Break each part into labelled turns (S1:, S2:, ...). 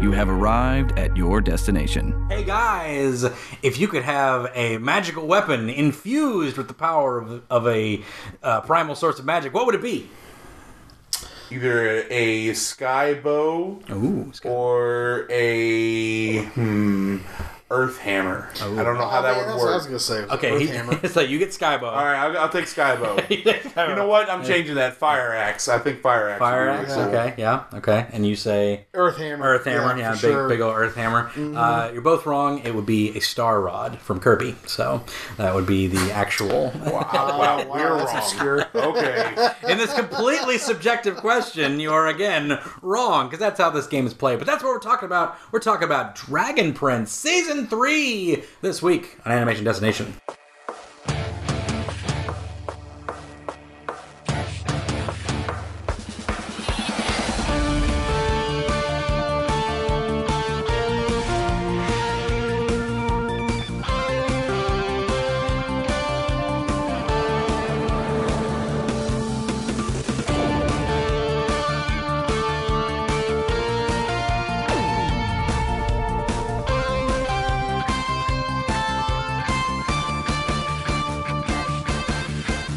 S1: You have arrived at your destination.
S2: Hey guys, if you could have a magical weapon infused with the power of, of a uh, primal source of magic, what would it be?
S3: Either a sky bow
S2: Ooh,
S3: or a hmm, earth hammer. I don't know how that
S4: that's
S3: would
S4: what I
S3: work.
S4: was gonna say. It was
S2: okay.
S4: Earth
S2: He,
S4: hammer.
S2: so you get Skybow.
S3: All right, I'll, I'll take sky bow. you know what? I'm changing that fire axe. I think fire axe.
S2: Fire
S3: would be
S2: axe.
S3: cool.
S2: Okay, yeah, okay. And you say
S4: Earth hammer.
S2: Earth Hammer. Yeah,
S4: for
S2: big
S4: sure. Mm-hmm.
S2: big old Earth Hammer. Uh, you're both wrong. It would be a Star Rod from Kirby. So that would be the actual.
S3: Wow, wow,
S4: wow,
S3: we're
S4: that's
S3: wrong.
S4: obscure.
S3: Okay.
S2: In this completely subjective question, you are again wrong because that's how this game is played. But that's what we're talking about. We're talking about Dragon Prince Season 3 this week on Animation Destination.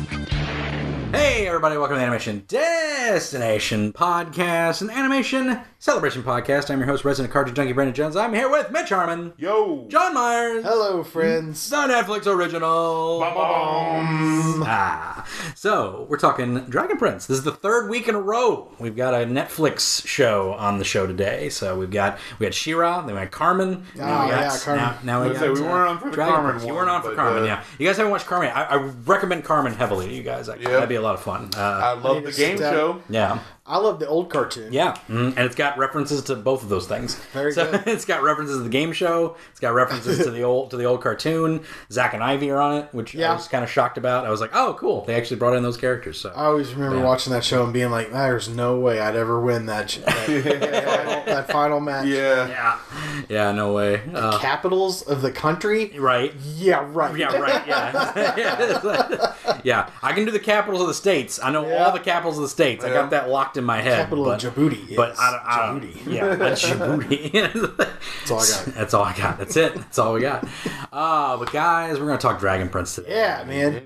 S2: Hey, everybody, welcome to the Animation Destination Podcast, an animation celebration podcast. I'm your host, resident cartridge junkie Brandon Jones. I'm here with Mitch Harmon,
S3: Yo.
S2: John Myers,
S4: Hello, friends.
S2: the Netflix original. Ah, so we're talking Dragon Prince. This is the third week in a row we've got a Netflix show on the show today. So we've got we had Shira, then we had Carmen. now we
S4: Oh, yeah,
S2: got,
S4: Carmen.
S2: Now, now we,
S3: I was
S2: got,
S3: gonna say, we weren't on for the
S2: Dragon
S3: Carmen
S2: Prince. You
S3: one,
S2: weren't on for
S3: but,
S2: Carmen.
S3: uh,
S2: yeah, you guys haven't watched Carmen. I, I recommend Carmen heavily to you guys. That,
S3: Yeah.
S2: That'd be a lot of fun. Uh,
S3: I love the
S4: to
S3: game
S4: sit down.
S3: show.
S2: yeah.
S4: I love the old cartoon.
S2: Yeah, mm, and it's got references to both of those things.
S4: Very
S2: so,
S4: good.
S2: It's got references to the game show. It's got references to the old to the old cartoon. Zach and Ivy are on it, which I
S4: Yeah.
S2: was kind of shocked about. I was like, oh, cool, they actually brought in those characters. So
S4: I always remember watching that show and being like, "There's no way I'd ever win that sh- that, final, that final match."
S3: Yeah.
S2: yeah, yeah, no way. Uh,
S4: Capitals of the country.
S2: right.
S4: Yeah, right.
S2: Yeah, right. Yeah, yeah. I can do the capitals of the states. I know
S4: Yeah.
S2: all the capitals of the states. I
S3: Yeah.
S2: got that locked in my head.
S4: Capital
S2: but,
S4: of Djibouti.
S2: but
S4: yes.
S2: I don't, I don't,
S4: Djibouti.
S2: yeah, Djibouti.
S4: That's all I got.
S2: That's all I got. That's it. That's all we got. Uh, but guys, we're gonna talk Dragon Prince today.
S4: Yeah, man.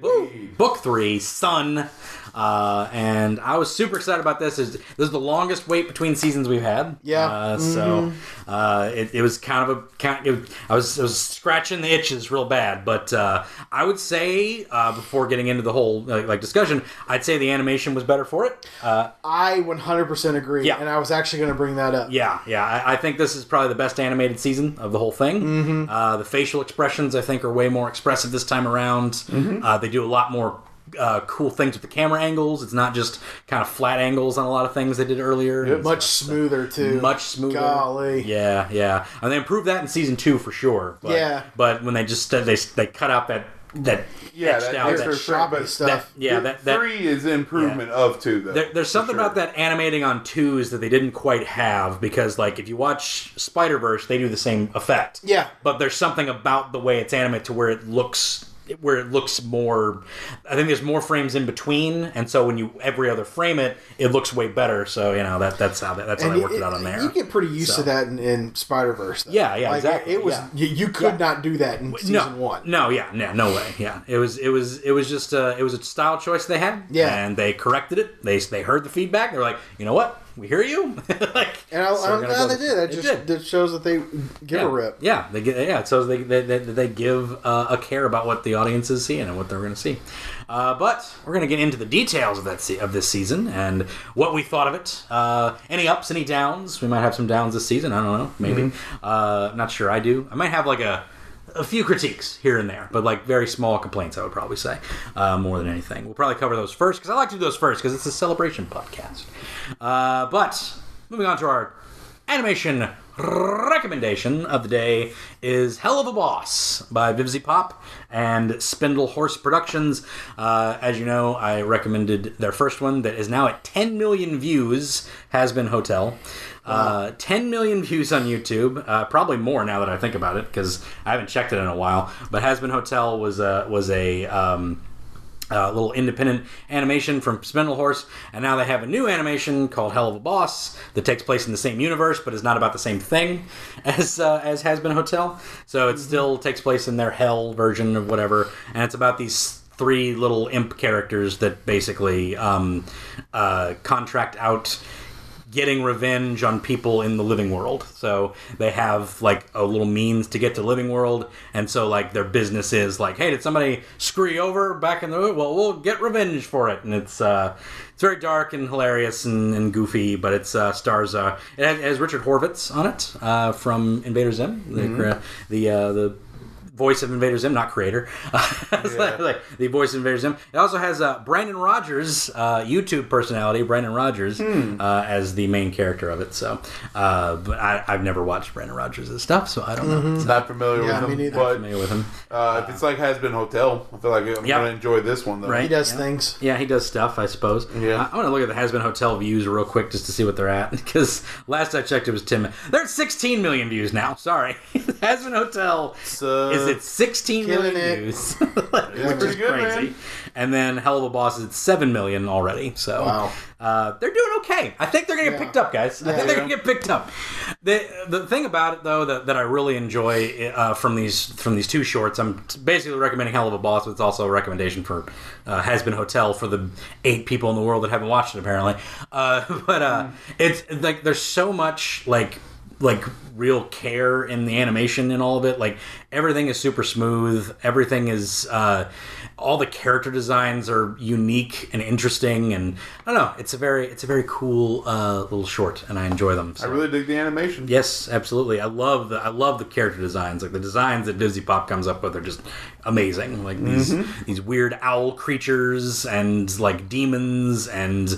S2: Book three, Sun. Uh, and I was super excited about this. Is this is the longest wait between seasons we've had?
S4: Yeah.
S2: Uh, So uh, it, it was kind of a kind. It, I was I was scratching the itches real bad, but uh, I would say uh, before getting into the whole like, like discussion, I'd say the animation was better for it. Uh,
S4: I 100% agree.
S2: Yeah.
S4: And I was actually going to bring that up.
S2: Yeah, yeah. I, I think this is probably the best animated season of the whole thing.
S4: Mm-hmm.
S2: Uh, the facial expressions, I think, are way more expressive this time around.
S4: Mm-hmm.
S2: Uh, they do a lot more uh, cool things with the camera angles. It's not just kind of flat angles on a lot of things they did earlier. It's
S4: Much smoother, too.
S2: much smoother.
S4: Golly.
S2: Yeah, yeah. And they improved that in season two for sure. But,
S4: Yeah.
S2: But when they just said they they cut out that that
S3: Yeah,
S2: etched
S3: that
S2: out
S3: extra
S2: that-
S4: Choppy stuff.
S2: yeah that that
S3: three is improvement of two though.
S2: There, there's
S3: for
S2: something
S3: sure.
S2: about that animating on twos that they didn't quite have because, like, if you watch Spider Verse, they do the same effect.
S4: Yeah.
S2: But there's something about the way it's animated to where it looks where it looks more i think there's more frames in between and so when you every other frame it it looks way better so you know that that's how that, that's how
S4: And
S2: they worked it,
S4: it-
S2: out on there
S4: You get pretty used
S2: So.
S4: to that in, in Spider Verse.
S2: Yeah, yeah,
S4: like,
S2: exactly,
S4: It, it was
S2: yeah.
S4: you, you could not do that in season
S2: no,
S4: one.
S2: No, yeah, no, no way. Yeah, it was, it was, it was just, uh, it was a style choice they had.
S4: Yeah.
S2: and they corrected it. They they heard the feedback. They were like, you know what, we hear you. like,
S4: And I,
S2: so we're
S4: I'm
S2: gonna
S4: glad
S2: go
S4: they
S2: with
S4: did. That
S2: It
S4: just
S2: did.
S4: That shows that they
S2: yeah.
S4: give a rip.
S2: Yeah, they get, yeah. So they they, they, they give uh, a care about what the audience is seeing and what they're going to see. Uh, but we're going to get into the details of that se- of this season and what we thought of it. Uh, any ups, any downs? We might have some downs this season. I don't know. Maybe.
S4: Mm-hmm.
S2: Uh, not sure. I do. I might have like a. A few critiques here and there, but like very small complaints, I would probably say, uh, more than anything. We'll probably cover those first because I like to do those first because it's a celebration podcast. Uh, but moving on to our animation recommendation of the day is Hell of a Boss by Vivzy Pop and Spindle Horse Productions. Uh, as you know, I recommended their first one that is now at 10 million views, Has Been Hotel. Uh, 10 million views on YouTube, uh, probably more now that I think about it because I haven't checked it in a while. But Has Been Hotel was a, was a um, uh, little independent animation from Spindle Horse, and now they have a new animation called Hell of a Boss that takes place in the same universe, but is not about the same thing as uh, as Has Been Hotel. So it still takes place in their Hell version of whatever, and it's about these three little imp characters that basically um, uh, contract out getting revenge on people in the living world. So they have like a little means to get to the living world, and so like their business is like, hey, did somebody screw you over back in the well, we'll get revenge for it, and it's uh, it's very dark and hilarious and, and goofy, but it's uh, stars uh, it has, it has Richard Horvitz on it uh, from Invader Zim, the crea- the uh, the voice of Invader Zim, not creator. It's like- like the voice of Invader Zim. It also has uh, Brandon Rogers, uh, YouTube personality Brandon Rogers, uh, as the main character of it. So, uh, but I, I've never watched Brandon Rogers' stuff, so I don't know. So
S3: Not familiar
S4: Yeah,
S3: with
S4: me
S3: him,
S4: neither.
S2: I'm
S3: but
S2: familiar with him.
S3: uh, if it's like has been hotel, I feel like I'm
S2: Yeah.
S3: gonna enjoy this one though.
S2: Right.
S4: He does
S2: Yeah.
S4: things.
S2: Yeah, he does stuff, I suppose.
S3: Yeah.
S2: I, I want to look at the Has Been Hotel views real quick just to see what they're at because last I checked it was 10 million. They're at 16 million views now. Sorry. Has Been Hotel
S3: So
S2: is at 16 million
S4: Uh, killing it.
S2: views. Like, which
S3: pretty
S2: is
S3: good,
S2: crazy.
S3: man.
S2: And then Hell of a Boss is at 7 million already. So
S4: Wow.
S2: uh, they're doing okay. I think they're going to get
S4: Yeah.
S2: picked up, guys. I think they're going to get picked up. The, the thing about it, though, that, that I really enjoy uh, from these from these two shorts, I'm basically recommending Hell of a Boss, but it's also a recommendation for uh, Has Been Hotel for the eight people in the world that haven't watched it, apparently. Uh, but
S4: Hmm.
S2: uh, it's like there's so much like like real care in the animation and all of it. Like everything is super smooth. Everything is uh, all the character designs are unique and interesting. And I don't know. It's a very it's a very cool uh, little short, and I enjoy them.
S3: I
S2: so.
S3: really dig the animation.
S2: Yes, absolutely. I love the I love the character designs. Like the designs that Dizzy Pop comes up with are just amazing. Like these
S4: Mm-hmm.
S2: these weird owl creatures and like demons and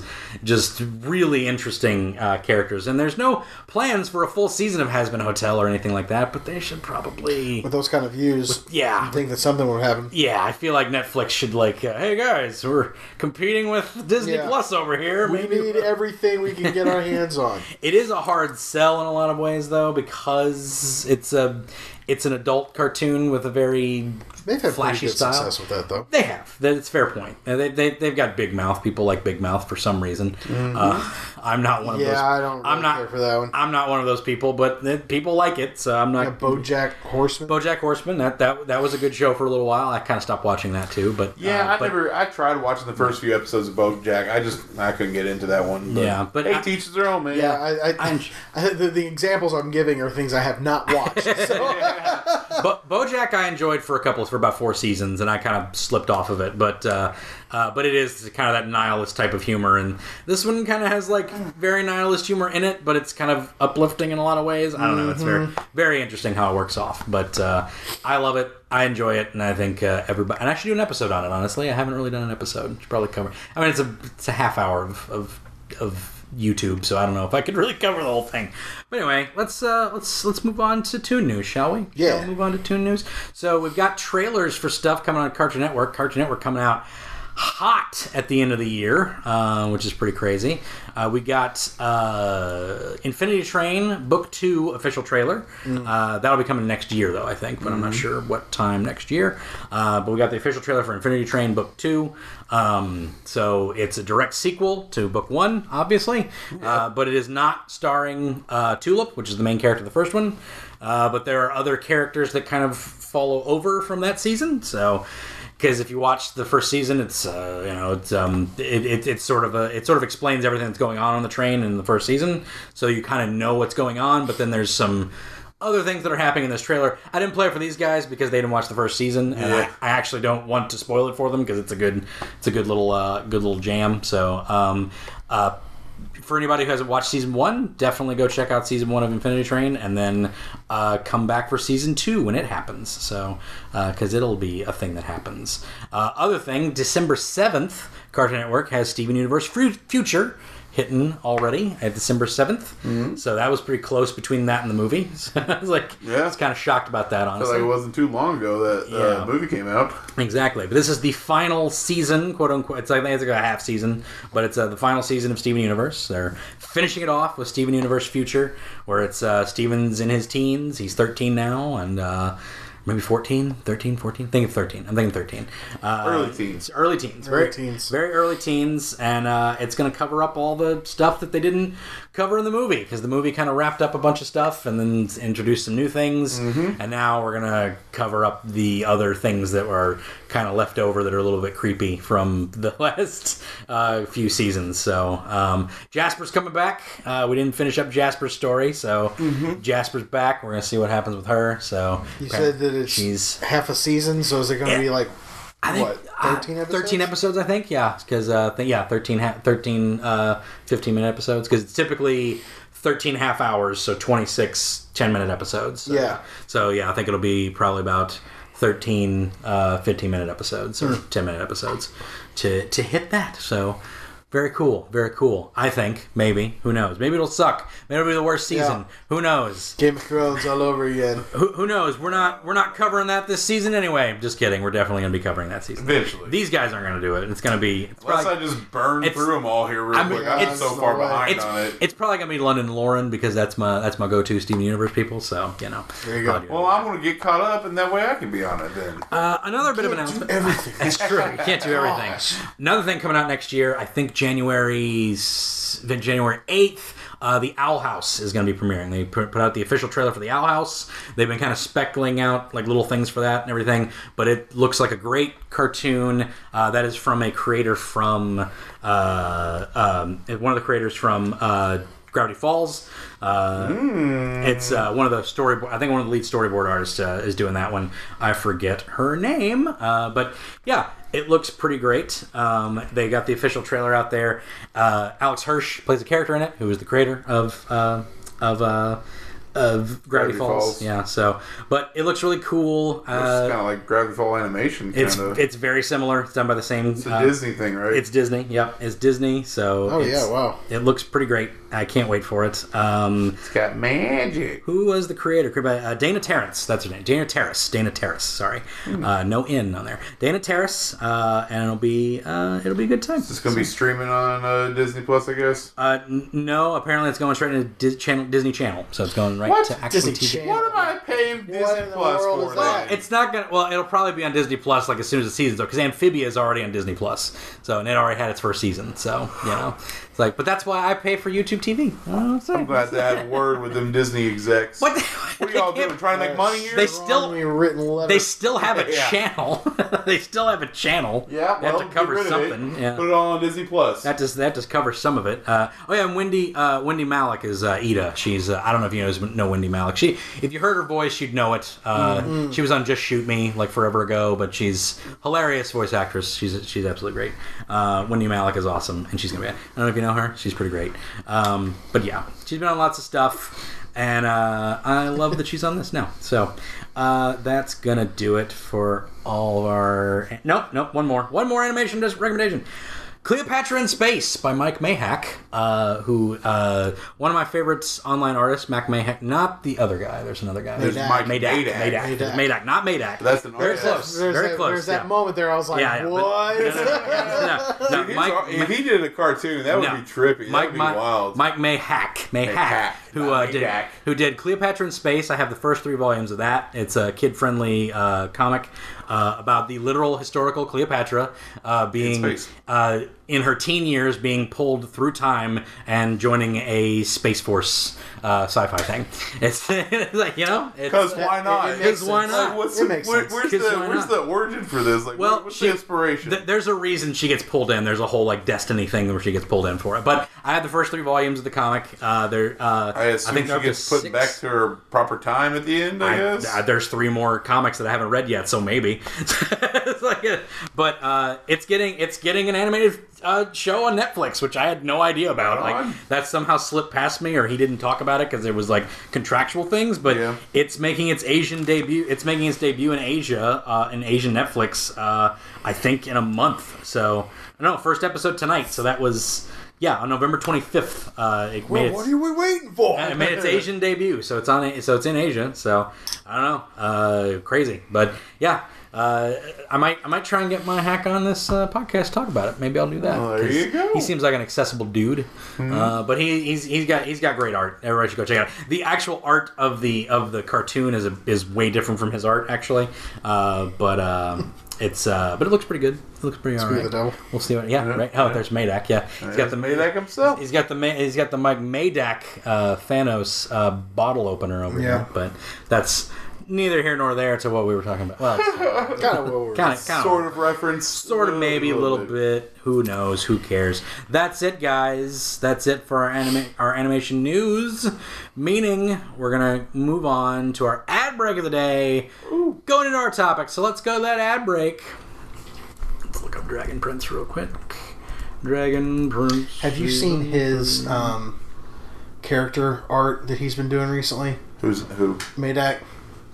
S2: just really interesting uh, characters. And there's no plans for a full season of Has Been Hotel or anything like that, but they should probably.
S4: With those kind of views,
S2: Yeah.
S4: I think that something would happen.
S2: Yeah, I feel like Netflix should like, uh, hey guys, we're competing with Disney
S4: Yeah.
S2: Plus over here.
S4: We
S2: Maybe
S4: need everything we can get our hands on.
S2: It is a hard sell in a lot of ways, though, because
S4: Mm-hmm.
S2: it's a it's an adult cartoon with a very
S4: They've had
S2: Flashy
S4: pretty good
S2: style.
S4: success with that, though.
S2: they have. That- It's a fair point. Uh, They, they, they've got Big Mouth. People like Big Mouth for some reason. Uh, I'm not one of those.
S4: Mm-hmm. Yeah, I don't really
S2: I'm not
S4: care for that one.
S2: I'm not one of those people, but uh, people like it, so I'm not.
S4: Yeah, BoJack Horseman.
S2: BoJack Horseman. That, that that was a good show for a little while. I kind of stopped watching that too, but
S3: Yeah,
S2: uh,
S3: I
S2: but-
S3: never. I tried watching the first few episodes of BoJack. I just I couldn't get into that one. But
S2: Yeah, but
S3: hey,
S2: I-
S3: teach their own, man.
S4: yeah, I, I,
S2: I'm-
S4: I- the, the examples I'm giving are things I have not watched. So
S2: Bo- BoJack I enjoyed for a couple for about four seasons, and I kind of slipped off of it. But uh, uh, but it is kind of that nihilist type of humor, and this one kind of has like very nihilist humor in it, but it's kind of uplifting in a lot of ways. I don't know. It's very very interesting how it works off, but uh, I love it. I enjoy it, and I think uh, everybody. And I should do an episode on it. Honestly, I haven't really done an episode. Should probably cover. I mean, it's a it's a half hour of of, of YouTube, so I don't know if I could really cover the whole thing. But anyway, let's uh, let's let's move on to Toon News, shall we?
S4: Yeah.
S2: Shall we move on to Toon News. So we've got trailers for stuff coming on Cartoon Network. Cartoon Network coming out hot at the end of the year, uh, which is pretty crazy. Uh, we got uh, Infinity Train Book Two official trailer. Uh, that'll be coming next year, though I think, but I'm not sure what time next year. Uh, but we got the official trailer for Infinity Train Book Two. Um, so it's a direct sequel to Book One, obviously, uh, but it is not starring uh, Tulip, which is the main character of the first one. Uh, but there are other characters that kind of follow over from that season. So, because if you watch the first season, it's uh, you know it's um, it, it, it's sort of a it sort of explains everything that's going on on the train in the first season. So you kind of know what's going on, but then there's some other things that are happening in this trailer. I didn't play it for these guys because they didn't watch the first season, and
S3: Yeah.
S2: I, I actually don't want to spoil it for them because it's a good it's a good little uh, good little jam. So. Um, uh, for anybody who hasn't watched season one, definitely go check out season one of Infinity Train, and then uh, come back for season two when it happens. So, because it'll be a thing that happens. Uh, other thing, December seventh, Cartoon Network has Steven Universe Fu- Future hitting already at December 7th
S3: Mm-hmm.
S2: So that was pretty close between that and the movie. So I was like,
S3: Yeah.
S2: I was kind of shocked about that.
S3: I feel
S2: Honestly,
S3: like it wasn't too long ago that
S2: Yeah.
S3: uh, movie came out.
S2: Exactly, but this is the final season, quote unquote. It's I think it's like a half season, but it's uh, the final season of Steven Universe. They're finishing it off with Steven Universe Future, where it's uh, Steven's in his teens. He's 13 now, and uh, maybe 14, 13, 14. I think it's 13. I'm thinking 13. Uh,
S3: Early teens.
S2: It's early teens.
S4: Early
S2: very,
S4: teens.
S2: Very early teens. And uh, it's going to cover up all the stuff that they didn't cover in the movie because the movie kind of wrapped up a bunch of stuff and then s- introduced some new things.
S4: Mm-hmm.
S2: And now we're going to cover up the other things that were kind of left over that are a little bit creepy from the last uh, few seasons. So um, Jasper's coming back. Uh, we didn't finish up Jasper's story. So Jasper's back. We're going to see what happens with her. So
S4: Mm-hmm. You said that it's
S2: She's-
S4: half a season, so is it going to be like
S2: I think,
S4: what
S2: uh,
S4: thirteen episodes?
S2: 13 episodes, I think, yeah. Because, uh, th- yeah, 13, ha- 13 uh, 15 minute episodes. Because it's typically 13 half hours, so 26 10 minute episodes. So-
S4: Yeah.
S2: So, yeah, I think it'll be probably about 13 uh, 15 minute episodes or
S4: Hmm.
S2: 10 minute episodes to, to hit that. So, very cool. Very cool. I think. Maybe. Who knows? Maybe it'll suck. Maybe it'll be the worst season.
S4: Yeah.
S2: Who knows?
S4: Game of Thrones all over again.
S2: Who, who knows? We're not we're not covering that this season anyway. Just kidding. We're definitely going to be covering that season.
S3: Eventually.
S2: These guys aren't going to do it. It's going to be it's
S3: Unless
S2: probably,
S3: I just burn
S2: It's-
S3: through them all here real
S2: I mean,
S3: quick. I'm
S4: it's-
S3: so far behind
S2: it's,
S3: on it.
S2: it's probably going to be London and Lauren because that's my that's my go-to Steven Universe people. So you know.
S4: There you go.
S2: Probably do it.
S3: Well, I'm going to get caught up, and that way I can be on it then.
S2: Uh, another bit of an announcement.
S4: Everything.
S2: It's true. You can't do everything.
S4: Gosh.
S2: Another thing coming out next year, I think January s- then January eighth. Uh, the Owl House is going to be premiering. They put, put out the official trailer for the Owl House. They've been kind of speckling out like little things for that and everything, but it looks like a great cartoon. Uh, that is from a creator from uh, um, one of the creators from uh, Gravity Falls. Uh, it's
S3: Mm.
S2: uh, one of the storyboard. I think one of the lead storyboard artists uh, is doing that one. I forget her name, uh, but yeah, it looks pretty great. Um, they got the official trailer out there. Uh, Alex Hirsch plays a character in it, who is the creator of uh, of uh, of Gravity
S3: Gravity
S2: Falls.
S3: Falls.
S2: Yeah. So, but it looks really cool.
S3: it's kind
S2: Uh,
S3: of like Gravity Fall animation, kind
S2: it's
S3: of.
S2: it's very similar. It's done by the same.
S3: It's a
S2: uh,
S3: Disney thing, right?
S2: It's Disney. Yep, it's Disney. So.
S4: Oh
S2: it's-
S4: yeah, wow.
S2: It looks pretty great. I can't wait for it. Um,
S3: It's got magic.
S2: who was the creator? Created by, Uh, Dana Terrence. That's her name. Dana Terrace. Dana Terrace. Sorry,
S3: Hmm.
S2: uh, no N on there. Dana Terrace, uh, and it'll be uh, it'll be a good time.
S3: It's going to be streaming on uh, Disney Plus, I guess.
S2: Uh, n- no, apparently it's going straight into Dis- channel, Disney Channel, so it's going right
S3: What?
S2: to actually
S4: Disney
S2: TV.
S4: Channel.
S3: What am I paying Disney
S4: in the
S3: Plus
S4: world
S3: for?
S4: is
S3: then?
S4: that?
S2: It's not gonna. Well, it'll probably be on Disney Plus like as soon as the season's though, because Amphibia is already on Disney Plus. So and it already had its first season. So you know, it's like, but that's why I pay for YouTube TV. You know what I'm saying?
S3: I'm glad to have word with them Disney execs.
S2: What? The,
S3: What are y'all doing? Trying to make money here?
S2: They still-
S4: Wrongly written letter.
S2: They still have a
S3: Yeah.
S2: channel. they still have a channel.
S3: yeah,
S2: they have
S3: well,
S2: to cover
S3: get rid of it.
S2: something. Yeah.
S3: Put it all on Disney Plus.
S2: That does that does cover some of it. Uh, oh yeah, and Wendy uh, Wendy Malik is uh, Ida. She's uh, I don't know if you know, know Wendy Malik. She if you heard her voice, you'd know it. Uh, She was on Just Shoot Me like forever ago, but she's hilarious voice actress. She's she's absolutely great. Uh, Wendy Malik is awesome, and she's gonna be. I don't know if you know her. She's pretty great. Um, but yeah, she's been on lots of stuff, and uh, I love that she's on this now. So uh, that's gonna do it for all of our. Nope, nope. One more, one more animation dis- recommendation. Cleopatra in Space by Mike Mayhack, uh, who uh, one of my favorites online artists, Mac Mayhack, not the other guy. There's another guy.
S4: There's
S3: Mike
S2: Maydak.
S3: Maydak.
S2: Maydak.
S4: Maydak.
S2: Maydak, not Maydak.
S3: That's an
S2: very
S3: artist.
S2: close.
S4: There's
S2: very
S4: that,
S2: close.
S4: There's
S2: yeah.
S4: that moment there. I was like,
S2: Yeah, yeah, but-
S4: what?
S2: No, no, no, no, no,
S3: If
S2: Mike,
S3: he's- if he did a cartoon, that would
S2: no.
S3: be trippy. that
S2: Mike,
S3: would be
S2: Mike,
S3: wild.
S2: Mike Mayhack, Mayhack,
S3: Mayhack,
S2: who
S3: not
S2: uh, did
S3: Maydak.
S2: who did Cleopatra in Space. I have the first three volumes of that. It's a kid-friendly uh, comic uh, about the literal historical Cleopatra uh, being
S3: space.
S2: uh, in her teen years, being pulled through time and joining a space force uh, sci-fi thing. It's, it's like you know, it's,
S3: Because why not?
S4: it makes
S2: Because why
S4: sense.
S2: not?
S3: Like, what's
S4: It
S3: the,
S4: makes
S3: where-
S4: sense.
S3: Where's, the,
S2: Because why
S3: where's
S2: not?
S3: the origin for this? Like,
S2: Well,
S3: what's
S2: she-
S3: the inspiration?
S2: th- there's a reason she gets pulled in. There's a whole like destiny thing where she gets pulled in for it. But I have the first three volumes of the comic. Uh, they're uh,
S3: I assume
S2: they're
S3: she
S2: up to
S3: gets put
S2: six.
S3: back to her proper time at the end. I,
S2: I-
S3: guess.
S2: uh, there's three more comics that I haven't read yet, so maybe. It's like a- but uh, it's getting it's getting an animated uh, show on Netflix, which I had no idea about.
S3: Right on.
S2: Like that somehow slipped past me, or he didn't talk about it because it was like contractual things. But
S3: Yeah.
S2: it's making its Asian debut. It's making its debut in Asia, uh, in Asian Netflix. Uh, I think in a month. So no, first episode tonight. So that was. Yeah, on November 25th, uh, it made
S4: Well,
S2: its-
S4: what are we waiting for?
S2: I mean, it's Asian debut, so it's on. So it's in Asia. So I don't know. Uh, crazy, but yeah. Uh, I might I might try and get my hack on this uh, podcast. Talk about it. Maybe I'll do that.
S4: Oh, there
S2: 'cause
S3: you go.
S2: He seems like an accessible dude, uh, but he, he's he's got he's got great art. Everybody should go check it out. The actual art of the of the cartoon is a, is way different from his art actually, uh, but um, it's uh, but it looks pretty good. It looks pretty
S4: Screw
S2: alright.
S4: the devil.
S2: We'll see what. Yeah, right. Oh, there's Madak. Yeah, he's got the
S3: made that himself.
S2: He's got the Ma- he's got the Mike Madak uh, Thanos uh, bottle opener over
S4: Yeah.
S2: here, but that's neither here nor there to what we were talking about. Well, it's
S4: Kind of what we're.
S2: kind of kind
S3: sort
S2: of
S3: of reference.
S2: sort of maybe a little bit. Who knows? Who cares? That's it, guys. That's it for our anime our animation news. Meaning we're gonna move on to our ad break of the day. Going into our topic, so let's go to that ad break. Let's look up Dragon Prince real quick. Dragon Prince.
S4: Have you seen his um, character art that he's been doing recently?
S3: Who's who?
S4: Madak.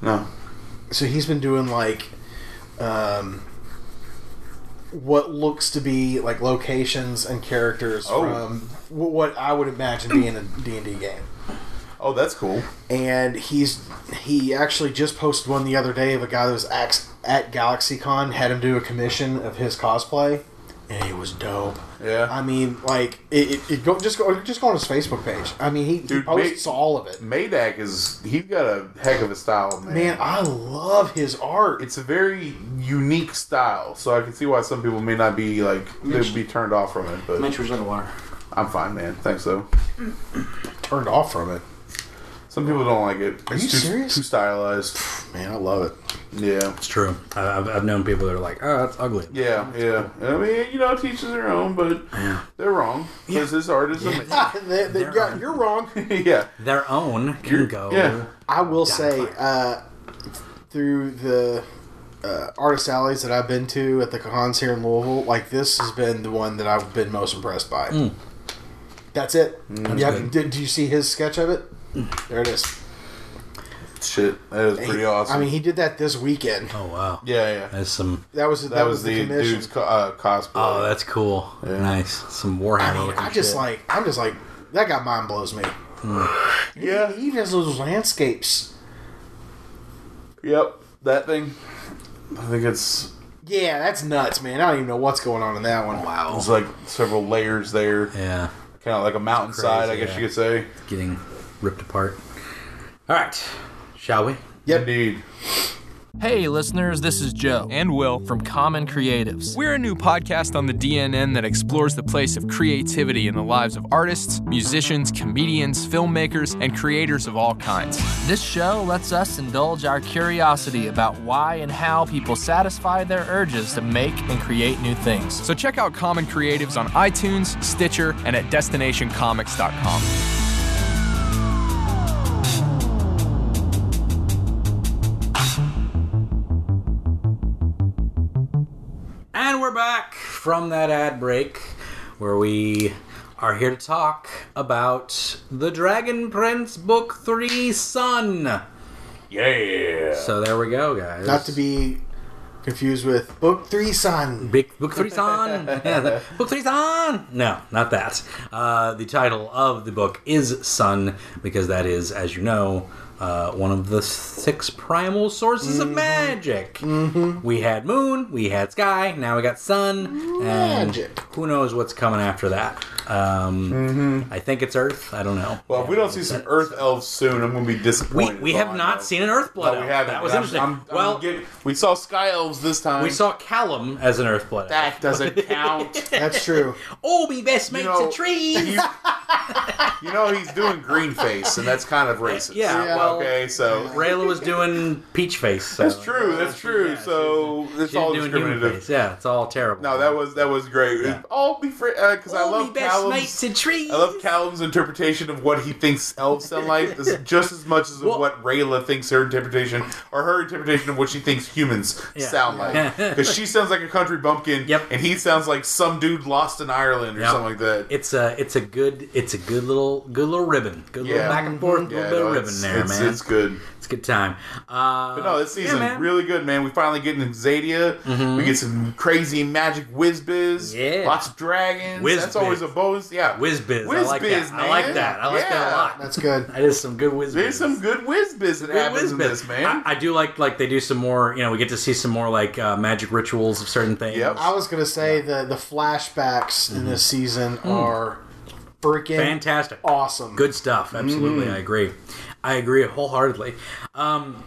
S3: No.
S4: So he's been doing like, um, what looks to be like locations and characters
S3: Oh.
S4: from w- what I would imagine being a D and D game.
S3: Oh, that's cool.
S4: and he's he actually just posted one the other day of a guy that was at, at GalaxyCon had him do a commission of his cosplay, and it was dope.
S3: Yeah.
S4: I mean, like it, it, it go, just go just go on his Facebook page. I mean, he, he
S3: Dude,
S4: posts
S3: ma-
S4: all of it.
S3: Madak is he's got a heck of a style, man.
S4: Man, I love his art.
S3: it's a very unique style, so I can see why some people may not be like they'd be turned off from it. But
S2: Mentor's underwater.
S3: I'm fine, man. Thanks though.
S4: turned off from it.
S3: Some people don't like it. Are
S4: you
S3: too,
S4: serious?
S3: Too stylized.
S4: Man, I love it.
S3: Yeah.
S2: It's true. I- I've, I've known people that are like, oh, that's ugly.
S3: Yeah, yeah. I mean, you know, teaches their own, but they're wrong because this art is amazing.
S4: They- they-
S2: There
S4: yeah,
S2: are-
S4: you're wrong.
S3: yeah,
S2: Their own can go.
S3: yeah.
S4: I will say, uh, through the uh, artist alleys that I've been to at the cons here in Louisville, like this has been the one that I've been most impressed by. That's it.
S3: Mm,
S4: yeah,
S2: good.
S4: did, do you see his sketch of it? There it is.
S3: Shit, that is pretty awesome.
S4: I mean, he did that this weekend.
S2: Oh wow.
S3: yeah, yeah. That,
S2: That's some.
S4: That was that,
S3: was, the,
S4: commission.
S3: dude's co- uh, cosplay.
S2: Oh, that's cool. Nice. Some Warhammer.
S4: I mean,
S2: looking
S4: I just
S2: shit.
S4: like I'm just like that guy mind blows me.
S3: yeah,
S4: He does those landscapes.
S3: yep, that thing. I think it's
S4: Yeah, that's nuts, man. I don't even know what's going on in that one.
S2: wow.
S3: it's like several layers there,
S2: Yeah,
S3: kind of like a mountainside, I
S2: Crazy,
S3: guess
S2: yeah.
S3: you could say.
S2: getting ripped apart. All right, shall we?
S4: Yep.
S3: Indeed.
S5: Hey, listeners, this is Joe
S6: and Will.
S5: from Common Creatives.
S6: We're a new podcast on the DNN that explores the place of creativity in the lives of artists, musicians, comedians, filmmakers, and creators of all kinds.
S5: This show lets us indulge our curiosity about why and how people satisfy their urges to make and create new things.
S6: So check out Common Creatives on iTunes, Stitcher, and at destinationcomics.com.
S2: And we're back from that ad break, where we are here to talk about the Dragon Prince Book Three Sun.
S3: Yeah.
S2: So there we go, guys.
S4: Not to be confused with Book Three Son.
S2: Big Book Three San. Yeah, the- book Three San. No, not that. Uh, the title of the book is Sun because that is, as you know, uh, one of the six primal sources
S3: Mm-hmm.
S2: of magic. We had moon, we had sky, now we got sun,
S4: Magic.
S2: and who knows what's coming after that? Um, I think it's Earth. I don't know.
S3: Mm-hmm. Well, if we don't see some Earth elves soon, I'm going to be
S2: we,
S3: disappointed.
S2: we
S3: is all
S2: have
S3: I
S2: not
S3: know.
S2: seen an Earth blood.
S3: No, we
S2: elf.
S3: haven't.
S2: That was
S3: I'm-
S2: interesting.
S3: I'm- I'm
S2: well,
S3: getting- we saw sky elves this time.
S2: we saw Callum as an Earth blood. elf.
S3: that doesn't count.
S4: That's true.
S2: Oh, be best mates
S3: know,
S2: a tree.
S3: you, you know he's doing green face, and that's kind of racist.
S2: Yeah, well-
S3: okay, so
S2: Rayla was doing peach face. So.
S3: that's true. That's true. so it's
S2: She
S3: all
S2: didn't do a human
S3: discriminative.
S2: face. Yeah, it's all terrible.
S3: No, that was that was great. All be free because I love Callum's.
S2: trees.
S3: I love Callum's interpretation of what he thinks elves sound like is just as much as of
S2: Well-
S3: what Rayla thinks her interpretation or her interpretation of what she thinks humans sound like. Because she sounds like a country bumpkin,
S2: Yep.
S3: and he sounds like some dude lost in Ireland or
S2: Yep.
S3: something like that.
S2: It's a it's a good it's a good little good little ribbon. Good
S3: Yeah.
S2: little back and forth,
S3: Yeah,
S2: little bit
S3: no,
S2: of ribbon
S3: it's-
S2: there,
S3: it's-
S2: man.
S3: It's good.
S2: It's a good time. Uh,
S3: But no, this
S2: yeah,
S3: season
S2: man.
S3: really good, man. We finally get an Xadia. We get some crazy magic whiz biz.
S2: Mm-hmm. Yeah.
S3: Lots of dragons.
S2: Whiz
S3: That's
S2: biz.
S3: always a bonus. Yeah.
S2: Whiz biz. I
S3: Whiz
S2: like
S3: biz,
S2: that. I like
S3: man.
S2: that. I like that a
S3: Yeah.
S2: lot.
S4: That's good.
S2: That is some good whiz
S3: There's
S2: biz.
S3: some good whiz biz that
S2: Good
S3: happens
S2: whiz
S3: in
S2: biz.
S3: this, man.
S2: I, I do like like they do some more. You know, we get to see some more like uh, magic rituals of certain things.
S3: Yep.
S4: I was gonna say the the flashbacks in this season are freaking
S2: Hmm. Fantastic.
S4: awesome. Mm-hmm.
S2: Good stuff. Absolutely, I agree. I agree wholeheartedly. Um,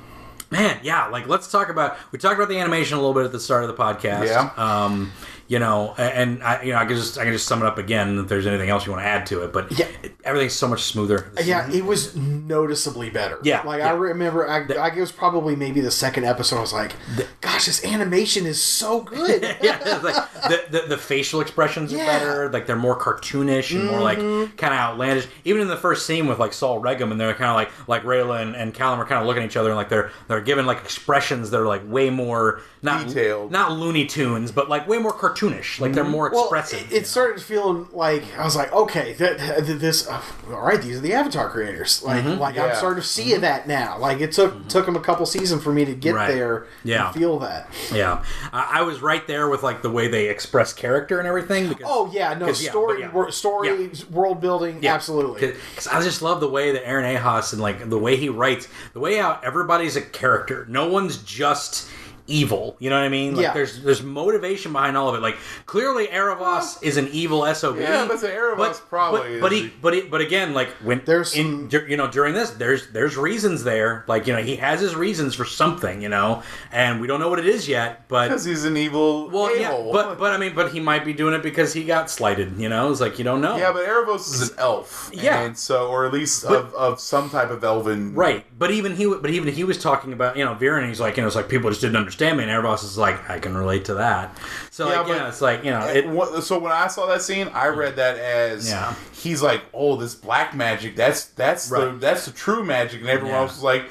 S2: man, yeah. Like, let's talk about. We talked about the animation a little bit at the start of the podcast.
S3: Yeah.
S2: Um, you know, a- and I, you know, I can just I can just sum it up again. If there's anything else you want to add to it, but
S4: Yeah.
S2: it- everything's so much smoother. this
S4: Yeah, it was noticeably better.
S2: Yeah,
S4: like
S2: yeah.
S4: I remember, I, I guess it was probably maybe the second episode. I was like, "Gosh, this animation is so good."
S2: yeah, it's like the, the the facial expressions are
S4: Yeah. Mm-hmm.
S2: better. Like they're more cartoonish and more like kind of outlandish. Even in the first scene with like Saul Regum, and they're kind of like like Rayla and, and Callum are kind of looking at each other and like they're they're given like expressions that are like way more not
S3: Detailed.
S2: not Looney Tunes, but like way more cartoonish. Like they're more
S4: Mm-hmm. Well,
S2: expressive.
S4: it, it started feeling like I was like, "Okay, that, th this, uh, all right, these are the Avatar creators." Like,
S2: Mm-hmm.
S4: like I'm
S3: Yeah.
S4: starting to see that now. Like it took took them a couple seasons for me to get
S2: Right.
S4: there
S2: Yeah.
S4: and feel that.
S2: yeah, I, I was right there with like the way they express character and everything. Because,
S4: Oh yeah, no
S2: 'Cause, yeah,
S4: story,
S2: but yeah.
S4: wor- story, world building, absolutely.
S2: Because I just love the way that Aaron Ahas and like the way he writes, the way how everybody's a character. No one's just evil. You know what I mean? Like
S4: Yeah.
S2: There's there's motivation behind all of it. Like clearly, Erebos is an evil sob.
S3: Yeah, but the Erebos probably
S2: But, but
S3: is
S2: he,
S3: the-
S2: but he, but again, like when
S4: There's
S2: in,
S4: some-
S2: dur- you know during this, there's there's reasons there. Like you know he has his reasons for something. You know, and we don't know what it is yet, but.
S3: Because he's an evil
S2: Well, yeah,
S3: a-hole.
S2: but but I mean, but he might be doing it because he got slighted. You know, it's like you don't know.
S3: Yeah, but Erebos is an elf.
S2: Yeah.
S3: And so, or at least of, of some type of elven.
S2: Right, but even he, but even he was talking about you know Viren. He's like, you know, it's like people just didn't understand me, and Erebos is like, I can relate to that. So
S3: Yeah,
S2: like, you
S3: but-
S2: know, it's like you know,
S3: It,
S2: it,
S3: wa- Uh, so when I saw that scene, I read that as
S2: Yeah.
S3: he's like, "Oh, this black magic. That's that's the
S2: Right.
S3: that's the true magic," and everyone
S2: Yeah.
S3: else was like,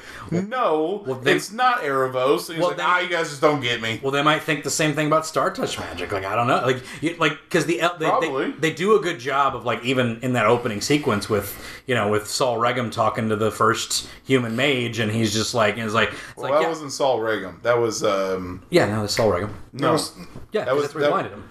S3: "No,
S2: well, then-
S3: it's not Erebos." And he's
S2: Well,
S3: like,
S2: then-
S3: "Ah, you guys just don't get me."
S2: well, they might think the same thing about Star Touch magic. Like I don't know, like you, like because the el- they,
S3: Probably.
S2: they they do a good job of like even in that opening sequence with you know with Saul Regum talking to the first human mage, and he's just like, and it's like, it's
S3: Well,
S2: like
S3: that
S2: yeah,
S3: wasn't Saul Regum. That was um
S2: yeah, no, that's Saul Regum.
S3: no.
S2: Yeah,
S3: That
S2: because
S3: was-
S2: that's where he
S3: that-
S2: blinded him.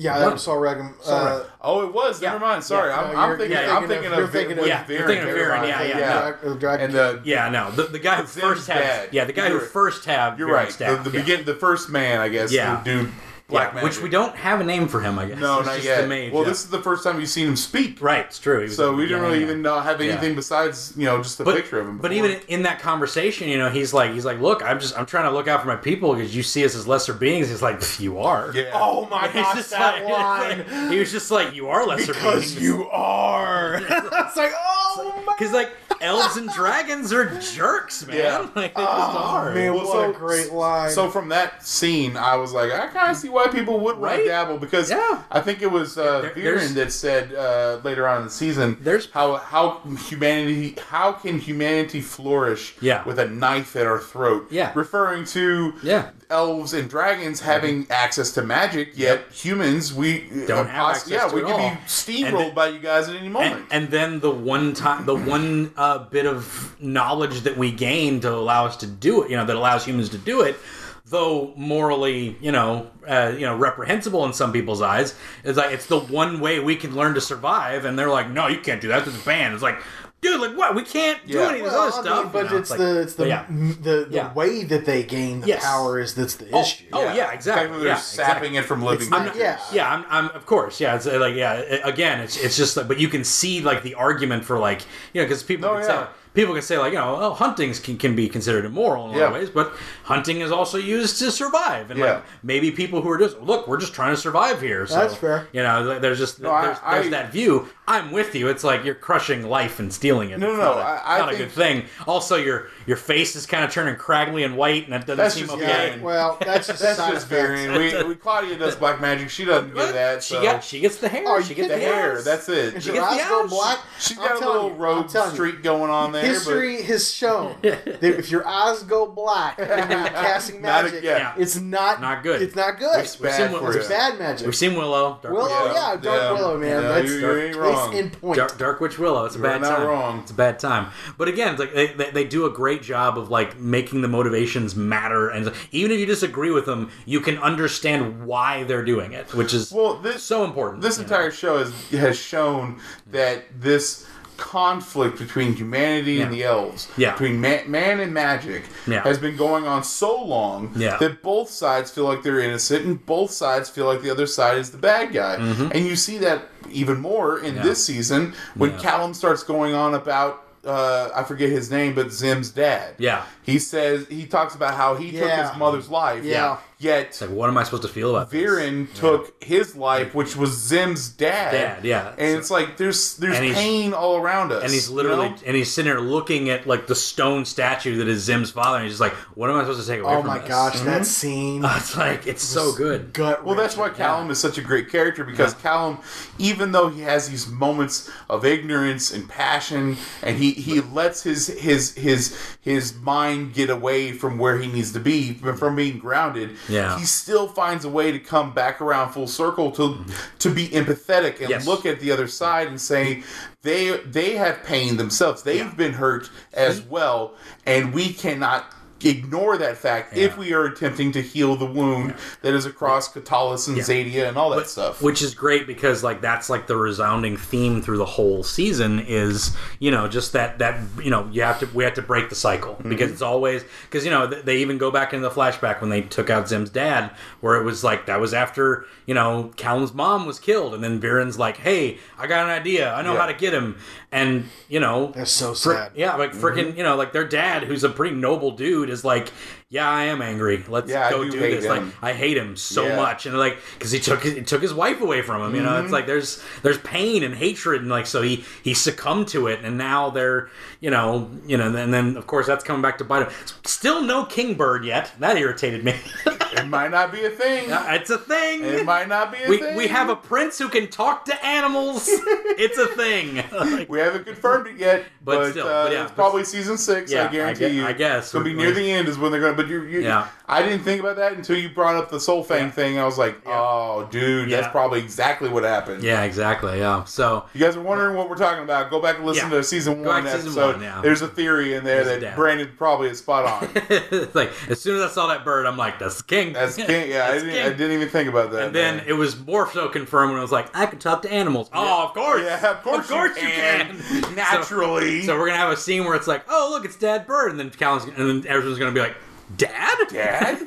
S4: Yeah, that was Saul Regum. Uh,
S3: Oh, it was. Never mind. Sorry, I'm,
S4: No,
S3: I'm
S4: you're-
S3: thinking.
S4: you're
S3: I'm thinking of,
S4: you're thinking of-
S3: with
S2: Yeah, you're
S3: Viren,
S2: thinking of
S3: never
S2: Viren,
S3: mind.
S2: yeah, yeah.
S4: The dragon-
S3: And the
S2: Yeah, no, the, the guy who
S3: Zim's
S2: first
S3: dad.
S2: had yeah, the guy who
S3: You're-
S2: first had
S3: you're
S2: Viren's
S3: right.
S2: staff.
S3: The, the
S2: Yeah.
S3: begin the first man, I guess.
S2: Yeah.
S3: who do black
S2: Yeah,
S3: magic.
S2: Which we don't have a name for him, I guess.
S3: No,
S2: It's
S3: not
S2: just
S3: yet.
S2: The mage,
S3: well,
S2: yeah.
S3: this is the first time you've seen him speak.
S2: right. It's true. He was-
S3: So we didn't
S2: yeah,
S3: really
S2: yeah.
S3: even uh, have
S2: Yeah.
S3: anything besides you know just the
S2: But,
S3: picture of him.
S2: but
S3: before.
S2: even in that conversation, you know, he's like, he's like, look, I'm just, I'm trying to look out for my people because you see us as lesser beings. He's like, "Pff, you are.
S3: yeah.
S4: oh my
S2: He's
S4: gosh,
S2: just
S4: that
S2: like-
S4: line.
S2: he was just like, you are lesser
S3: because
S2: beings.
S3: you are.
S4: it's like, oh my
S2: Because like elves and dragons are jerks, man.
S3: Yeah. Uh,
S2: Like they just are.
S4: Oh, man,
S3: Well,
S4: what
S3: so-
S4: a great line.
S3: So from that scene, I was like, I kind of see why people would want
S2: Right?
S3: to dabble because
S2: Yeah.
S3: I think it was uh,
S2: There- there's-
S3: Viren that said uh, later on in the season,
S2: There's-
S3: how how humanity how can humanity flourish
S2: Yeah.
S3: with a knife at our throat?
S2: Yeah.
S3: referring to
S2: Yeah. Mm-hmm.
S3: elves and dragons having access to magic, yet humans we
S2: Don't
S3: uh,
S2: have access
S3: yeah
S2: to
S3: we
S2: it
S3: could
S2: all.
S3: be steamrolled
S2: And-
S3: by you guys at any moment.
S2: And, and then the one time, the one uh, bit of knowledge that we gain to allow us to do it, you know, that allows humans to do it, though morally, you know, uh, you know, reprehensible in some people's eyes, is like it's the one way we can learn to survive. And they're like, no, you can't do that. That's banned. It's like, dude, like what? We can't do
S3: Yeah.
S2: any of this
S4: Well,
S2: other
S4: I mean,
S2: stuff. you
S4: but
S2: know?
S4: it's
S2: like-
S4: the it's the
S2: but yeah.
S4: the, the
S2: Yeah.
S4: way that they gain the
S2: Yes.
S4: power is that's the
S2: Oh,
S4: issue.
S2: oh yeah, exactly.
S3: Technically, they're
S2: yeah, exactly.
S3: sapping it from living.
S4: not-
S3: creatures.
S4: yeah.
S2: Yeah, I'm, I'm of course. Yeah, it's uh, like yeah. uh, Again, it's it's just like, but you can see like the argument for like you know because people
S3: No,
S2: can
S3: Oh, yeah.
S2: say people can say like you know oh huntings can, can be considered immoral in a lot
S3: Yeah.
S2: of ways, but hunting is also used to survive and
S3: Yeah.
S2: like maybe people who are just look we're just trying to survive here. So,
S4: That's fair.
S2: You know, th- there's just
S3: I-
S2: there's, there's
S3: I-
S2: that view. I'm with you. It's like you're crushing life and stealing it.
S3: No,
S2: It's
S3: no,
S2: not a,
S3: I- I
S2: not a
S3: think-
S2: good thing. Also, your your face is kind of turning craggly and white, and that doesn't
S3: That's
S2: seem
S3: just-
S2: okay.
S3: yeah,
S2: And-
S4: Well, that's just
S3: That's
S4: a side
S3: just
S4: effect.
S3: varying. We, we Claudia does black magic. She doesn't do that.
S2: she
S3: so.
S2: got she gets the hair.
S4: Oh, you
S2: she gets
S4: get
S3: the hair. That's it.
S4: Is your
S2: gets the
S4: eyes go
S2: eyes.
S4: black?
S3: She's
S4: I'm
S3: got a
S4: telling
S3: little
S4: you, I'm
S3: rogue
S4: telling you.
S3: streak going on there.
S4: History has shown that if your eyes go black when you're casting
S3: Not a-
S4: magic,
S3: yeah.
S4: it's not
S2: Not good.
S4: It's not good.
S3: It's bad
S2: seen what-
S3: for
S4: It's
S3: you.
S4: bad magic.
S2: We've seen Willow. Dark
S4: Willow,
S2: Willow.
S4: yeah, Dark Willow, man.
S3: Yeah,
S4: That's-
S3: you- you ain't
S4: they
S3: wrong. wrong.
S4: in point.
S2: Dark, Dark Witch Willow. It's a
S3: You're
S2: bad
S3: not
S2: time.
S3: wrong.
S2: It's a bad time. But again, it's like they, they, they do a great job of like making the motivations matter, and even if you disagree with them, you can understand why they're doing it, which is
S3: Well, this
S2: so important.
S3: This
S2: you know?
S3: entire show has has shown that this conflict between humanity and the
S2: Yeah.
S3: elves,
S2: Yeah.
S3: between man, man and magic,
S2: Yeah.
S3: has been going on so long
S2: Yeah.
S3: that both sides feel like they're innocent and both sides feel like the other side is the bad guy.
S2: Mm-hmm.
S3: And you see that even more in this season when Callum starts going on about. Uh, I forget his name, but Zim's dad.
S2: Yeah.
S3: he says he talks about how he took
S4: Yeah.
S3: his mother's life.
S4: Yeah.
S3: yet
S2: Like, what am I supposed to feel about this?
S3: Viren took his life, which was Zim's dad.
S2: Dad, yeah.
S3: And it's like there's there's
S2: And he's-
S3: pain all around us.
S2: And he's
S3: you
S2: literally
S3: know?
S2: and he's sitting there looking at like the stone statue that is Zim's father, and he's just like, "What am I supposed to take away
S4: Oh
S2: from
S4: my
S2: this?"
S4: gosh, that scene.
S2: It's like it's so good.
S4: Gut.
S3: Mm-hmm. Uh, Well, that's why Callum is such a great character because Callum, even though he has these moments of ignorance and passion, and he, he lets his his his his mind get away from where he needs to be from from being grounded.
S2: Yeah.
S3: he still finds a way to come back around full circle to to be empathetic and
S2: Mm-hmm. Yes.
S3: look at the other side and say they they have pain themselves. They've been hurt as well, and we cannot. Ignore that fact if we are attempting to heal the wound that is across Catullus and Zadia and all that stuff.
S2: Which is great because like that's like the resounding theme through the whole season is you know just that that you know you have to we have to break the cycle
S3: Mm-hmm.
S2: because it's always because you know th- they even go back into the flashback when they took out Zim's dad where it was like that was after you know Callum's mom was killed and then Viren's like hey I got an idea I know how to get him and you know
S4: That's so
S2: fr-
S4: sad.
S2: yeah like
S3: Mm-hmm.
S2: freaking you know like their dad who's a pretty noble dude is like yeah I am angry let's
S3: Yeah, I
S2: go
S3: do
S2: do,
S3: hate
S2: this
S3: him.
S2: like I hate him so
S3: Yeah. Mm-hmm.
S2: much, and like because he took he took his wife away from him. You know, it's like there's there's pain and hatred, and like so he he succumbed to it, and now they're you know you know, and then of course that's coming back to bite him. Still no Kingbird yet. That irritated me.
S3: It might not be a thing.
S2: it's a thing.
S3: It might not be a
S2: we,
S3: thing.
S2: we have a prince who can talk to animals. it's a thing. Like,
S3: we haven't confirmed it yet, but,
S2: But still,
S3: uh,
S2: but yeah,
S3: it's
S2: but-
S3: probably season six.
S2: Yeah,
S3: I
S2: I
S3: guarantee
S2: gue-
S3: you.
S2: I guess.
S3: it's gonna be
S2: We-
S3: near
S2: we-
S3: the end is when they're gonna. But you, you
S2: Yeah.
S3: I didn't think about that until you brought up the Soul Fang thing. I was like, oh, dude,
S2: Yeah.
S3: that's probably exactly what happened.
S2: yeah, exactly. Yeah. So
S3: You guys are wondering what we're talking about. Go back and listen
S2: Yeah.
S3: to season
S2: Go
S3: one
S2: back to season
S3: episode.
S2: one, yeah.
S3: There's a theory in there
S2: There's
S3: that
S2: a doubt.
S3: Brandon probably is spot on.
S2: it's like as soon as I saw that bird, I'm like, that's the king.
S3: That's king. Yeah, I
S2: That's
S3: didn't,
S2: king.
S3: I didn't even think about that.
S2: And then
S3: man.
S2: it was more so confirmed when I was like, I can talk to animals. Oh, of course.
S3: yeah, of course, you, can.
S2: So-
S3: Naturally.
S2: So, we're gonna have a scene where it's like, oh look, it's Dad Bird, and then Callan's and then everyone's gonna be like, Dad?
S3: Dad?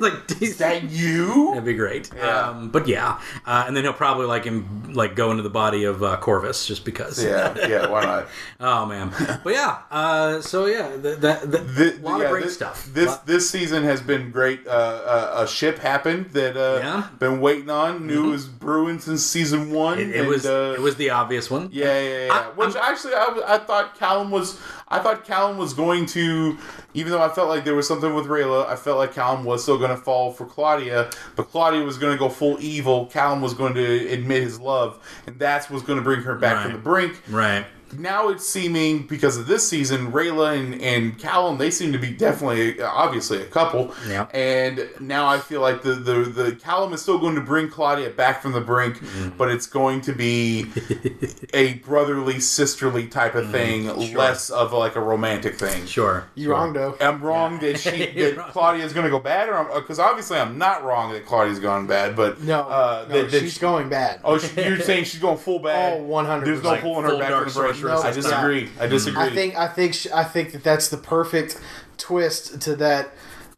S2: like is
S3: that you?
S2: That'd be great.
S3: Yeah.
S2: Um, but yeah, uh, and then he'll probably like him like go into the body of uh, Corvus just because.
S3: yeah, yeah. Why not?
S2: Oh man. But yeah. Uh, so yeah, th- that that
S3: Thi-
S2: a lot
S3: yeah,
S2: of great
S3: this,
S2: stuff.
S3: This
S2: Lot-
S3: this season has been great. Uh, uh, a ship happened that uh,
S2: Yeah. Mm-hmm.
S3: been waiting on. Knew it was brewing since season one.
S2: it, it
S3: and,
S2: was
S3: uh,
S2: it was the obvious one.
S3: Yeah, yeah, yeah.
S2: I-
S3: Which actually, I, was- I thought Callum was. I thought Callum was going to, even though I felt like there was something with Rayla, I felt like Callum was still going to fall for Claudia, but Claudia was going to go full evil. Callum was going to admit his love, and that's what's going to bring her back from
S2: Right.
S3: the brink
S2: Right.
S3: now it's seeming because of this season, Rayla and, and Callum, they seem to be definitely, obviously, a couple.
S2: Yeah.
S3: And now I feel like the, the, the Callum is still going to bring Claudia back from the brink,
S2: Mm-hmm.
S3: but it's going to be a brotherly, sisterly type of thing, less of like a romantic thing.
S2: Mm-hmm. Sure.
S4: You wrong though.
S3: I'm wrong that she
S2: You're
S3: that
S2: wrong.
S3: Claudia's going to go bad, or because obviously I'm not wrong that Claudia's gone bad, but
S4: No,
S3: uh,
S4: no,
S3: that, that
S4: she's
S3: she-
S4: going bad.
S3: Oh, she, you're saying she's going full bad?
S4: Oh, 100%.
S3: There's no pulling her
S2: Full
S3: back
S2: dark
S3: from the brink.
S2: sorceress.
S3: I
S4: No, it's
S3: disagree. I disagree.
S4: I think I think sh- I think that that's the perfect twist to that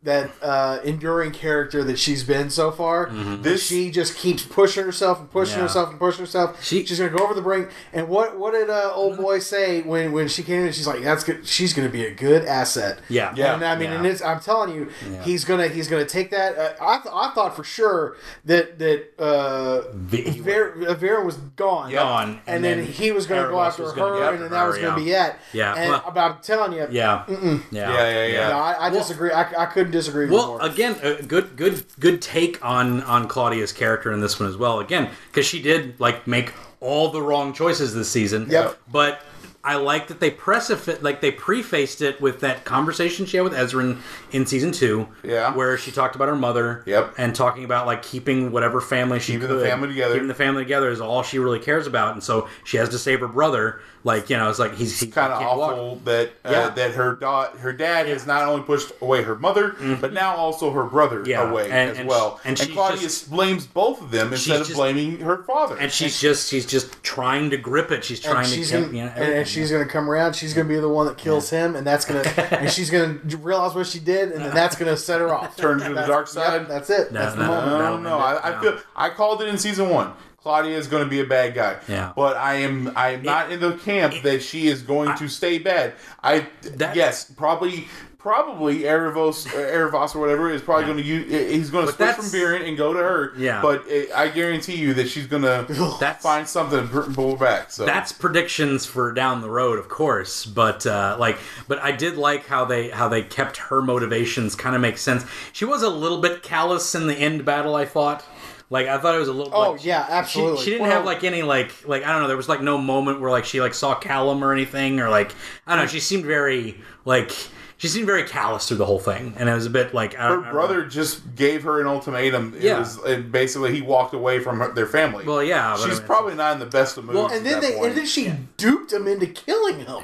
S4: that uh, enduring character that she's been so far.
S3: This-
S4: she just keeps pushing herself and pushing
S2: Yeah.
S4: herself and pushing herself.
S2: She- Uh-huh.
S4: she's gonna go over the brink. And what what did uh, old boy say when when she came in? She's like, "That's good. She's gonna be a good asset."
S2: Yeah.
S3: Yeah.
S4: And I mean,
S2: Yeah.
S4: and it's I'm telling you, he's gonna he's gonna take that. Uh, I, th- I thought for sure that that uh,
S2: The-
S4: Vera, uh, Vera was gone.
S3: Yep.
S2: on,
S4: And, then, he was going to go
S2: Erebus
S4: after
S2: was
S4: her,
S2: gonna go
S4: and
S2: after
S4: then that was
S2: her,
S4: going to
S2: yeah.
S4: be it.
S2: Yeah,
S4: And
S2: well-
S4: about telling you,
S2: Yeah. yeah,
S3: yeah, yeah, yeah.
S4: no, I, I
S2: Well-
S4: disagree. I, I couldn't disagree
S2: Well,
S4: more.
S2: again, a good, good, good take on on Claudia's character in this one as well. Again, because she did like make all the wrong choices this season.
S4: Yep.
S2: But I like that they precif- like they prefaced it with that conversation she had with Ezra in, in season two,
S3: Yeah.
S2: where she talked about her mother,
S3: Yep.
S2: and talking about like keeping whatever family she
S3: Keeping the
S2: could,
S3: family together.
S2: keeping the family together is all she really cares about, and so she has to save her brother. Like you know, it's like he's he
S3: kind of
S2: can't
S3: awful
S2: walk.
S3: that uh,
S2: Yeah.
S3: that her da- her dad has not only pushed away her mother, but now also her brother
S2: Mm-hmm. Yeah,
S3: away
S2: and-
S3: as
S2: and
S3: well.
S2: sh- and
S3: And,
S2: she's
S3: Claudia
S2: just-
S3: blames both of them instead of
S2: just-
S3: blaming her father.
S2: And she's just she's just trying to grip it. She's trying
S4: and she's
S2: to
S4: gonna,
S2: keep, you know,
S4: and, and she's gonna come around. She's gonna be the one that kills him, and that's gonna and she's gonna realize what she did, and then that's gonna set her off.
S3: Turn to the
S4: That's-
S3: dark side?
S4: Yep, that's it. that's the
S2: no,
S4: moment.
S3: I don't
S2: No,
S3: know. I, I
S2: no.
S3: feel I called it in season one. Claudia is going to be a bad guy.
S2: Yeah.
S3: But I am I am not in the camp that she is going to stay bad. I
S2: That-
S3: yes, probably probably Erevos or Erevos or whatever is probably going to use he's going to
S2: But
S3: switch from
S2: that's-
S3: Viren and go to her.
S2: Yeah.
S3: But it, I guarantee you that she's going to
S2: That's-
S3: find something to pr- pull back. So
S2: that's predictions for down the road, of course. But uh, like, but I did like how they how they kept her motivations kind of make sense. She was a little bit callous in the end battle. I thought, like, I thought it was a little.
S4: Oh,
S2: like,
S4: yeah,
S2: she-
S4: absolutely.
S2: She, didn't
S4: Well-
S2: have like any like like I don't know. There was like no moment where like she like saw Callum or anything or like I don't know. She seemed very like she seemed very callous through the whole thing, and it was a bit like I, I don't
S3: her
S2: know.
S3: brother just gave her an ultimatum. It
S2: Yeah.
S3: was it basically he walked away from her, their family.
S2: Well, yeah, but I
S3: She's
S2: mean-
S3: probably not in the best of moods.
S2: Well,
S4: And then
S3: at
S4: they
S3: that point.
S4: and then she duped him into killing him.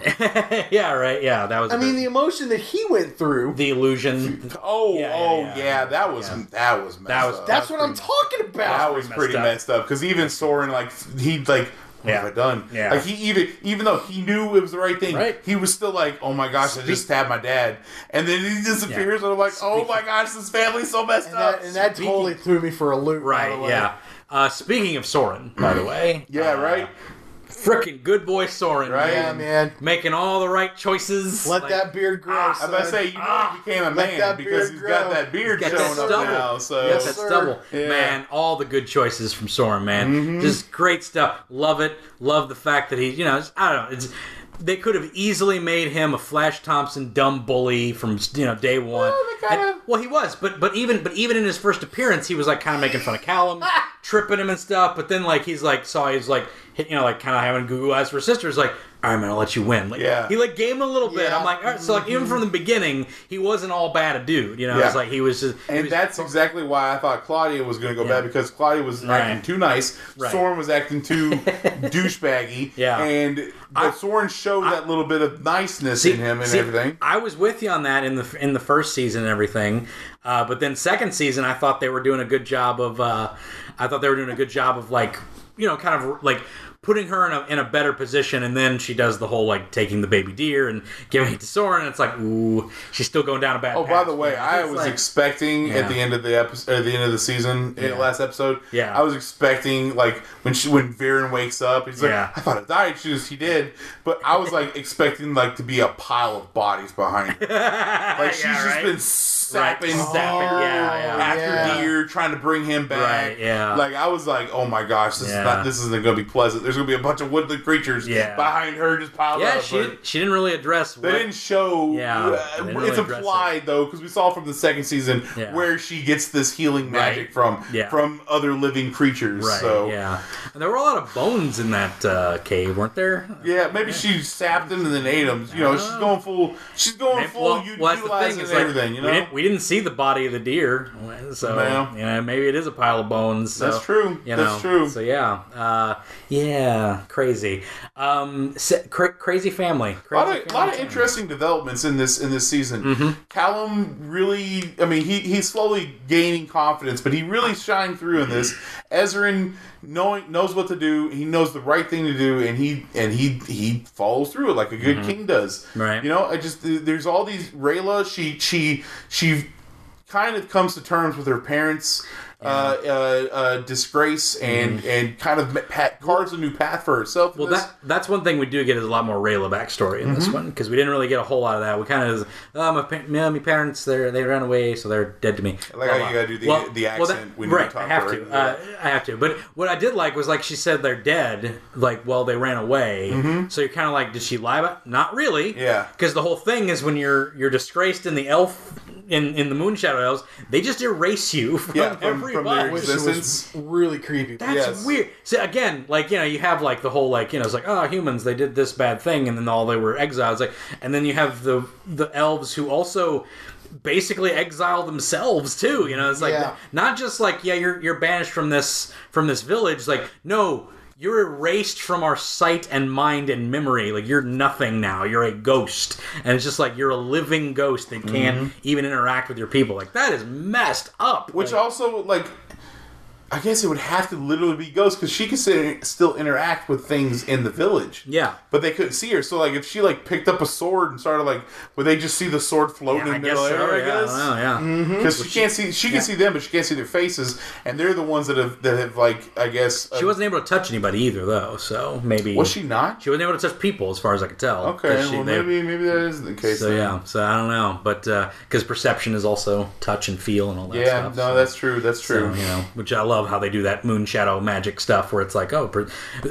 S2: yeah, right. Yeah, that was.
S4: I
S2: a
S4: mean, the
S2: bit-
S4: emotion that he went through.
S2: the illusion.
S3: Oh,
S2: Yeah,
S3: oh,
S2: yeah,
S3: yeah,
S2: yeah.
S3: That was
S2: Yeah.
S3: that was messed
S2: That was-
S3: up.
S4: that's what I'm talking
S3: that
S4: about.
S3: was
S2: pretty
S3: pretty
S2: messed up.
S3: messed up. Because even Soren, like he like. What
S2: Yeah.
S3: have I done?
S2: Yeah.
S3: Like he even even though he knew it was the right thing,
S2: Right.
S3: he was still like, "Oh my gosh, I just stabbed my dad," and then he disappears, and I'm like, "Oh my gosh, this family's so messed
S4: and
S3: up."
S4: that, and that
S2: Speaking-
S4: totally threw me for a loop. by
S2: Right.
S4: the way.
S2: Yeah. Uh, speaking of Soren, by the way,
S3: yeah, right,
S2: Frickin' good boy Soren,
S3: right.
S4: Yeah, man.
S2: Making all the right choices.
S4: Let
S2: Like,
S4: that beard grow.
S2: Ah,
S3: I was about to say, you know, he became a
S4: let
S3: man
S4: that
S3: because
S4: beard
S3: he's
S4: grow.
S3: got that beard
S2: Got
S3: showing
S2: that
S3: up
S2: stubble.
S3: now. So
S2: Got
S4: Yes,
S2: that
S4: sir.
S2: stubble.
S3: Yeah. Mm-hmm.
S2: Man, all the good choices from Soren, man. Just great stuff. Love it. Love the fact that he, you know, it's- I don't know. It's, they could have easily made him a Flash Thompson dumb bully from you know day one.
S3: Well, they kinda-
S2: And- well, he was, but but even but even in his first appearance, he was like kind of making fun of Callum, tripping him and stuff. But then like he's like saw he's like hit, you know like kind of having goo eyes for his sister. He's like, all right, man, I'll let you win. Like,
S3: Yeah.
S2: He like gave him a little bit.
S4: Yeah.
S2: I'm like, all right, so like even from the beginning, he wasn't all bad a dude. You know, it's
S3: Yeah.
S2: like he was just he
S3: And
S2: was-
S3: that's exactly why I thought Claudia was going to go bad because Claudia was
S2: Right.
S3: acting too nice.
S2: Right.
S3: Soren was acting too douchebaggy.
S2: Yeah.
S3: And but Soren showed that little bit of niceness in him and
S2: See,
S3: everything.
S2: I was with you on that in the in the first season and everything, uh, but then second season, I thought they were doing a good job of. Uh, I thought they were doing a good job of like, you know, kind of like putting her in a, in a better position, and then she does the whole like taking the baby deer and giving it to Soren. And it's like, ooh, she's still going down a bad.
S3: Oh, by
S2: path,
S3: the way,
S2: man.
S3: I
S2: It's
S3: was
S2: like-
S3: expecting
S2: Yeah.
S3: at the end of the episode, at the end of the season, in the last episode,
S2: Yeah.
S3: I was expecting like when she when Viren wakes up, he's like,
S2: Yeah.
S3: I thought I died. She was, he did, but I was like expecting like to be a pile of bodies behind her. Like she's
S2: Yeah,
S3: just
S2: right.
S3: been
S2: Right,
S3: sapping,
S2: sapping, yeah, yeah.
S3: after
S4: Yeah.
S3: Deer, trying to bring him back.
S2: Right, yeah.
S3: Like I was like, oh my gosh, this
S2: Yeah.
S3: is not this isn't gonna be pleasant. There's gonna be a bunch of woodland creatures
S2: Yeah.
S3: behind her just piled
S2: yeah,
S3: up.
S2: she
S3: but
S2: didn't, she didn't really address.
S3: they
S2: what-
S3: didn't show.
S2: Yeah,
S3: uh,
S2: they didn't
S3: it's
S2: really address
S3: implied though, because we saw from the second season
S2: Yeah.
S3: where she gets this healing
S2: Right.
S3: magic from
S2: Yeah.
S3: from other living creatures.
S2: Right,
S3: so
S2: yeah, and there were a lot of bones in that uh, cave, weren't there?
S3: Yeah, maybe she sapped them and then ate them. You know, she's going full. She's
S2: Uh-huh.
S3: going
S2: Maybe-
S3: full.
S2: well,
S3: you
S2: well, that's the
S3: utilizing
S2: thing, is, like,
S3: everything. you know,
S2: we didn't, we didn't see the body of the deer, so
S3: No.
S2: you know, maybe it is a pile of bones. so,
S3: That's true.
S2: You
S3: That's
S2: know,
S3: true.
S2: So yeah, uh, yeah, crazy, um, se- cra- crazy family.
S3: a
S2: Crazy
S3: lot of, lot of interesting developments in this in this season.
S2: Mm-hmm.
S3: Callum really, I mean, he he's slowly gaining confidence, but he really shined through in this. Ezrin knowing knows what to do, he knows the right thing to do, and he and he he follows through it like a good king does.
S2: Mm-hmm. Right.
S3: You know, I just there's all these Rayla. She she she kind of comes to terms with her parents. Uh, uh, uh, disgrace and and kind of pat, carves a new path for herself. in
S2: Mm-hmm. Well,
S3: this.
S2: that that's one thing we do get is a lot more Rayla backstory in this one because we didn't really get a whole lot of that. We kind of, oh, my, pa- my, my parents, they are they ran away, so they're dead to me.
S3: like how you gotta do the- the accent when you
S2: right,
S3: talk
S2: I have
S3: to
S2: to.
S3: her.
S2: Uh, I have to. But what I did like was like she said they're dead, like well they ran away. So you're kind of like, did she lie about? Not really.
S3: Mm-hmm. Yeah.
S2: Because the whole thing is when you're you're disgraced in the elf. In, in the Moonshadow Elves, they just erase you from
S3: Yeah, from-
S2: every
S3: from their
S2: bucks.
S4: which was
S3: existence.
S4: really creepy.
S2: That's
S3: Yes.
S2: weird. See, again, like you know, you have like the whole like you know, it's like oh, humans they did this bad thing, and then all they were exiles. Like, and then you have the the elves who also basically exile themselves too. You know, it's like
S4: Yeah.
S2: not just like yeah, you're you're banished from this from this village. Like no. You're erased from our sight and mind and memory. Like you're nothing now. You're a ghost, and it's just like you're a living ghost that can't even interact with your people. Like that is messed up.
S3: Which
S2: like,
S3: also, like, I guess it would have to literally be ghosts because she could sit, still interact with things in the village.
S2: Yeah.
S3: but they couldn't see her. So, like, if she like picked up a sword and started like, would they just see the sword floating
S2: I
S3: in
S2: guess
S3: middle
S2: so.
S3: air?
S2: yeah, I
S3: I
S2: don't know, yeah.
S3: guess because she can't see. She can see them, but she can't see their faces, and they're the ones that have that have like, I guess.
S2: She
S3: uh,
S2: wasn't able to touch anybody either, though. So maybe
S3: Was she not?
S2: She wasn't able to touch people, as far as I could tell.
S3: Okay,
S2: 'Cause she-
S3: well
S2: they-
S3: maybe maybe that isn't the case.
S2: So
S3: then.
S2: yeah, so I don't know, but because perception is also touch and feel and all that.
S3: yeah,
S2: stuff,
S3: no,
S2: so-
S3: that's true. That's
S2: so,
S3: true.
S2: you know, which I love how they do that moon shadow magic stuff, where it's like, oh, per-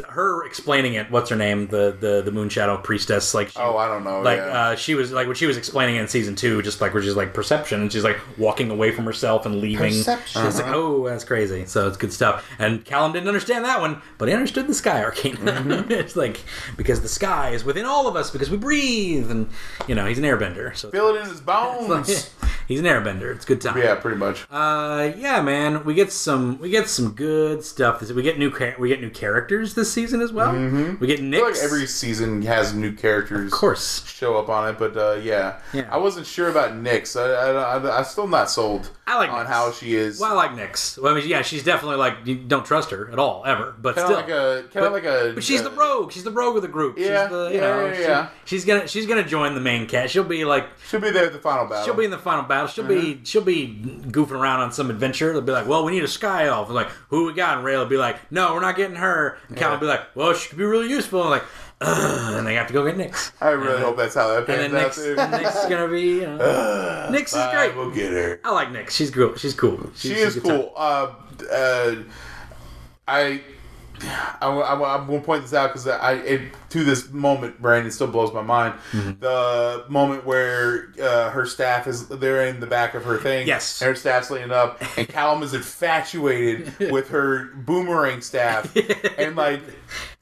S2: her explaining it. What's her name? The the the moon shadow priestess. Like, she,
S3: Oh, I don't know.
S2: like
S3: yeah.
S2: uh, she was like when she was explaining it in season two, just like where she's like perception, and she's like walking away from herself and leaving.
S4: Perception.
S2: It's
S3: Uh-huh.
S2: like, oh, that's crazy. So it's good stuff. And Callum didn't understand that one, but he understood the sky arcane.
S3: Mm-hmm.
S2: it's like because the sky is within all of us because we breathe, and you know he's an airbender, so
S3: Feel it in his bones.
S2: he's an airbender. It's a good time.
S3: yeah, pretty much.
S2: Uh, yeah, man, we get some we get some good stuff. This- We get new char- we get new characters this season as well. We get Nick.
S3: Mm-hmm. I feel like every season has new characters.
S2: of course.
S3: show up on it, but uh, yeah.
S2: Yeah.
S3: I wasn't sure about Nyx. I, I, I, am still not sold
S2: I like
S3: on
S2: Nyx.
S3: how she is.
S2: Well, I like Nyx. Well, I mean, yeah, she's definitely like you don't trust her at all, ever. But
S3: kind of
S2: still,
S3: like a kind
S2: But-
S3: of like a.
S2: but she's
S3: uh,
S2: the rogue. She's the rogue of the group.
S3: Yeah,
S2: she's the, you
S3: yeah,
S2: know,
S3: yeah,
S2: she-
S3: yeah.
S2: she's gonna she's gonna join the main cast. She'll be like
S3: She'll be there at the final battle. Mm-hmm.
S2: she'll be in the final battle. She'll be she'll be goofing around on some adventure. They'll be like, well, we need a sky elf. And like, who we got? And Ray will be like, no, we're not getting her. And Cal will be like, well, she could be really useful. And like, Ugh, and they have to go get Nyx.
S3: I really hope that's how that
S2: And
S3: pans
S2: then
S3: out.
S2: Nyx,
S3: dude.
S2: Nyx is gonna be you know, Nyx is
S3: Bye,
S2: great.
S3: We'll get her.
S2: I like Nyx. She's cool. She's cool.
S3: She
S2: She's- she's
S3: is
S2: a good time.
S3: cool. Uh, uh, I. I, am going to point this out because I, it, to this moment, Brandon still blows my mind.
S2: Mm-hmm.
S3: The moment where uh, her staff is they're in the back of her thing,
S2: Yes.
S3: and her staff's laying up, and Callum is infatuated with her boomerang staff, and like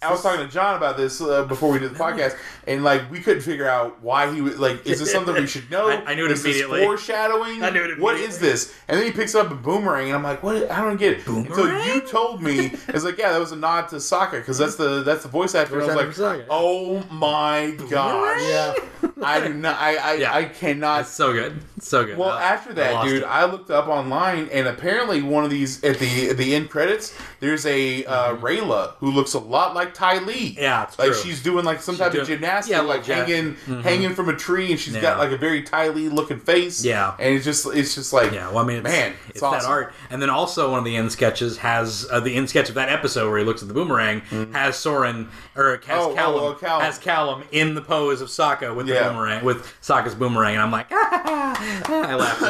S3: I was talking to John about this uh, before we did the podcast, and like we couldn't figure out why he was like, is this something we should know?
S2: I- I knew it
S3: Is this
S2: immediately.
S3: foreshadowing?
S2: I knew it
S3: What
S2: immediately.
S3: is this? And then he picks up a boomerang, and I'm like, what? I don't get it. Boomerang? Until you told me, it's like, yeah, that was a nod to Sokka because that's the that's the voice actor. and I
S2: Voice
S3: was like,
S2: actor for Sokka.
S3: oh my gosh,
S4: yeah.
S3: I do not, I I,
S2: Yeah.
S3: I cannot.
S2: It's so good. It's so good.
S3: Well,
S2: I-
S3: after
S2: I
S3: that,
S2: lost
S3: dude,
S2: it.
S3: I looked up online, and apparently, one of these at the at the end credits, there's a uh, Rayla who looks a lot like Ty Lee.
S2: Mm-hmm. Yeah, it's
S3: like
S2: true.
S3: she's doing like some type
S2: doing-
S3: of gymnastic,
S2: yeah, a
S3: like
S2: little jab.
S3: hanging hanging from a tree, and she's
S2: Yeah.
S3: got like a very Ty Lee looking face.
S2: Yeah.
S3: and it's just it's just like
S2: Yeah, well, I mean, it's,
S3: man,
S2: it's,
S3: it's, awesome.
S2: that art. And then also one of the end sketches has uh, the end sketch of that episode where he looks at the boomerang has Soren or has
S3: Mm-hmm. Oh, oh,
S2: Callum,
S3: oh, Callum.
S2: has Callum in the pose of Sokka with the
S3: Yeah.
S2: boomerang with Sokka's boomerang, and I'm like, I laughed,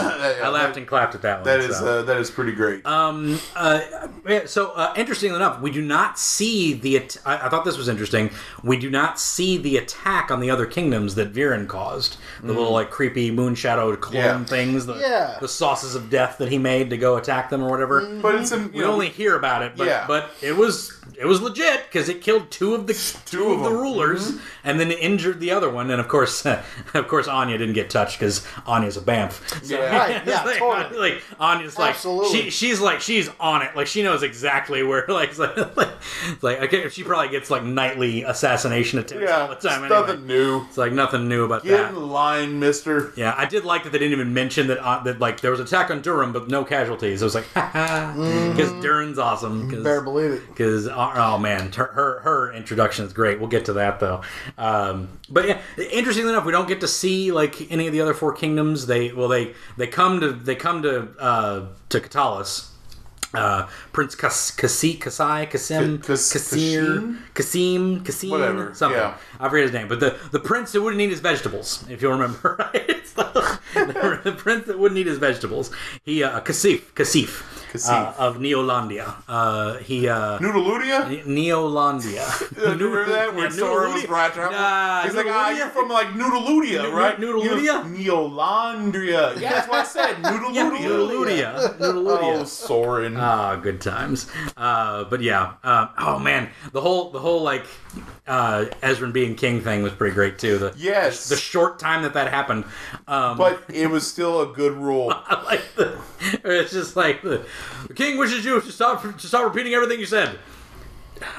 S2: I laughed and clapped at that one.
S3: That is
S2: so.
S3: uh, that is pretty great.
S2: Um, uh, yeah, so uh, interestingly enough, we do not see the. At- I, I thought this was interesting. We do not see the attack on the other kingdoms that Viren caused. The little like creepy moonshadowed clone
S3: Mm-hmm. Yeah. Mm.
S2: things. The,
S4: Yeah.
S2: the sauces of death that he made to go attack them or whatever.
S3: but it's in, you
S2: We
S3: know,
S2: only hear about it, but,
S3: Yeah.
S2: but it was it was legit because it killed two of the two, of,
S3: of
S2: the
S3: them. Mm-hmm.
S2: rulers and then injured the other one. And of course, of course, Anya didn't get touched because Anya's a bamf. So-
S3: Yeah.
S4: Right, yeah,
S2: like,
S4: totally.
S2: Like Anya's like
S4: Absolutely.
S2: she she's like she's on it. Like she knows exactly where. Like it's like, it's like okay, she probably gets like nightly assassination attempts all
S3: yeah,
S2: the time.
S3: it's
S2: Anyway.
S3: nothing new.
S2: It's like nothing new about
S3: Get
S2: that.
S3: in line, Mister.
S2: Yeah, I did like that they didn't even mention that uh, that like there was an attack on Durham, but no casualties. I was like, because Durham's awesome.
S4: Mm. Better
S2: Cause,
S4: believe it.
S2: 'cause, uh, oh man, her, her her introduction is great. We'll get to that though. Um, but yeah, interestingly enough, we don't get to see like any of the other four kingdoms. They well they they come to they come to uh, to Catalas. Uh, Prince Kas- Kasi Kasai Kasim
S3: Kas-
S2: Kasir
S3: Kasim?
S2: Kasim Kasim
S3: Whatever,
S2: something
S3: yeah.
S2: I forget his name, but the, the prince that wouldn't eat his vegetables, if you'll remember, right? So, the, the prince that wouldn't eat his vegetables. He, uh, Kasif, Kasif.
S3: Cassie.
S2: uh, of Neolandia. Uh, he uh,
S3: Noodleludia?
S2: Neolandia.
S3: Remember that? Where
S2: Yeah,
S3: Sora was
S2: Noodleludia.
S3: right around-
S2: Nah,
S3: He's like, ah,
S2: Noodleludia.
S3: you're from like Noodleludia,
S2: Noo-
S3: right?
S2: Noodleludia?
S3: You know, Neolandria. Yeah, that's what I said.
S2: Yeah,
S3: Noodleludia.
S2: Noodleludia.
S3: Oh,
S2: Noodleludia.
S3: Soren.
S2: Ah, good times. Uh, but yeah. Uh, oh man, the whole the whole like uh, Ezrin being king thing was pretty great too. The
S3: yes.
S2: the short time that that happened. Um,
S3: but it was still a good rule.
S2: I like the. It's just like the, the king wishes you to stop to stop repeating everything you said.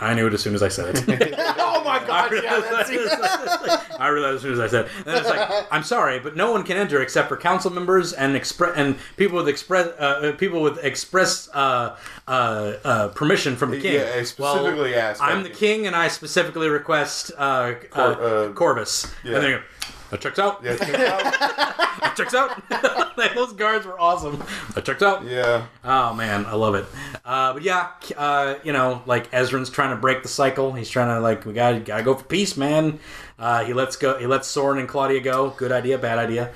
S2: I knew it as soon as I said it.
S3: oh my god, yeah, that's it.
S2: I realized as soon as I said. It. And then it's like, I'm sorry, but no one can enter except for council members and express and people with express uh, uh, people with express uh, uh, uh, permission from the king.
S3: Yeah, I specifically
S2: well,
S3: asked,
S2: I'm
S3: right?
S2: the king, and I specifically request uh,
S3: Cor-
S2: uh,
S3: uh,
S2: Corvus.
S3: yeah.
S2: And they go, that checks out.
S3: Yeah, check it out.
S2: That checks out. Like, Those guards were awesome. That checks out.
S3: yeah.
S2: Oh man, I love it. Uh, but yeah, uh, you know, like Ezrin's trying to break the cycle. He's trying to like we got to gotta go for peace, man. Uh, he lets go. He lets Soren and Claudia go. Good idea, bad idea.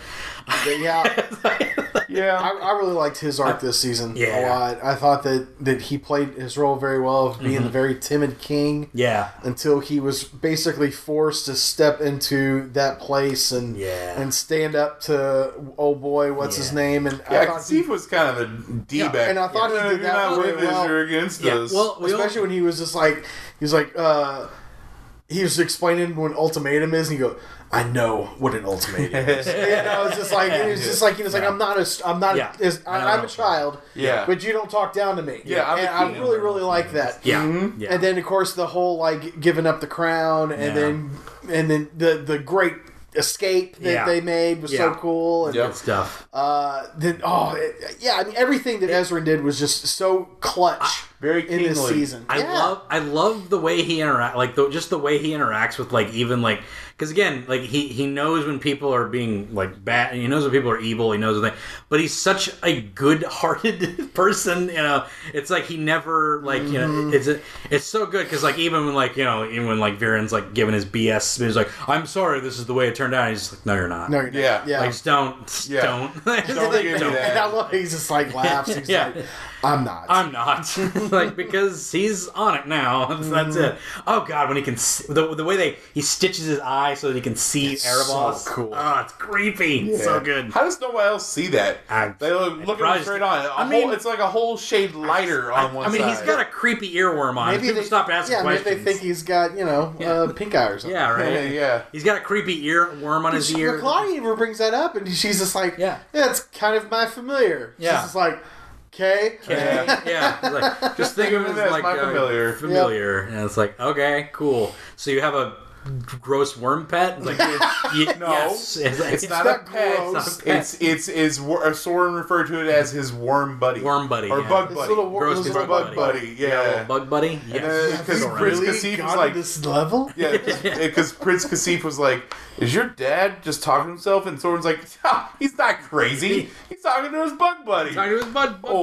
S4: But yeah, I,
S3: Yeah.
S4: I really liked his arc this season a
S2: Yeah.
S4: lot. I thought that, that he played his role very well of being the very timid king
S2: Mm-hmm. Yeah,
S4: until he was basically forced to step into that place and
S2: Yeah.
S4: and stand up to old boy, what's his
S2: Yeah.
S4: name? And
S3: Yeah,
S4: I thought he-
S3: Cassie was kind of a D bag.
S4: and I thought he did
S3: you're
S4: that
S3: not
S4: really
S3: with us,
S4: well.
S3: you're against
S2: yeah.
S3: us.
S2: Well, we all-
S4: especially when he was just like he was like uh he was explaining what an ultimatum is and he go I know what an ultimatum is and I was just like and he was just like he was like I'm not a I'm not
S2: Yeah.
S4: a, is, I,
S2: No,
S4: I'm
S2: no.
S4: a child
S3: Yeah.
S4: but you don't talk down to me
S3: Yeah, I'm
S4: and
S3: a
S4: I
S3: king.
S4: really really like that
S2: yeah, Mm-hmm. yeah.
S4: and then of course the whole like giving up the crown and
S2: Yeah.
S4: then and then the the great escape that
S2: Yeah.
S4: they made was so
S2: Yeah.
S4: cool and
S3: Yep.
S2: Good stuff.
S4: uh, then oh it, yeah I mean everything that Ezrin did was just so clutch
S3: Very
S4: in this
S3: kingly.
S4: season
S2: I
S4: Yeah.
S2: love I love the way he interact like the, just the way he interacts with like even like because again like he he knows when people are being like bad he knows when people are evil he knows when they but he's such a good-hearted person you know it's like he never like you know
S3: Mm-hmm.
S2: it's it's so good because like even when like you know even when like Viren's like giving his BS he's like I'm sorry this is the way it turned out he's just like no you're not
S4: No, you're not.
S3: Yeah.
S4: yeah.
S2: like just don't just
S3: Yeah.
S2: don't
S3: Don't give me
S4: and
S3: that.
S4: I love he's just like laughs. He's
S2: Yeah.
S4: like, I'm not.
S2: I'm not like because he's on it now. That's, that's it.
S3: Mm-hmm.
S2: Oh god, when he can see, the the way they he stitches his eye so that he can see
S4: It's so
S2: Erebos.
S4: cool.
S2: Oh, it's creepy. It's So good.
S3: How does nobody else see that?
S2: I-
S3: they look, look at
S2: probably-
S3: him straight on. A
S2: I mean-
S3: whole, it's like a whole shade lighter on one
S2: I mean,
S3: side.
S2: he's got a creepy earworm on. People stop asking
S4: yeah,
S2: questions.
S4: maybe they think he's got you know uh, pink eye or something.
S2: yeah, right.
S3: Yeah, yeah.
S2: He's got a creepy earworm on his
S4: She,
S2: ear.
S4: Claudia even brings that up, and she's just like,
S2: Yeah.
S4: it's kind of my familiar. She's
S2: Yeah.
S4: just like, okay,
S2: yeah, yeah. It's like, just think of him
S3: That's
S2: as like
S3: my
S2: uh,
S3: familiar.
S2: familiar, and it's like okay, cool. So you have a gross worm pet? It's like, y-
S3: No.
S2: yes. It's, like,
S3: It's not,
S4: not
S3: a pet.
S4: gross.
S2: It's
S3: It's
S2: not a pet.
S3: it's it's, it's wor- uh, Soren referred to it as his worm buddy,
S2: Worm buddy,
S3: or
S2: yeah.
S3: bug
S4: this
S3: buddy.
S4: little war-
S2: Gross
S4: this
S2: big
S4: little
S3: bug buddy, yeah.
S2: little bug buddy. Yes.
S3: then- 'cause
S2: Soren.
S3: Chris
S4: really
S3: Kassif was
S4: gone to
S3: like-
S4: this level.
S3: Yeah, because Prince Kasif was like, "Is your dad just talking to himself?" And Soren's like, "Ha, "He's not crazy. He's talking to his bug buddy."
S2: Talking to his bud, bud buddy.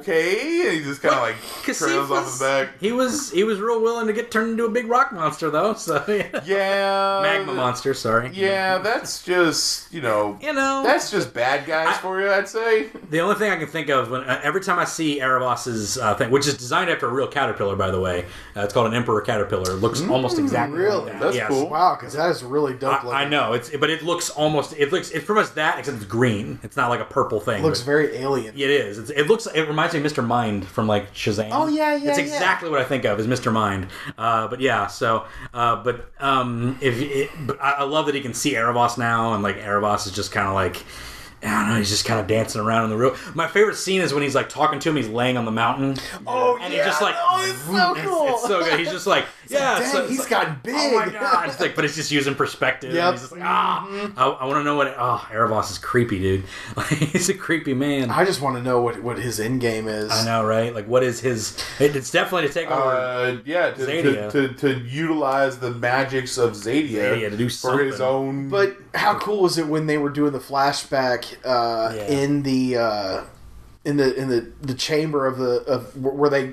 S3: Okay, and he just kind of like
S2: Kasif
S3: trails off
S2: was,
S3: his back.
S2: he was he was real willing to get turned into a big rock monster though. So yeah.
S3: Yeah,
S2: magma monster. Sorry.
S3: Uh, Yeah, that's just you know,
S2: You know,
S3: that's just bad guys
S2: I-
S3: for you. I'd say.
S2: the only thing I can think of when uh, every time I see Erebos's uh, thing, which is designed after a real caterpillar, by the way, uh, it's called an emperor caterpillar. It looks almost exactly
S4: really?
S2: like that.
S3: Mm, That's
S2: yes.
S3: cool.
S4: Wow, because that is really dope.
S2: I, I
S4: looking.
S2: know it's, but it looks almost it looks it's pretty much that except it's green. It's not like a purple thing.
S4: It looks
S2: but-
S4: very alien.
S2: It is. It's, it looks. It reminds me of Mr. Mind from like Shazam.
S4: Oh, yeah, yeah,
S2: It's
S4: yeah.
S2: exactly what I think of is Mr. Mind. Uh, but yeah. So, uh, but um, if it, but I, I love that he can see Erebos now, and like Erebos is just kind of like. I don't know. He's just kind of dancing around in the room. My favorite scene is when he's like talking to him. He's laying on the mountain.
S4: Oh,
S2: and he's just like,
S4: oh, it's so cool.
S2: it's so good. He's just like, yeah.
S4: Dang,
S2: so, it's
S4: he's
S2: like,
S4: gotten big.
S2: Oh my god! It's like, but it's just using perspective.
S4: Yep. Mm-hmm.
S2: And he's just like, ah, I, want to know what. Oh, Erebos is creepy, dude. Like, he's a creepy man.
S4: I just want to know what, what his end game is.
S2: I know, right? Like, what is his? it- it's definitely to take over.
S3: Uh, yeah, to, to,
S2: Zadia.
S3: to, to utilize the magics of Zadia,
S2: Zadia to do
S3: for his
S2: something.
S3: own.
S4: But how cool was it when they were doing the flashback uh,
S2: Yeah.
S4: in the uh, in the in the, the chamber of the of where they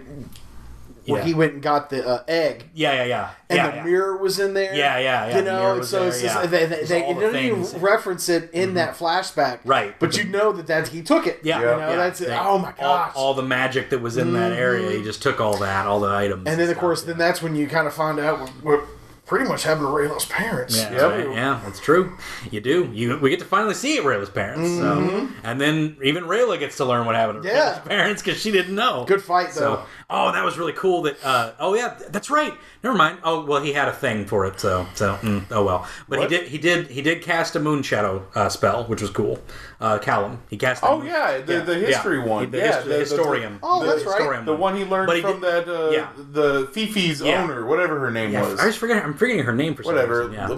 S4: where
S2: Yeah.
S4: he went and got the uh, egg,
S2: Yeah, yeah, yeah.
S4: and
S2: yeah,
S4: the
S2: yeah.
S4: mirror was in there.
S2: Yeah, yeah, yeah,
S4: You
S2: the
S4: know,
S2: mirror
S4: and
S2: was
S4: so it's
S2: there,
S4: just
S2: yeah.
S4: they, they,
S2: It's
S4: they,
S2: all the
S4: they don't even
S2: things. Mm-hmm.
S4: reference it in that flashback,
S2: Right.
S4: But you know that that he took it.
S2: Yeah,
S4: you know,
S2: yeah,
S4: that's it.
S2: yeah.
S4: Oh my
S2: All-
S4: gosh! Mm-hmm.
S2: All, the magic that was in that area, he just took all that, all the items.
S4: and then of
S2: stuff,
S4: course,
S2: yeah.
S4: then that's when you kind of find out what, what pretty much happened to Rayla's parents.
S2: Yeah,
S3: Yep.
S2: right. yeah, that's true. You do. You we get to finally see Rayla's parents.
S3: Mm-hmm.
S2: So, and then even Rayla gets to learn what happened to
S4: Yeah.
S2: Rayla's parents because she didn't know.
S4: Good fight, though.
S2: So, oh, that was really cool. That uh, oh yeah, that's right. Never mind. Oh well, he had a thing for it. So so mm, oh well. But
S3: What?
S2: he did he did he did cast a moon shadow uh, spell, which was cool. Uh, Callum, he cast. that
S3: Oh,
S2: moon-
S3: yeah, the- the history one.
S2: The,
S3: Yeah,
S2: hist-
S3: the- the-
S2: historian.
S4: Oh,
S2: The
S4: that's right.
S2: historian
S3: The one he learned
S2: But
S3: from
S2: did-
S3: that uh,
S2: yeah.
S3: the Fifi's
S2: Yeah.
S3: owner, whatever her name
S2: Yeah, I
S3: was.
S2: was forgetting. I'm forgetting her name for some
S3: Whatever.
S2: reason, yeah.
S3: The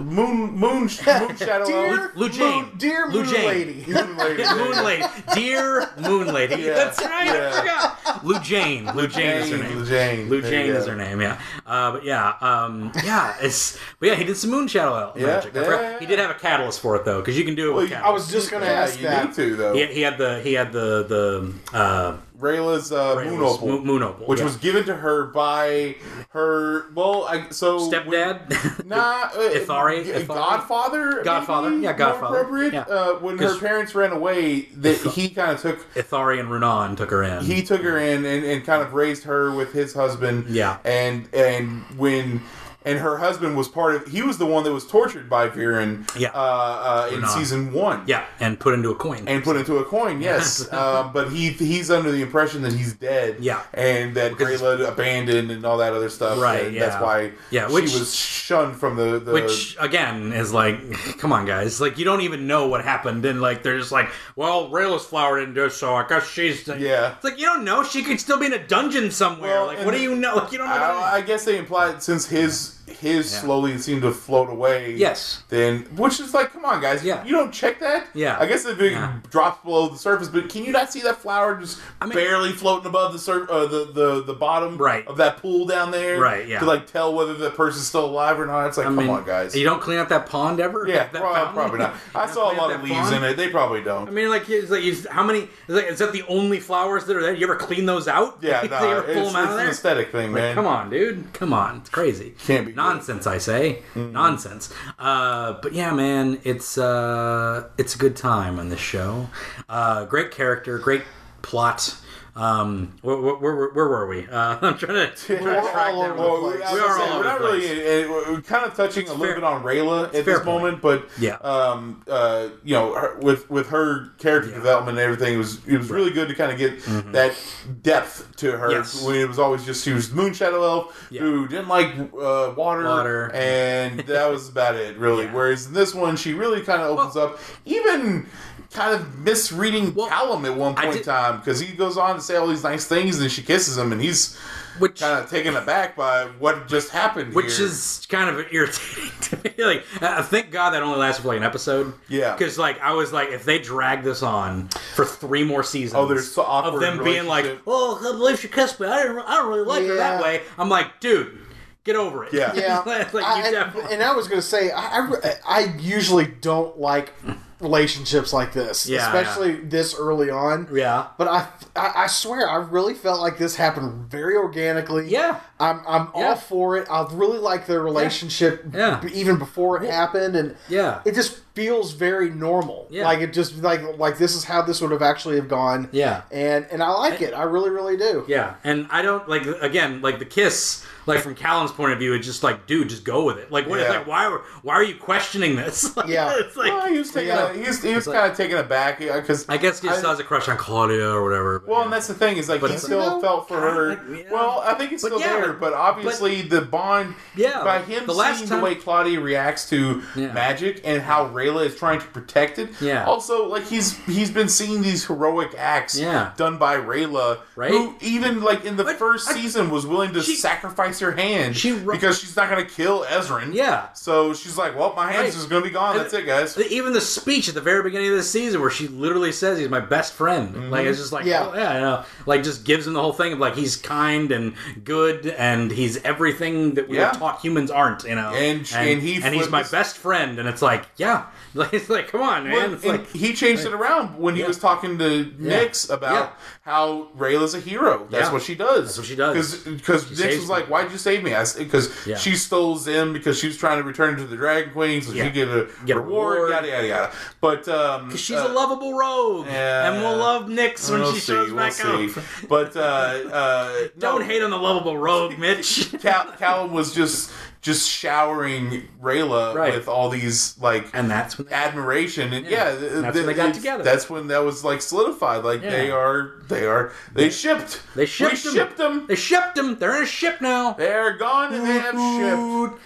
S3: Moon Moon Sh- Moon Shadow
S4: Dear,
S3: owner.
S2: Lou Jane.
S4: Moon- dear
S2: Lou
S4: Moon
S2: Jane.
S4: Lady.
S3: Moon Lady.
S2: Moon Lady. Dear Moon Lady.
S3: Yeah.
S2: That's right.
S3: Yeah.
S2: I forgot. Lou Jane. Lou Jane is her
S3: Jane,
S2: name.
S3: Lou Jane.
S2: Lou
S3: There
S2: Jane
S3: you
S2: is
S3: go.
S2: her name, yeah. Uh, but yeah, um, yeah, it's but yeah, he did some moon shadow out
S3: Yeah,
S2: magic. I
S3: yeah,
S2: forgot-
S3: yeah,
S2: He did have a catalyst for it though, because you can do it
S3: Well,
S2: with
S3: you-
S4: I
S2: catalyst.
S4: was just gonna
S3: Yeah,
S4: ask
S3: you need
S4: that.
S3: to though.
S2: He, he had the he had the the uh,
S3: Rayla's, uh, moon
S2: Rayla's
S3: opal,
S2: mo- moon opal,
S3: which
S2: yeah.
S3: was given to her by her. Well, I, so
S2: stepdad.
S3: When, nah, uh,
S2: Ithari-
S3: g-
S2: Ithari?
S3: Godfather,
S2: Godfather,
S3: maybe?
S2: yeah, Godfather,
S3: More appropriate.
S2: yeah.
S3: Uh, when her
S2: 'Cause-
S3: parents ran away, that he kind of took
S2: Ithari and Renan took her in.
S3: he took her in and, and kind of raised her with his husband.
S2: Yeah.
S3: And and when and her husband was part of he was the one that was tortured by Viren
S2: Yeah.
S3: uh, uh, in
S2: Renan.
S3: season one.
S2: yeah, and put into a coin.
S3: And put into a coin, yes. um, but he he's under the impression that he's dead.
S2: Yeah.
S3: And that
S2: Because-
S3: Grayla abandoned and all that other stuff.
S2: Right,
S3: And
S2: yeah.
S3: That's why
S2: Yeah,
S3: she
S2: which-
S3: was shunned from the, the
S2: which again is like come on guys like you don't even know what happened and like they're just like well Rayla's flower didn't do so I guess she's
S3: Yeah.
S2: it's like you don't know she could still be in a dungeon somewhere
S3: Well,
S2: like
S3: and
S2: what
S3: the-
S2: do you know like you don't know
S3: I, I guess they implied since his his slowly seemed to float away.
S2: Yes.
S3: Then, which is like, come on, guys,
S2: Yeah.
S3: you don't check that.
S2: Yeah.
S3: I guess if it
S2: Yeah.
S3: drops below the surface, but can you not see that flower just
S2: mean-
S3: barely floating above the sur- uh, the, the the bottom
S2: Right.
S3: of that pool down there?
S2: Right, yeah.
S3: To like tell whether the person's still alive or not. It's like,
S2: I
S3: come
S2: mean,
S3: on, guys.
S2: you don't clean up that pond ever
S3: yeah,
S2: that
S3: prob-
S2: fountain?
S3: probably not.
S2: You
S3: I
S2: don't
S3: saw a
S2: clean
S3: lot
S2: up that
S3: of leaves
S2: pond?
S3: in it. They probably don't.
S2: I mean, like, it's like it's, how many? Is, like, is that the only flowers that are there? You ever clean those out?
S3: yeah,
S2: you
S3: nah,
S2: ever
S3: it's,
S2: pull them out
S3: it's
S2: of
S3: an
S2: there?
S3: aesthetic thing,
S2: Like,
S3: man.
S2: come on, dude. Come on. It's crazy.
S3: Can't be good. Mm-hmm.
S2: nonsense. I say nonsense. Uh, but yeah, man, it's uh, it's a good time on this show. Uh, great character, great plot. Um, where, where, where, where were we? Uh, I'm trying to.
S4: We're all over the
S3: Well,
S4: place.
S3: I
S2: We
S3: was
S2: are all
S3: gonna say, we're
S2: over
S3: not
S2: the
S3: really
S2: place.
S3: in- in- we're kind of touching a little
S2: fair-
S3: bit on Rayla at
S2: fair
S3: this
S2: point.
S3: moment, but
S2: Yeah.
S3: um, uh, you know, her, with with her character development and everything, it was it was really good to kind of get that depth to her.
S2: Mm-hmm. Yes.
S3: When it was always just she was Moonshadow Elf
S2: Yeah.
S3: who didn't like uh, water,
S2: Water.
S3: and that was about it, really.
S2: Yeah.
S3: Whereas in this one, she really kind of opens up, even. Kind of misreading
S2: Well,
S3: Callum at one
S2: I
S3: point in
S2: did-
S3: time because he goes on to say all these nice things and she kisses him and he's
S2: Which
S3: kind of taken aback by what just happened.
S2: which
S3: here.
S2: is kind of irritating to me. Like, uh, thank God that only lasted for like an episode.
S3: Yeah.
S2: because like I was like, if they drag this on for three more seasons,
S3: Oh, there's so
S2: of
S3: awkward
S2: them being like,
S3: relationship.
S2: "Oh, I can't believe she kissed me. I didn't, I don't really like her that
S4: Yeah.
S2: way." I'm like, dude, get over it.
S3: Yeah.
S4: Yeah,
S2: like you
S4: I-
S2: definitely.
S4: and I was gonna say I, I, re- I usually don't like relationships like this,
S2: Yeah,
S4: especially this early on.
S2: Yeah.
S4: but I, I I swear I really felt like this happened very organically.
S2: Yeah.
S4: I'm I'm
S2: Yeah.
S4: all for it. I really like their relationship,
S2: Yeah.
S4: b- even before it happened, and
S2: Yeah.
S4: it just feels very normal.
S2: Yeah.
S4: like it just like like this is how this would have actually have gone.
S2: Yeah.
S4: and and I like it. I really really do.
S2: Yeah, and I don't like again like the kiss like from Callum's point of view. It's just like, dude, just go with it. Like, what?
S3: Yeah.
S2: Like, why? were- Why are you questioning this? Like,
S4: Yeah.
S2: it's like
S3: Well, he was taken.
S4: Yeah.
S3: He was, he was kind of taken aback because
S2: I guess he just has a crush on Claudia or whatever. but
S3: Well,
S2: yeah.
S3: and that's the thing is like
S2: But
S3: he
S2: it's-
S3: still
S4: Though,
S3: felt for her.
S2: kinda, yeah.
S3: Well, I think it's
S2: But
S3: still
S2: yeah,
S3: there,
S2: but-
S3: but obviously the bond.
S2: Yeah,
S3: By him
S2: the last
S3: seeing
S2: time-
S3: the way Claudia reacts to
S2: Yeah.
S3: magic and how Rayla is trying to protect it.
S2: Yeah.
S3: Also, like he's he's been seeing these heroic acts.
S2: Yeah.
S3: Done by Rayla,
S2: Right?
S3: who even like in the
S2: But
S3: first
S2: I-
S3: season was willing to
S2: she-
S3: sacrifice her hand
S2: She ru-
S3: because she's not going to kill Ezrin.
S2: Yeah.
S3: So she's like, well, my hand's
S2: Right.
S3: just going to be gone. That's it, guys.
S2: Even the speech at the very beginning of the season, where she literally says he's my best friend,
S3: Mm-hmm.
S2: like it's just like
S4: Yeah.
S2: oh, yeah, I know. like just gives him the whole thing of like he's kind and good and he's everything that we
S3: Yeah.
S2: were taught humans aren't, you know.
S3: And sh- and he
S2: and he's my
S3: flips-
S2: best friend, and it's like yeah, like it's like come on, man,
S3: Well,
S2: it's
S3: and
S2: like
S3: he changed it around when he was talking to Nix about
S2: Yeah.
S3: how Rayla's a hero. That's
S2: Yeah.
S3: what she does. That's
S2: what she does.
S3: Because Nix
S2: saves
S3: was like,
S2: me.
S3: "Why'd you save me?" I because
S2: Yeah.
S3: she stole Zim because she was trying to return to the Dragon Queen, so
S2: Yeah.
S3: she get a
S2: Get a
S3: reward,
S2: reward.
S3: Yada yada yada. But um,
S2: she's
S3: uh,
S2: a lovable rogue,
S3: yeah.
S2: and we'll love Nyx when
S3: we'll
S2: she
S3: see,
S2: shows
S3: we'll
S2: back
S3: see.
S2: up.
S3: But uh, uh,
S2: Don't
S3: no.
S2: hate on the lovable rogue, Mitch.
S3: Cal- Callum was just just showering Rayla
S2: Right.
S3: with all these like
S2: and that's when
S3: admiration and yeah, th-
S2: That's when
S3: th-
S2: they got
S3: it's-
S2: together.
S3: that's when that was like solidified like
S2: Yeah.
S3: they are they are they shipped
S2: they shipped
S3: we
S2: them.
S3: shipped them
S2: They shipped them. They're in a ship now.
S3: they're gone and they have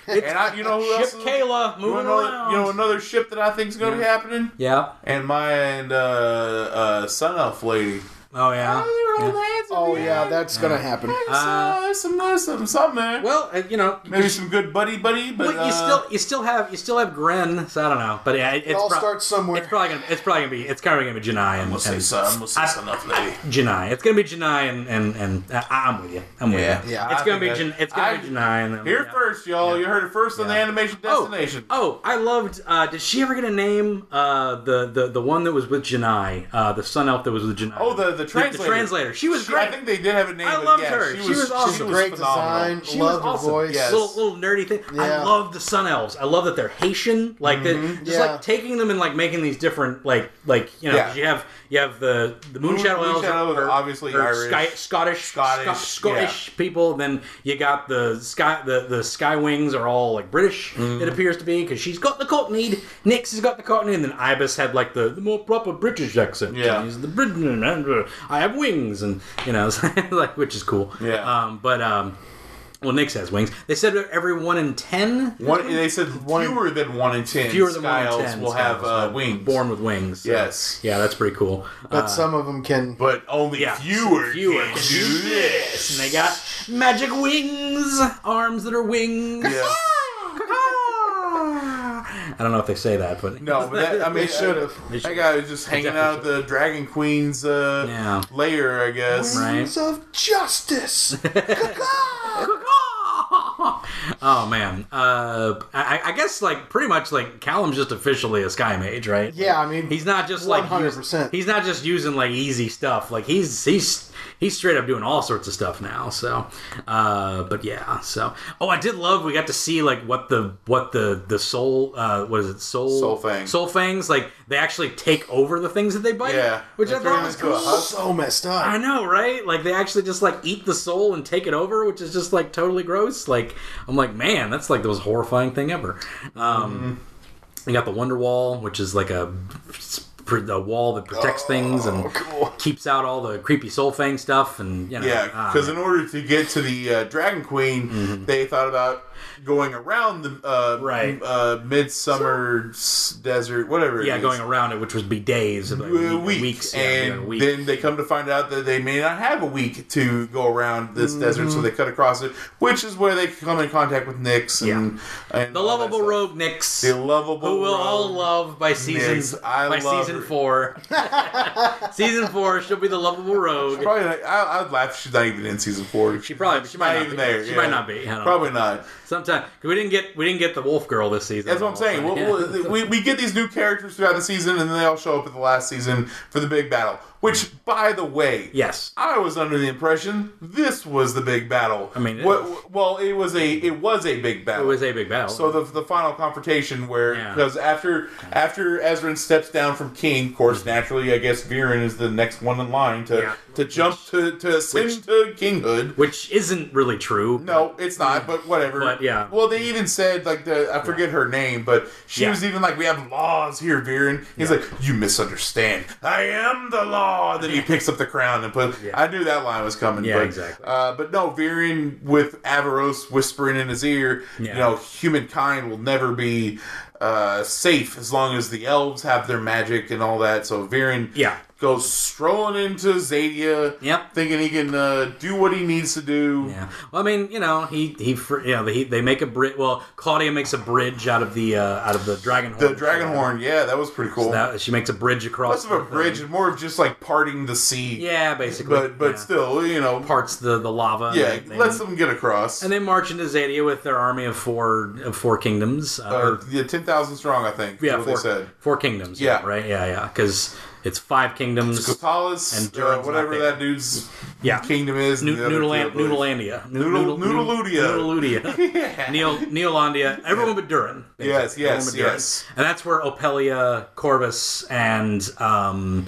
S3: shipped and I, you know who else
S2: Ship
S3: is-
S2: Kayla
S3: you know,
S2: moving
S3: another-
S2: around.
S3: you know another ship that I think is going to be happening
S2: yeah.
S3: and my and uh, uh, Sun Elf lady
S2: Oh yeah.
S3: oh they were
S2: Yeah.
S3: holding hands at
S4: Oh
S3: the
S4: yeah,
S3: end.
S4: that's gonna happen.
S2: Uh,
S3: So, there's some there's some something there
S2: Well, uh, you know,
S3: maybe some good buddy buddy
S2: but
S3: but
S2: you
S3: uh,
S2: still you still have you still have Gren. So I don't know, but yeah, it, it's
S4: all
S2: prob-
S4: starts somewhere.
S2: It's probably gonna it's probably gonna be it's probably gonna be Janai and,
S3: we'll say
S2: and
S3: some we'll say
S2: I-
S3: Sun Elf lady.
S2: Janai. It's gonna be Janai and and and uh, I'm with you. I'm with
S3: Yeah.
S2: you.
S3: Yeah,
S2: It's
S3: I
S2: gonna be
S3: think
S2: Jan,
S3: that-
S2: it's gonna
S3: I-
S2: be Janai and then
S3: Here
S2: yeah.
S3: first, y'all. You heard it first on the
S2: Yeah.
S3: Animation Destination.
S2: Oh, oh, I loved. Uh, did she ever get a name? Uh, the, the the one that was with Janai, uh, the sun elf that was with Janai.
S3: Oh, the the translator.
S2: translator. She was great.
S3: I think they did have a name.
S2: I
S3: but
S2: loved
S3: yeah,
S2: her.
S3: She
S2: She
S3: was,
S2: was awesome.
S3: She
S2: She's
S3: was
S4: Great
S3: phenomenal.
S4: design.
S2: She
S4: love
S2: was awesome.
S4: the voice.
S3: Yes.
S2: little, little nerdy thing. I
S4: Yeah. Mm-hmm.
S2: love the sun elves. I love that they're Haitian. Like they just
S4: Yeah.
S2: like taking them and like making these different like like you know
S3: Yeah.
S2: 'cause you have you have the the moon,
S3: Moon-
S2: shadow
S3: moon
S2: elves
S3: shadow
S2: are-
S3: are obviously
S2: are
S3: Irish.
S2: Sky, Scottish
S3: Scottish,
S2: Sco- Scottish people. Then you got the sky the the sky wings are all like British.
S4: Mm-hmm.
S2: It appears to be because she's got the cockney. Nyx has got the cockney, and then Ibis had like the, the more proper British accent.
S3: Yeah.
S2: he's the Briton, and uh, I have wings, and you know like which is cool.
S3: Yeah.
S2: um, but um. Well, Nyx has wings. They said every one in ten,
S3: One, they said fewer than one in ten.
S2: fewer than
S3: Sky
S2: one in
S3: Elves
S2: ten,
S3: will
S2: Sky
S3: have
S2: Elves
S3: uh,
S2: are
S3: wings.
S2: Born with wings. So,
S3: Yes.
S2: Yeah, that's pretty cool.
S4: But some of them can.
S3: but only
S2: Yeah,
S3: fewer,
S2: fewer
S3: can
S2: can
S3: do
S2: do
S3: this.
S2: And they got magic wings, arms that are wings. Ah.
S3: Yeah.
S2: I don't know if they say that, but
S3: No, but that, I mean,
S4: They should've.
S3: That guy was just hanging
S2: definitely
S3: out at the Dragon Queen's uh,
S2: Yeah.
S3: lair, I guess.
S2: Right.
S4: Wings of justice.
S2: Oh man, uh, I, I guess like pretty much like Callum's just officially a sky mage, right?
S4: Yeah, I mean,
S2: he's not just like
S4: 100%.
S2: He's not just using like easy stuff. Like he's he's he's straight up doing all sorts of stuff now. So, uh, but yeah. So, oh, I did love. We got to see like what the what the the soul. Uh, what is it? Soul
S3: Soul fang.
S2: Soul fangs. Like they actually take over the things that they bite.
S3: Yeah.
S2: which
S3: They
S2: I
S3: turn
S2: thought was
S3: into a
S2: cool.
S3: hus-
S4: so messed up.
S2: I know, right? Like they actually just like eat the soul and take it over, which is just like totally gross. Like I'm like, man, that's like the most horrifying thing ever. Um,
S3: Mm-hmm.
S2: You got the Wonder Wall, which is like a, a wall that protects things
S3: Oh,
S2: and keeps out all the creepy soul fang stuff. And you know,
S3: Yeah,
S2: ah, Mm-hmm.
S3: because in order to get to the uh, Dragon Queen, they thought about going around the uh,
S2: Right.
S3: uh, Midsummer s- Desert, whatever. it
S2: yeah,
S3: is.
S2: going around it, which would be days, like,
S3: Uh,
S2: week-
S3: week.
S2: weeks, yeah,
S3: and
S2: yeah, week.
S3: then they come to find out that they may not have a week to go around
S2: Mm-hmm.
S3: this desert, so they cut across it, which is where they come in contact with Nyx and, and
S2: the
S3: all that
S2: lovable
S3: stuff.
S2: rogue Nyx.
S3: the lovable
S2: who we'll all
S3: rogue.
S2: love by season
S3: Nyx. I
S2: by
S3: love
S2: season
S3: her.
S2: four. season four, she'll be the lovable rogue.
S3: Probably, not- I, I'd laugh. if She's not even in season four.
S2: She probably she might
S3: not
S2: not
S3: even
S2: be.
S3: there.
S2: She
S3: yeah.
S2: might not be. I don't
S3: Probably
S2: know.
S3: not.
S2: sometime 'cause we didn't get we didn't get the wolf girl this season.
S3: That's what I'm saying. We'll,
S2: Yeah.
S3: we'll, we, we get these new characters throughout the season, and then they all show up at the last season for the big battle. Which, by the way,
S2: yes.
S3: I was under the impression this was the big battle. I
S2: mean, it is.
S3: well, it was a it was a big
S2: It
S3: battle.
S2: was a big battle.
S3: so the, the final confrontation where
S2: Yeah.
S3: because after after Ezrin steps down from king, of course naturally I guess Viren is the next one in line to
S2: Mm-hmm. Yeah.
S3: to jump to to ascend to kinghood.
S2: which isn't really true.
S3: No, it's not, but whatever.
S2: But, yeah.
S3: Well, they even said like the I forget her name, but she
S2: Yeah.
S3: was even like, "We have laws here, Viren." He's like, "You misunderstand. I am the law." Then he picks up the crown and put. I knew that line was coming.
S2: Yeah,
S3: but,
S2: exactly.
S3: Uh, but no, Viren with Avaros whispering in his ear, you
S2: Yeah.
S3: know, humankind will never be uh, safe as long as the elves have their magic and all that. So Viren,
S2: Yeah.
S3: goes strolling into Zadia,
S2: Yep.
S3: thinking he can uh, do what he needs to do.
S2: Yeah. Well, I mean, you know, he he, fr- you know, he they make a bridge. Well, Claudia makes a bridge out of the uh, out of the dragon horn.
S3: The dragon horn, yeah, that was pretty cool.
S2: That, she makes a bridge across.
S3: Less of a bridge and more of just like parting the sea.
S2: Yeah, basically.
S3: but but
S2: Yeah.
S3: still, you know,
S2: parts the the lava.
S3: yeah,
S2: and they-
S3: lets them get across.
S2: and they march into Zadia with their army of four of four kingdoms. Uh,
S3: uh,
S2: or-
S3: yeah, ten thousand strong, I think. is
S2: yeah,
S3: what
S2: four,
S3: they said.
S2: four kingdoms.
S3: Yeah.
S2: right. Yeah, yeah. Because it's five kingdoms.
S3: Catalas
S2: And
S3: and
S2: Durin's
S3: uh,
S2: not
S3: whatever
S2: there.
S3: that dude's
S2: Yeah.
S3: kingdom is.
S2: Noo-
S3: and the other two, I
S2: Noodleland-
S3: believe.
S2: Noodlelandia. Noo-
S3: Noodle-
S2: noodle-
S3: Noodleludia.
S2: Noodleludia. Neo- Neolandia. Everyone but Durin. basically.
S3: Yes, yes,
S2: Everyone but Durin.
S3: yes.
S2: And that's where Opelia, Corvus, and um,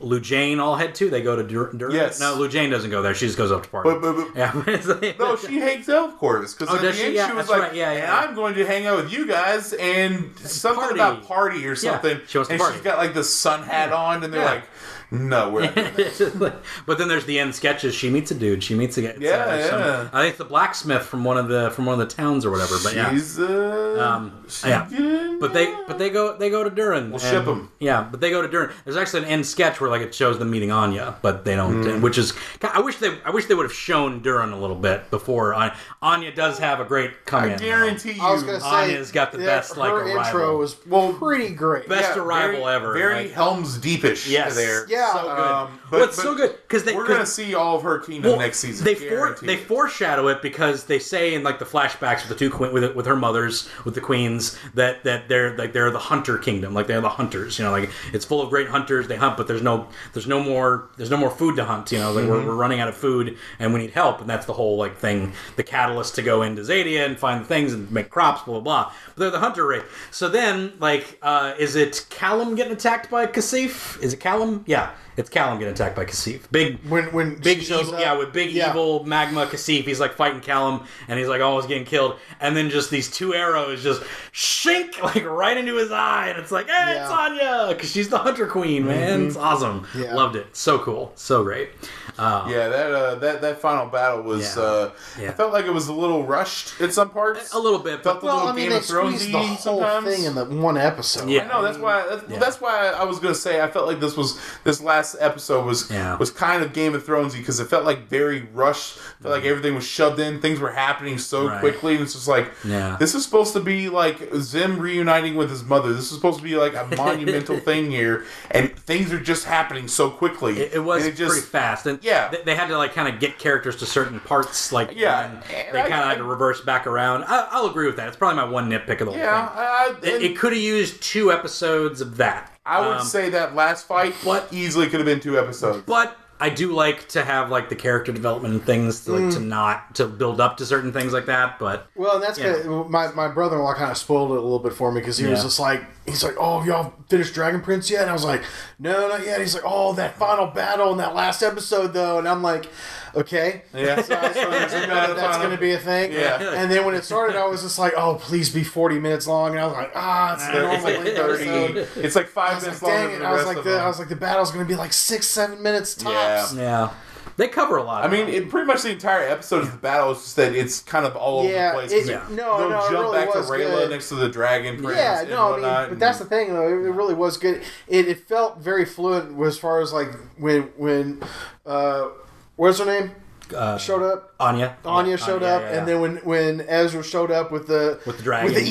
S2: Lujane all head to. They go to Dur- Durin.
S3: Yes.
S2: No, Lujane doesn't go there. She just goes up to party.
S3: But, but, but
S2: yeah.
S3: no, she hates Elf Corvus because
S2: Oh,
S3: at the
S2: does
S3: end
S2: she?
S3: she,
S2: Yeah,
S3: was
S2: that's
S3: like,
S2: right. Yeah,
S3: and
S2: yeah.
S3: "I'm going to hang out with you guys and something
S2: Party.
S3: about party or something."
S2: she wants to
S3: and
S2: party.
S3: she's got like the sun hat on, and they're
S2: Yeah.
S3: like, "No, we're not doing that."
S2: but then there's the end sketches. She meets a dude. She meets a guy.
S3: Yeah,
S2: there's
S3: yeah.
S2: I think it's the blacksmith from one of the from one of the towns or whatever. But yeah,
S3: she's uh,
S2: Um,
S3: she
S2: yeah.
S3: didn't-
S2: But they but they go they go to Durin. We'll
S3: ship 'em.
S2: Yeah, but they go to Durin. There's actually an end sketch where like it shows them meeting Anya, but they don't. Which is I wish they I wish they would have shown Durin a little bit before Anya, Anya does have a great come
S3: I
S2: in.
S3: guarantee you,
S4: I was gonna say
S2: Anya's got the
S4: that
S2: best, like,
S4: her
S2: arrival.
S4: intro was
S3: Well,
S4: pretty great.
S2: Best
S3: yeah,
S2: arrival
S3: very-
S2: ever.
S3: Very
S2: like-
S3: Helms Deepish.
S2: Yes.
S3: there.
S4: Yeah.
S2: so good.
S3: Um, but,
S2: Well, it's
S3: but
S2: so good because they
S3: We're
S2: 'cause-
S3: gonna see all of her kingdom
S2: Well,
S3: next season.
S2: They for,
S3: guaranteed.
S2: they foreshadow it because they say in like the flashbacks with the two queen with, with her mothers with the queens that that they're like they're the hunter kingdom like they're the hunters you know like it's full of great hunters they hunt but there's no there's no more there's no more food to hunt you know like
S3: Mm-hmm.
S2: we're, we're running out of food and we need help and that's the whole like thing the catalyst to go into Zadia and find the things and make crops blah blah blah but they're the hunter race so then like uh, is it Callum getting attacked by Kasif is it Callum yeah it's Callum getting attacked by Kasif big
S4: when when
S2: Big
S4: she shows
S2: evil,
S4: up,
S2: yeah, with big
S4: yeah.
S2: evil magma Kasif. He's like fighting Callum, and he's like almost getting killed. And then just these two arrows just shink like right into his eye, and it's like, hey, it's
S4: Yeah.
S2: Anya, because she's the Hunter Queen, man.
S3: Mm-hmm.
S2: It's awesome.
S4: Yeah.
S2: Loved it. So cool. So great.
S3: Yeah, that uh, that that final battle was.
S2: Yeah.
S3: Uh,
S2: Yeah.
S3: I felt like it was a little rushed at some parts.
S2: A little bit,
S3: Felt
S2: but
S3: a
S4: Well,
S3: little
S4: I mean,
S3: Game
S4: they
S3: of Thrones
S4: squeezed the
S3: eating
S4: whole
S3: sometimes.
S4: thing in the one episode.
S2: Yeah.
S3: I know that's why that's,
S2: Yeah.
S3: that's why I was gonna say I felt like this was this last episode was
S2: Yeah.
S3: was kind of Game of Thronesy because it felt like very rushed. Felt like everything was shoved in. Things were happening so
S2: Mm-hmm. Right.
S3: quickly. And it's just like
S2: Yeah.
S3: this is supposed to be like Zim reuniting with his mother. This is supposed to be like a monumental thing here, and things are just happening so quickly.
S2: It, it was
S3: And
S2: pretty fast, and
S3: Yeah.
S2: they, they had to like kind of get characters to certain parts, like
S3: Yeah.
S2: and
S3: And
S2: they
S3: I-
S2: kind of had to reverse back around. I, I'll agree with that. It's probably my one nitpick of the
S3: Yeah,
S2: whole thing.
S3: I, I,
S2: It, um,
S3: and-
S2: it could have used two episodes of that.
S3: I would say that last fight
S2: but-
S3: easily could have been two episodes.
S2: but I do like to have like the character development and things to, like to
S4: Mm.
S2: not to build up to certain things like that. But
S4: Well, and that's kind of, my my brother in law kind of spoiled it a little bit for me because he was
S2: Yeah.
S4: just like he's like, "Oh, have y'all finished Dragon Prince yet?" And I was like, "No, not yet." He's like, "Oh, that final battle in that last episode though," and I'm like, "Okay."
S3: yeah, so I- so
S4: "Oh, That's
S3: I- that's
S4: going to be a thing.
S3: Yeah.
S4: And then when it started, I was just like, "Oh, please be forty minutes long." And I was like, "Ah, it's the normal
S3: It's like
S4: length
S3: thirty.
S4: episode."
S3: It's like
S4: I
S3: five
S4: was like,
S3: minutes longer
S4: "Dang
S3: than
S4: it!"
S3: the
S4: I was
S3: rest
S4: like,
S3: of
S4: the,
S3: them.
S4: "I was like, the battle's going to be like six, seven minutes tops."
S3: Yeah.
S2: yeah, they cover a lot.
S3: I mean, it, pretty much the entire episode is the battle. It's just that it's kind of all
S4: Yeah,
S3: over the place.
S4: it-
S3: Yeah.
S4: no,
S3: They'll
S4: no, it
S3: jump
S4: really
S3: back to
S4: was
S3: Rayla
S4: good.
S3: next to the dragon. prince
S4: Yeah,
S3: and
S4: no, I mean,
S3: whatnot,
S4: but that's the
S3: and-
S4: thing though. It, it really was good. It, it felt very fluid as far as like when when uh, what's her name
S2: uh,
S4: showed up.
S2: Anya,
S4: Anya
S2: Yeah,
S4: showed
S2: yeah,
S4: up,
S2: yeah,
S4: and
S2: yeah.
S4: then when when Ezra showed up with the
S2: With the dragons.
S4: with the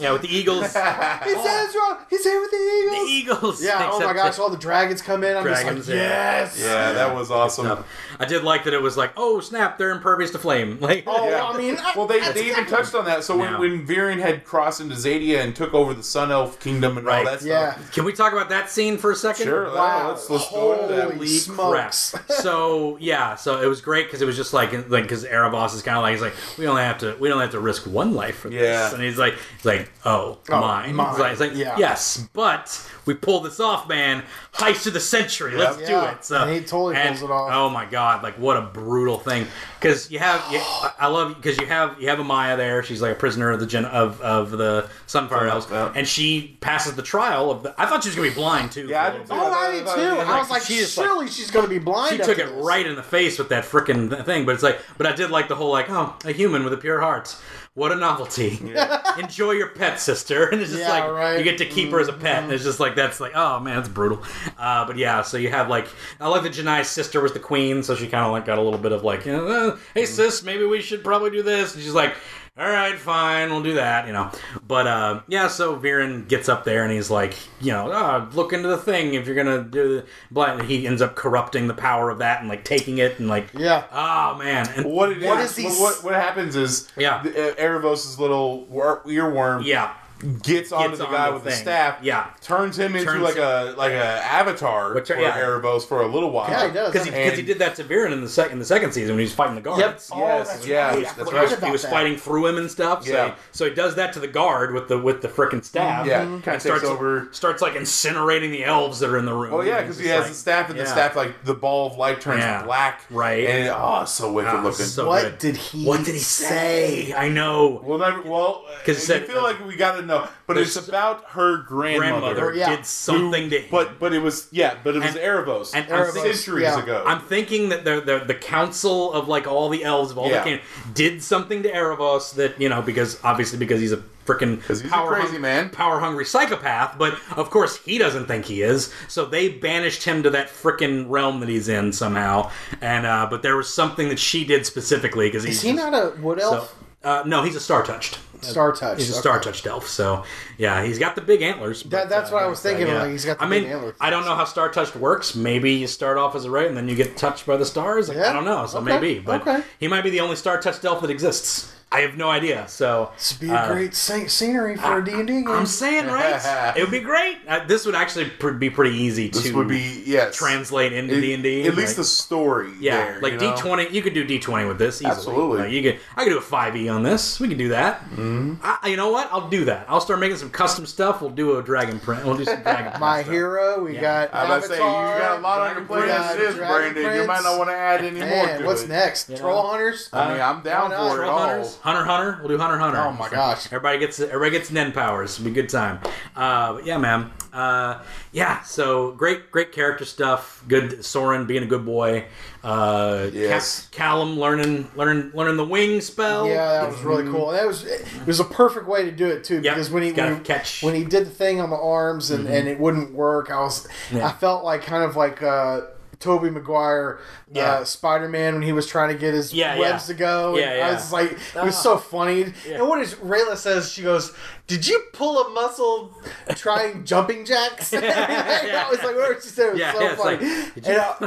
S2: yeah, with the eagles, the
S4: It's Ezra. He's here with the eagles.
S2: eagles.
S4: Yeah. Oh
S2: Except
S4: my gosh!
S2: that-
S4: All the dragons come in. I'm
S2: Dragons,
S4: just like,
S2: yeah.
S4: yes.
S3: Yeah, that was awesome.
S2: I did like that it was like, oh snap, they're impervious to flame. Like,
S4: Oh,
S3: Yeah.
S4: I mean, I-
S3: well, they,
S4: that's
S3: they even
S4: exactly-
S3: touched on that. So
S2: Yeah.
S3: when, when Viren had crossed into Zadia and took over the Sun Elf Kingdom and
S2: Right.
S3: all that stuff,
S4: Yeah.
S2: can we talk about that scene for a second?
S3: Sure,
S4: Wow.
S3: let's let's go to that.
S4: Holy
S2: Holy
S4: smokes.
S2: crap. so yeah, so it was great because it was just like like because Erebos is kind of like he's like we only have to we only have to risk one life for this,
S3: Yeah.
S2: and he's like he's like oh,
S4: Oh,
S2: mine,
S4: mine.
S2: It's like, it's like,
S4: Yeah.
S2: yes, but we pulled this off, man, heist of the century, let's do
S4: Yeah.
S2: it. So
S4: And he totally
S2: and-
S4: pulls it off.
S2: Oh my god, like what a brutal thing because you have you, I I love because you have you have Amaya there, she's like a prisoner of the gen of of the Sunfire Elves,
S3: yeah.
S2: and she passes the trial of the. I thought she was gonna be blind too.
S3: Yeah, I
S2: for a
S3: did
S2: little bit.
S3: too.
S4: Oh, I did too. I was like,
S2: She just, like-
S4: surely she's going to be blind.
S2: She
S4: after
S2: took it
S4: this.
S2: right in the face with that frickin' th- thing, but it's like, but I did like the whole like, oh, a human with a pure heart. what a novelty. Enjoy your pet, sister. And it's just
S4: Yeah,
S2: like
S4: right.
S2: you get to keep her as a pet. And it's just like that's like oh man, that's brutal. Uh, but yeah, so you have like I like that Janai's sister was the queen, so she kind of like got a little bit of like you know, uh, hey sis, maybe we should probably do this. And she's like. All right, fine, we'll do that, you know. But uh, yeah, so Viren gets up there and he's like, you know, oh, look into the thing if you're gonna do. the Blah. And he ends up corrupting the power of that and like taking it and like,
S4: Yeah.
S2: oh man, and
S3: What it is?
S4: What is he s-
S3: What, what happens is
S2: Yeah.
S3: the, uh, Erebos's little wor- earworm
S2: yeah,
S3: gets onto
S2: Gets
S3: the
S2: on
S3: guy
S2: the
S3: with the
S2: thing.
S3: staff,
S2: Yeah.
S3: turns him into
S2: Turns-
S3: like a like a avatar
S2: Which-
S3: for
S2: yeah.
S3: Erebos for a little while.
S4: Yeah, he does.
S2: because he, 'cause he did that to Viren in the second in the second season when he was fighting the guards.
S4: Oh,
S3: Yes,
S4: that's
S3: yeah,
S4: right. I
S3: that's
S4: forgot
S3: right.
S4: about
S2: He was
S4: that.
S2: fighting through him and stuff. So,
S3: Yeah.
S2: he, so he does that to the guard with the with the frickin' staff.
S4: Mm-hmm.
S3: Yeah,
S2: And
S3: kinda takes
S2: starts
S3: over.
S2: starts like incinerating the elves that are in the room.
S3: Well, Oh, yeah,
S2: And
S3: because
S2: it's
S3: he
S2: just
S3: has
S2: like-
S3: the staff, and the
S2: yeah.
S3: staff like the ball of light turns
S2: Yeah.
S3: black,
S2: Right.
S3: And oh, it's so wicked
S2: Ah,
S3: looking.
S2: so
S4: what
S2: good.
S4: did he?
S2: What did he say? I know.
S3: well, never, well,
S2: 'Cause it
S3: because I
S2: said-
S3: feel like we got to know, but it's
S2: There's-
S3: about her grandmother.
S2: Grandmother
S4: yeah.
S2: did something to him.
S3: But but it was yeah, but it was
S2: And-
S3: Erebos
S2: and
S3: and
S2: I'm
S4: thinking-
S3: centuries
S4: yeah.
S3: ago.
S2: I'm thinking that the, the the council of like all the elves of all
S3: Yeah.
S2: the can did something to Erebos that you know because obviously because he's a freaking
S3: 'Cause he's a crazy man.
S2: power hungry psychopath but of course he doesn't think he is so they banished him to that freaking realm that he's in somehow and uh, but there was something that she did specifically because
S4: Is he not a wood elf?
S2: uh, no he's a star touched
S3: uh,
S4: Star touch.
S2: He's a
S4: okay.
S2: star touched elf, so yeah, he's got the big antlers. but, uh,
S4: That- that's what I was thinking of, like, he's got the
S2: I mean,
S4: big antler
S2: I don't know how star touched works. Maybe you start off as a ray and then you get touched by the stars. Like,
S4: Yeah.
S2: I don't know, so
S4: Okay.
S2: maybe. But
S4: Okay.
S2: he might be the only star touched elf that exists. I have no idea. So
S4: This would be
S3: Uh,
S4: a great sce- scenery for a D and D game.
S2: I'm saying, right? it would be great. Uh, this would actually pr- be pretty easy
S3: this
S2: to
S3: would be yes
S2: translate into
S3: It-
S2: D and D.
S3: At least the story.
S2: yeah,
S3: there,
S2: like
S3: you know?
S2: D twenty, you could do D twenty with this. Easily.
S3: Absolutely.
S2: Like, you could. I could do a five E on this. We could do that. Mm-hmm. I, you know what? I'll do that. I'll start making some custom stuff. We'll do a dragon print. We'll do some dragon. print
S4: My
S2: stuff.
S4: hero. We got.
S3: I was about to say you
S4: Avatar.
S3: got a lot on your plate as it
S4: Dragon
S3: is, Brandon. You
S4: Prince.
S3: might not want to add any more
S4: Man,
S3: to
S4: what's
S3: it.
S4: next? Troll hunters.
S3: I mean, I'm down
S4: Why not?
S3: for it
S2: Troll
S3: all.
S2: hunters, hunter hunter. We'll do hunter hunter.
S4: Oh my gosh.
S2: Everybody gets everybody gets Nen powers. It'll be a good time. Uh, but yeah, man. Uh, yeah. So great, great character stuff. Good Soren being a good boy. Uh,
S3: Yes.
S2: Ca- Callum learning learning learning the wing spell.
S4: Yeah, that was
S2: Mm-hmm.
S4: really cool. That was it was a perfect way to do it too because when he
S2: gotta
S4: when, he-
S2: catch. Mm-hmm.
S4: when he did the thing on the arms and, and it wouldn't work, I was I felt like kind of like uh Toby Maguire,
S2: Yeah.
S4: uh, Spider Man, when he was trying to get his
S2: Yeah,
S4: webs
S2: yeah.
S4: to go,
S2: Yeah,
S4: and
S2: yeah. Ah.
S4: I was like, it was so funny. And what is Rayla says? She goes, "Did you pull a muscle trying jumping jacks?" I was like, whatever she said it was
S2: Yeah,
S4: so
S2: yeah, it's
S4: funny.
S2: like,
S4: And, uh,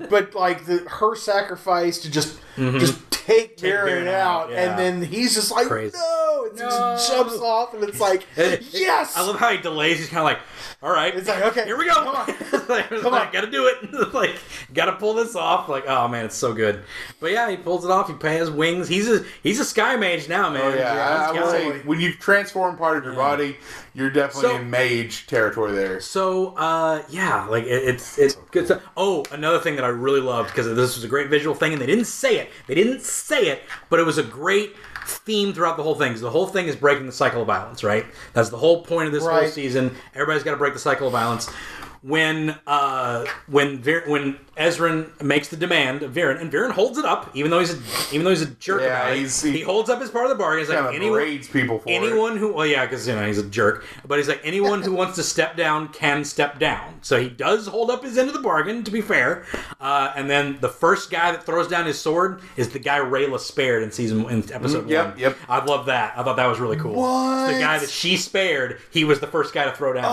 S4: but but like the, her sacrifice to just
S2: Mm-hmm.
S4: just take Darren
S2: Darren
S4: out,
S2: out, yeah.
S4: and then he's just like,
S2: Crazy.
S4: no, and he just
S2: No.
S4: jumps off, and it's like, yes,
S2: I love how he delays. He's kind of like, "All right,
S4: It's like, okay,
S2: here we go. Come on, like,
S4: Come
S2: like,
S4: on.
S2: gotta do it. like, gotta pull this off. Like, oh man, it's so good. But yeah, he pulls it off. He has wings. He's a he's a sky mage now, man.
S3: Oh, yeah, I, I
S2: he's
S3: would
S2: sky-
S3: say when you transform part of your body, you're definitely
S2: So-
S3: in mage territory there.
S2: So uh, yeah, like it, it's it's good stuff. Oh, another thing that I really loved because this was a great visual thing, and they didn't say it. They didn't say it, but it was a great theme throughout the whole thing. 'cause the whole thing is breaking the cycle of violence, right? That's the whole point of this whole
S4: Right.
S2: season. Everybody's got to break the cycle of violence. When uh, when Vir- when Ezrin makes the demand of Viren, and Viren holds it up, even though he's a, even though he's a jerk
S3: Yeah,
S2: about it,
S3: he's-
S2: he, holds up his part of the bargain. He's
S3: Kind
S2: like
S3: of
S2: anyone,
S3: raids people for it.
S2: anyone who well yeah because you know he's a jerk but he's like anyone who wants to step down can step down so he does hold up his end of the bargain to be fair uh, and then the first guy that throws down his sword is the guy Rayla spared in season in episode
S3: Mm, yep,
S2: one
S3: yep.
S2: I love that I thought that was really cool
S4: What?
S2: the guy that she spared he was the first guy to throw down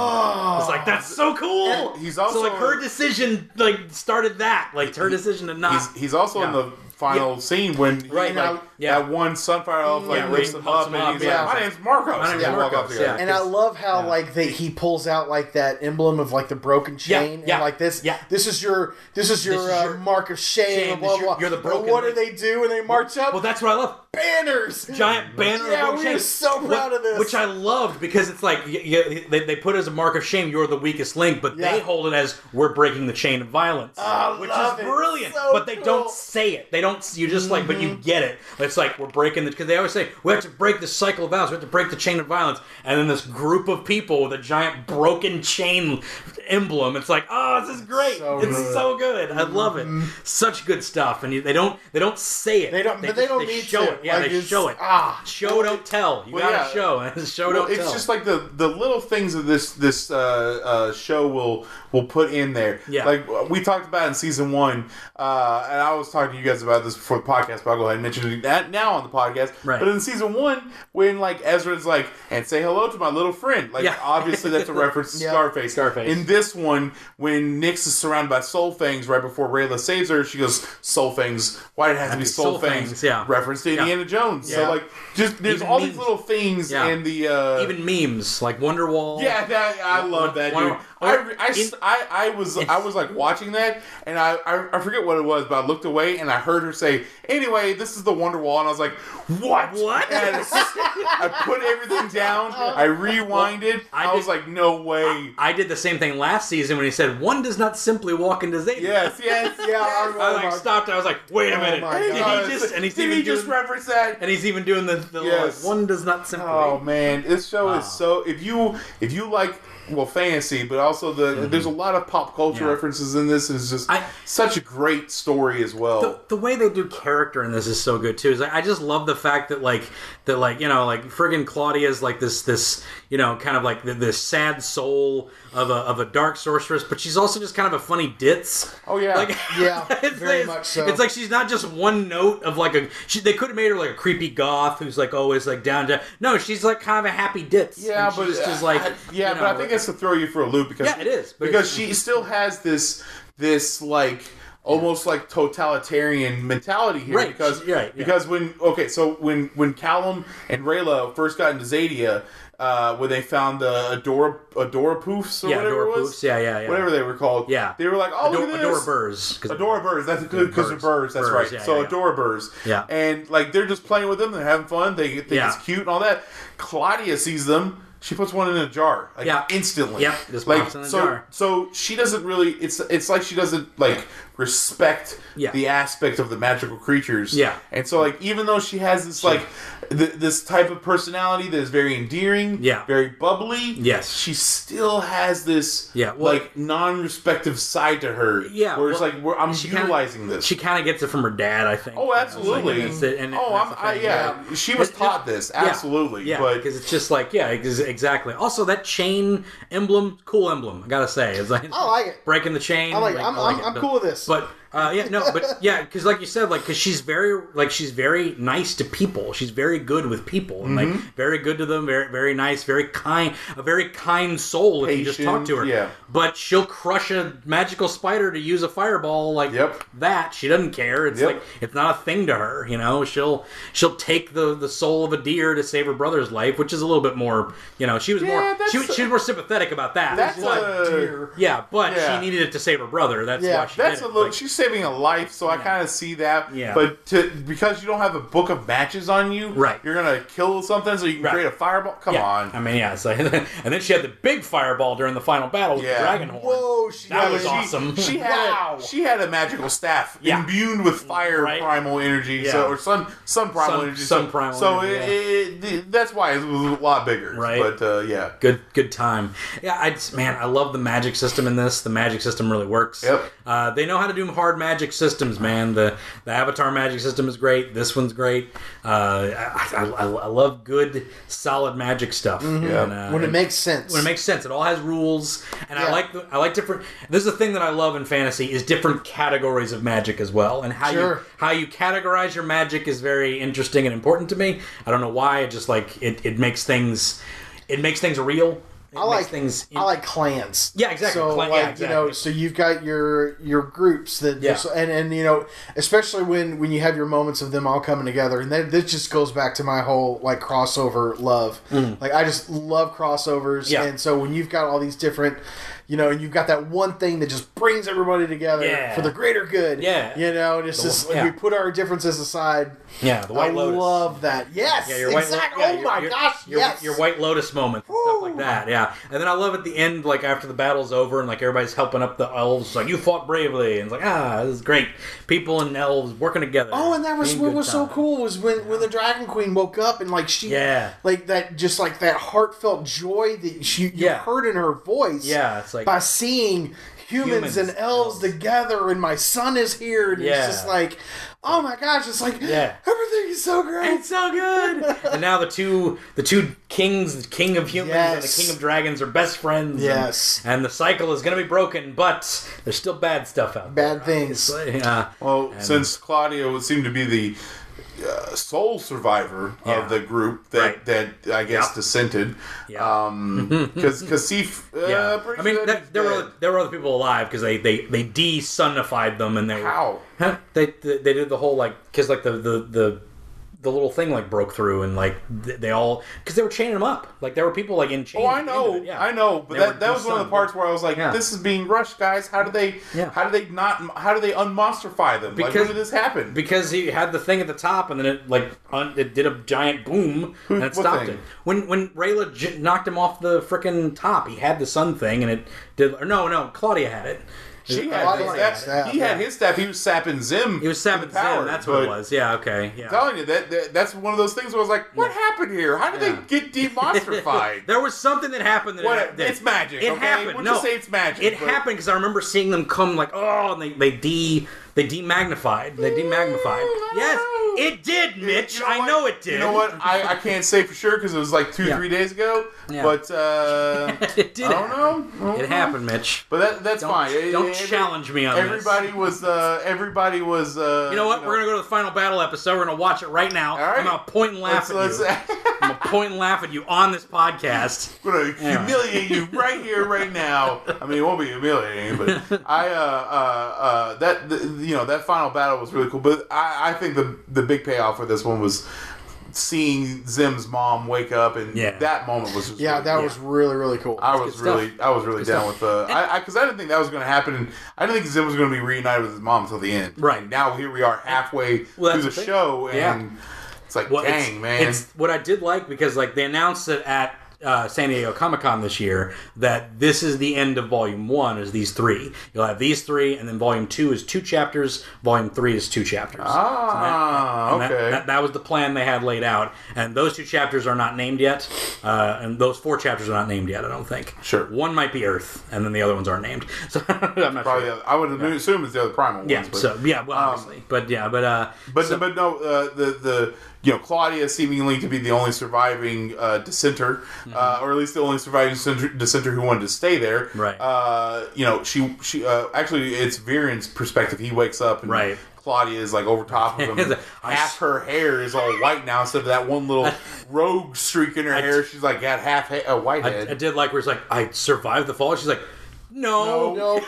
S2: it's like that's so cool
S3: Oh. And he's also-
S2: so like her decision like started that like her decision to not
S3: He's, he's also in
S2: uh, Yeah.
S3: the final scene when he,
S2: Right,
S3: like,
S2: like, yeah.
S3: that one Sunfire Elf like
S2: Yeah,
S3: lifts
S2: he
S3: him
S2: pumps
S3: up
S2: him
S3: and
S2: up,
S3: he's
S2: yeah.
S3: like, "My name's Marcos."
S2: My name's
S3: They walk
S2: Marcos,
S3: up together.
S2: yeah.
S4: And I love how like that he pulls out like that emblem of like the broken chain and
S2: yeah,
S4: like this.
S2: yeah.
S4: This is your this is your,
S2: is
S4: uh,
S2: your
S4: mark of shame.
S2: shame,
S4: and blah
S2: this-
S4: blah.
S2: you're the
S4: But
S2: broken
S4: What do
S2: link.
S4: they do when they march up?
S2: well that's what I love
S4: banners.
S2: giant banner.
S4: Yeah,
S2: of
S4: we
S2: shame,
S4: were so proud
S2: whi-
S4: of this.
S2: Which I loved because it's like y y they, they put it as a mark of shame. You're the weakest link, but
S4: Yeah.
S2: they hold it as we're breaking the chain of violence,
S4: I
S2: which
S4: love
S2: is
S4: it.
S2: brilliant.
S4: So
S2: but they
S4: cool. Mm-hmm.
S2: don't say it. They don't. You just like, but you get it. It's like we're breaking the because they always say we have to break the cycle of violence. We have to break the chain of violence. And then this group of people with a giant broken chain emblem. It's like, oh, this is great.
S4: So
S2: it's
S4: good. Mm-hmm.
S2: so good. I love it. Such good stuff. And you, they don't. They don't say it.
S4: They don't- but they
S2: just-
S4: don't need
S2: show
S4: to.
S2: it. Yeah,
S4: Like,
S2: they
S4: it's-
S2: show it.
S4: ah.
S2: show don't tell. You
S3: Well,
S2: gotta
S3: yeah.
S2: show. show
S3: Well,
S2: don't
S3: it's
S2: tell.
S3: just like the the little things that this this uh, uh, show will will put in there.
S2: Yeah.
S3: Like uh, we talked about in season one, uh, and I was talking to you guys about this before the podcast, but I'll go ahead and mention that now on the podcast.
S2: Right.
S3: But in season one, when like Ezra's like, and say hello to my little friend, like
S2: Yeah.
S3: obviously that's a reference to
S4: Yeah.
S3: Scarface.
S2: Scarface.
S3: In this one, when Nyx is surrounded by Soul Fangs right before Rayla saves her, she goes, Soul Fangs, why did it have to be Soul, Fangs?
S2: yeah.
S3: Reference to
S2: Yeah.
S3: Indiana Jones.
S2: Yeah.
S3: So like just there's
S2: Even
S3: all
S2: means-
S3: these little things
S2: Yeah.
S3: in the uh
S2: even memes like Wonderwall.
S3: yeah, that, I love that,
S2: One-
S3: dude. I, I,
S2: in-
S3: I, I was I was like watching that, and I, I I forget what it was, but I looked away and I heard her say, "Anyway, this is the Wonder Wall," and I was like, "What?
S2: What?
S3: And I s- I put everything down. I rewinded.
S2: I
S3: I, was
S2: did-
S3: like, "No way."
S2: I did the same thing last season when he said one does not simply walk into Zeta.
S3: yes, yes,
S4: Yeah, I
S3: yes.
S4: remember.
S2: I like stopped. I was like, wait a
S4: Oh
S2: minute.
S4: my
S2: did
S4: God.
S2: he just? And he's
S3: did
S2: even
S3: he just
S2: doing,
S3: reference that?
S2: and he's even doing the, the little,
S3: Yes.
S2: like, one does not simply.
S3: Oh man, this show is so. If you if you like well fantasy, but also the there's a lot of pop culture
S2: Mm-hmm. Yeah.
S3: references in this. Is just
S2: I-
S3: such a great story as well.
S2: the, the way they do character in this is so good too. Is like, I just love the fact that like that like you know like friggin' Claudia's like this this you know kind of like the, this sad soul of a of a dark sorceress, but she's also just kind of a funny ditz.
S3: oh yeah,
S2: Like,
S4: Yeah,
S2: it's,
S4: very
S2: it's-
S4: much so.
S2: It's like she's not just one note of like a. She, they could have made her like a creepy goth who's like always like down to. No, she's like kind of a happy ditz.
S3: yeah,
S2: and
S3: but
S2: she's just
S3: uh,
S2: like
S3: I- yeah,
S2: you know,
S3: but I think it's to throw you for a loop because
S2: Yeah, it is, but
S3: because
S2: it's-
S3: she still has this this like. Almost like totalitarian mentality here,
S2: Right,
S3: because
S2: right, yeah.
S3: because when okay, so when when Callum and Rayla first got into Zadia, uh, when they found the Adora Adora poofs or
S2: yeah,
S3: whatever
S2: Dora
S3: it was,
S2: Poofs, yeah, yeah, yeah,
S3: whatever they were called.
S2: Yeah.
S3: They were like, oh, look
S2: Adora,
S3: at this.
S2: Adora Burrs. 'cause-
S3: Adora Birds. That's good because of
S2: Birds.
S3: birds. That's
S2: Birds,
S3: right.
S2: yeah,
S3: so
S2: yeah, yeah.
S3: Adora Birds.
S2: Yeah.
S3: And like they're just playing with them. They're having fun. They think
S2: Yeah.
S3: it's cute and all that. Claudia sees them. She puts one in a jar. Like,
S2: Yeah.
S3: Instantly.
S2: Yep, just
S3: like
S2: pops in the
S3: so.
S2: jar.
S3: So she doesn't really. It's it's like she doesn't like respect
S2: Yeah.
S3: the aspect of the magical creatures.
S2: Yeah.
S3: And so like even though she has this like th- this type of personality that is very endearing.
S2: Yeah.
S3: Very bubbly.
S2: Yes.
S3: She still has this.
S2: Yeah, well-
S3: like non-respective side to her.
S2: Yeah,
S3: Where it's
S2: well,
S3: like we're, I'm
S2: she kinda-
S3: utilizing this.
S2: She kind of gets it from her dad, I think.
S3: Oh, absolutely.
S2: It's like- and it's- and
S3: oh,
S2: that's
S3: I'm,
S2: the
S3: I,
S2: thing,
S3: yeah. She was
S2: It- it-
S3: taught this,
S2: yeah,
S3: absolutely.
S2: Yeah,
S3: but
S2: because it's just like yeah, ex- exactly. Also, that chain emblem, cool emblem. I gotta say, it's like
S4: I like it.
S2: breaking the chain.
S4: I like it. I'm, I'm,
S2: it,
S4: I'm
S2: but-
S4: cool with this.
S2: But uh, yeah, no, but yeah, because like you said, like because she's very like she's very nice to people. She's very good with people, and
S3: Mm-hmm.
S2: like very good to them. Very very nice, very kind, a very kind soul. if you just talk to her,
S3: Patient, yeah.
S2: But she'll crush a magical spider to use a fireball like
S3: Yep.
S2: that. She doesn't care. It's
S3: Yep.
S2: like it's not a thing to her. You know, she'll she'll take the the soul of a deer to save her brother's life, which is a little bit more. You know, she was more
S3: that's
S2: she, was- she was more sympathetic about that.
S3: that's
S2: But-
S3: a
S2: yeah, but
S3: Yeah.
S2: she needed it to save her brother. That's
S4: Yeah,
S2: why she
S3: that's
S2: did
S3: a
S2: it.
S3: look.
S2: Like-
S3: she's saving a life, so I kind of see that.
S2: Yeah.
S3: But to because you don't have a book of matches on you,
S2: Right.
S3: You're gonna kill something, so you can
S2: Right.
S3: create a fireball. Come
S2: Yeah.
S3: on.
S2: I mean, yeah. So, and then she had the big fireball during the final battle with
S3: Yeah.
S2: the dragon horn.
S4: Whoa, she
S2: That
S4: got
S2: was
S4: it.
S2: awesome.
S3: She had
S4: Wow.
S3: a, she had a magical staff
S2: Yeah.
S3: imbued with fire
S2: Right.
S3: primal energy, so
S2: Yeah.
S3: or sun sun primal
S2: Sun-
S3: energy,
S2: sun
S3: so,
S2: primal
S3: So
S2: energy,
S3: it, it- that's why it was a lot bigger,
S2: Right.
S3: But uh, yeah,
S2: good good time. Yeah, I just- man, I love the magic system in this. The magic system really works.
S3: Yep.
S2: Uh, they know how to do hard magic systems, man. The the Avatar magic system is great. This one's great. Uh, I, I, I, I love good solid magic stuff.
S3: Yeah.
S2: And, uh,
S4: When it makes sense.
S2: when it makes sense. It all has rules, and I
S4: Yeah.
S2: like the, I like different. This is the thing that I love in fantasy is different categories of magic as well, and how you
S4: Sure.
S2: how you categorize your magic is very interesting and important to me. I don't know why. It just like it, it makes things it makes things real. It
S4: I like
S2: makes things.
S4: I like clans.
S2: Yeah, exactly.
S4: So
S2: Clan- yeah,
S4: like
S2: exactly.
S4: you know, so you've got your your groups that
S2: Yeah.
S4: and and you know, especially when when you have your moments of them all coming together, and that this just goes back to my whole like crossover love. Like I just love crossovers,
S2: Mm-hmm. Yeah.
S4: and so when you've got all these different you know, and you've got that one thing that just brings everybody together
S2: Yeah.
S4: for the greater good.
S2: Yeah.
S4: You know, and it's just
S2: yeah.
S4: we put our differences aside.
S2: Yeah, the White
S4: I
S2: Lotus.
S4: love that. Yes.
S2: Yeah, your white. Lo-
S4: exactly.
S2: yeah,
S4: oh
S2: your-
S4: my
S2: your-
S4: gosh.
S2: Your,
S4: yes.
S2: your White Lotus moment, and stuff like
S4: Woo.
S2: that. Yeah, and then I love at the end, like after the battle's over, and like everybody's helping up the elves, like you fought bravely, and it's like ah, this is great. People and elves working together.
S4: Oh, and that was
S2: Being
S4: what
S2: good
S4: was so
S2: time.
S4: cool was when when the Dragon Queen woke up and like she
S2: Yeah.
S4: like that just like that heartfelt joy that she you
S2: Yeah.
S4: heard in her voice
S2: Yeah, it's like
S4: by seeing humans,
S2: Humans,
S4: and elves
S2: elves.
S4: together and my son is here and
S2: Yeah.
S4: it's just like oh my gosh it's like
S2: Yeah.
S4: everything is so great
S2: It's so good. and now the two the two kings, the king of humans and
S4: Yes.
S2: the king of dragons, are best friends. and-
S4: Yes.
S2: And, the cycle is going to be broken, but there's still bad stuff out there.
S4: bad things
S2: Yeah.
S3: Well, since Claudio would seem to be the uh, sole survivor
S2: Yeah.
S3: of the group that,
S2: Right.
S3: that I guess
S2: Yep.
S3: dissented,
S2: Yeah.
S3: because Kasif, uh,
S2: yeah.
S3: pretty
S2: I mean,
S3: good
S2: that,
S3: is
S2: there
S3: dead.
S2: were there were other people alive because they they they de-sunified them and they were-
S3: How?
S2: Huh? They, they they did the whole like because like the the the. The little thing like broke through and like th- they all because they were chaining them up like there were people like in chains.
S3: Oh, I
S2: at the
S3: know,
S2: end of it, yeah.
S3: I know, but
S2: They were
S3: that, that was one of
S2: de-sunned.
S3: the parts where I was like,
S2: Yeah.
S3: "This is being rushed, guys. How do they?
S2: Yeah.
S3: How do they not? How do they unmonsterify them? like,
S2: Because-
S3: when did this happen?
S2: because he had the thing at the top, and then it like un- it did a giant boom and it
S3: what
S2: stopped
S3: thing?
S2: it. When when Rayla j- knocked him off the frickin' top, he had the sun thing, and it did. Or no, no, Claudia had it. Uh,
S3: she
S4: Claudia
S3: had his
S4: had
S3: staff.
S4: staff,
S3: He had
S4: yeah.
S3: his staff. He was sapping Zim.
S2: It was Sabbath Zen. That's what it was. Yeah. Okay. Yeah.
S3: telling you that, that that's one of those things where I was like, "What happened here? How did they get demonstrified?"
S2: There was something that happened that
S3: What-
S2: it, that-
S3: it's magic,
S2: It
S3: okay?
S2: happened.
S3: We'll
S2: no,
S3: just say it's magic,
S2: It
S3: but-
S2: happened because I remember seeing them come like oh, and they they de they demagnified, they demagnified. Yes, it did, Mitch.
S3: You know
S2: I
S3: what?
S2: know it did.
S3: You know what? I, I can't say for sure because it was like two,
S2: Yeah.
S3: three days ago.
S2: Yeah.
S3: But uh,
S2: It did.
S3: I don't know. I don't
S2: It
S3: know.
S2: happened, Mitch.
S3: But that, that's
S2: Don't-
S3: fine. It-
S2: don't
S3: it-
S2: challenge me on this.
S3: everybody was. Uh, everybody was. Uh,
S2: You know what? We're gonna go to the final battle episode. We're gonna watch it right now.
S3: right.
S2: I'm gonna point and laugh
S3: Let's-
S2: at
S3: let's-
S2: you. I'm gonna point and laugh at you on this podcast.
S3: gonna humiliate you right here, right now. I mean, it won't be humiliating, but I, uh, uh, uh, that th you know, that final battle was really cool. But I, I think the the big payoff for this one was seeing Zim's mom wake up, and
S2: Yeah.
S3: that moment was just
S4: yeah
S3: really
S4: that was really really cool
S3: I
S2: good
S3: was
S2: stuff.
S3: really, I was really down with the, I, because I, didn't think that was going to happen. And I didn't think Zim was going to be reunited with his mom until the end.
S2: Right.
S3: And now here we are halfway
S2: Well, that's
S3: through the
S2: the thing.
S3: show, and
S2: Yeah.
S3: it's like,
S2: Well,
S3: dang
S2: it's-
S3: man,
S2: It's what I did like because like they announced it at uh, San Diego Comic Con this year that this is the end of Volume One. Is these three? You'll have these three, and then Volume Two is two chapters. Volume Three is two chapters.
S3: ah,
S2: And that-
S3: okay,
S2: That, that, was the plan they had laid out, and those two chapters are not named yet, uh, and those four chapters are not named yet. I don't think.
S3: Sure.
S2: One might be Earth, and then the other ones aren't named. So I'm not
S3: probably.
S2: sure.
S3: the other- I would assume it's the other primal
S2: Yeah.
S3: ones. But, um,
S2: So yeah. Well, obviously, but yeah, but uh,
S3: but, but no, uh, the the you know Claudia seemingly to be the only surviving uh, dissenter,
S2: Mm-hmm.
S3: uh, or at least the only surviving dissenter, dissenter who wanted to stay there.
S2: Right.
S3: Uh, you know, she she uh, actually it's Viren's perspective. He wakes up and
S2: Right.
S3: Claudia is like over top of
S2: It's
S3: him.
S2: like, I
S3: half
S2: s-
S3: her hair is all white now instead of that one little rogue streak in her hair. She's like got half ha- a white
S2: I,
S3: head.
S2: I did like where it's like I survived the fall. She's like, no.
S4: Oh, no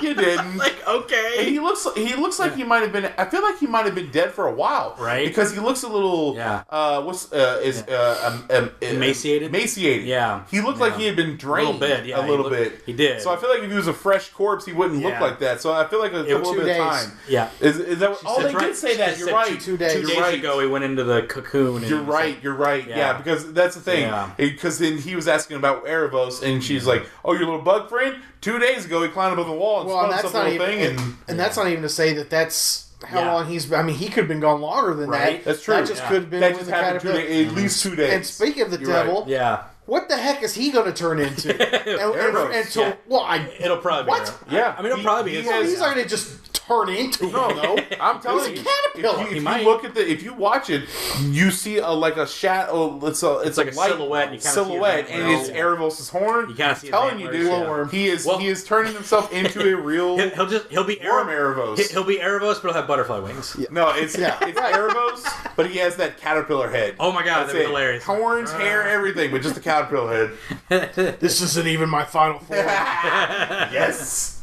S3: you didn't.
S2: Like okay.
S3: And he looks he looks like he might have been I feel like he might have been dead for a while.
S2: Right.
S3: Because he looks a little
S2: Yeah.
S3: uh what's uh is uh um, um,
S2: Emaciated?
S3: Emaciated.
S2: Yeah.
S3: He looked like he had been drained
S2: Little bit, yeah,
S3: a
S2: he
S3: little
S2: looked-
S3: bit.
S2: he did.
S3: So I feel like if he was a fresh corpse he wouldn't look
S2: Yeah.
S3: like that. So I feel like a
S2: It was
S3: little
S2: two
S3: bit of
S4: days.
S3: time.
S2: Yeah.
S3: Is, is that Oh
S2: said
S3: they
S2: right-
S3: did say
S2: she
S3: that.
S2: said
S3: You're right.
S4: two days.
S2: Two
S3: You're
S2: days
S3: right.
S2: ago, he went into the cocoon. And
S3: You're right. You're right. Yeah.
S2: Yeah.
S3: because that's the thing.
S2: Yeah.
S3: Because then he was asking about Erebos, and she's like, "Oh, your little bug friend. Two days ago, he climbed up on the wall and
S4: well and
S3: spun
S4: that's
S3: some
S4: not
S3: little
S4: even
S3: thing,
S4: and,
S3: and
S4: and that's not even to say that that's how
S2: Yeah.
S4: long he's I mean he could have been gone longer than
S2: Right.
S4: that
S3: That's true.
S4: that just
S3: Yeah.
S4: could have been
S3: that
S4: with
S3: just
S4: the
S3: happened two
S4: caterpillar.
S3: days, at least two days.
S4: and speaking of the
S3: You're right.
S4: devil
S2: Yeah.
S4: what the heck is he going to turn into? and, and,
S3: Eros,
S4: and so,
S2: yeah.
S4: well, I,
S2: It'll probably
S4: What?
S2: Be
S3: yeah,
S2: I mean, it'll probably be-
S3: He,
S4: well,
S2: is-
S4: he's
S3: has,
S4: not going to just turn into.
S3: no, no. I'm telling
S4: He's a
S3: you,
S4: caterpillar.
S3: If
S4: He
S3: you, if
S2: might.
S3: you look at the, if you watch it, you see a like a shadow. It's a, it's,
S2: like a
S3: light
S2: silhouette, and you kinda see his
S3: silhouette, and
S2: antlers,
S3: it's
S2: yeah.
S3: Erebos' horn.
S2: You kinda
S3: I'm
S2: see his
S3: telling you,
S2: antlers,
S3: dude.
S2: yeah. Glowworm.
S3: He is
S2: Well-
S3: he is turning himself into a real.
S2: He'll, he'll just he'll be
S3: Worm
S2: Erebos.
S3: Erebos.
S2: He- He'll be Erebos, but he'll have butterfly wings.
S3: No, it's
S4: Yeah.
S3: it's Erebos, but he has that caterpillar head.
S2: Oh my God,
S3: That's
S2: that'd be
S3: it.
S2: hilarious. Uh.
S3: Horns, hair, everything, but just a caterpillar head.
S4: This isn't even my final form.
S3: Yes.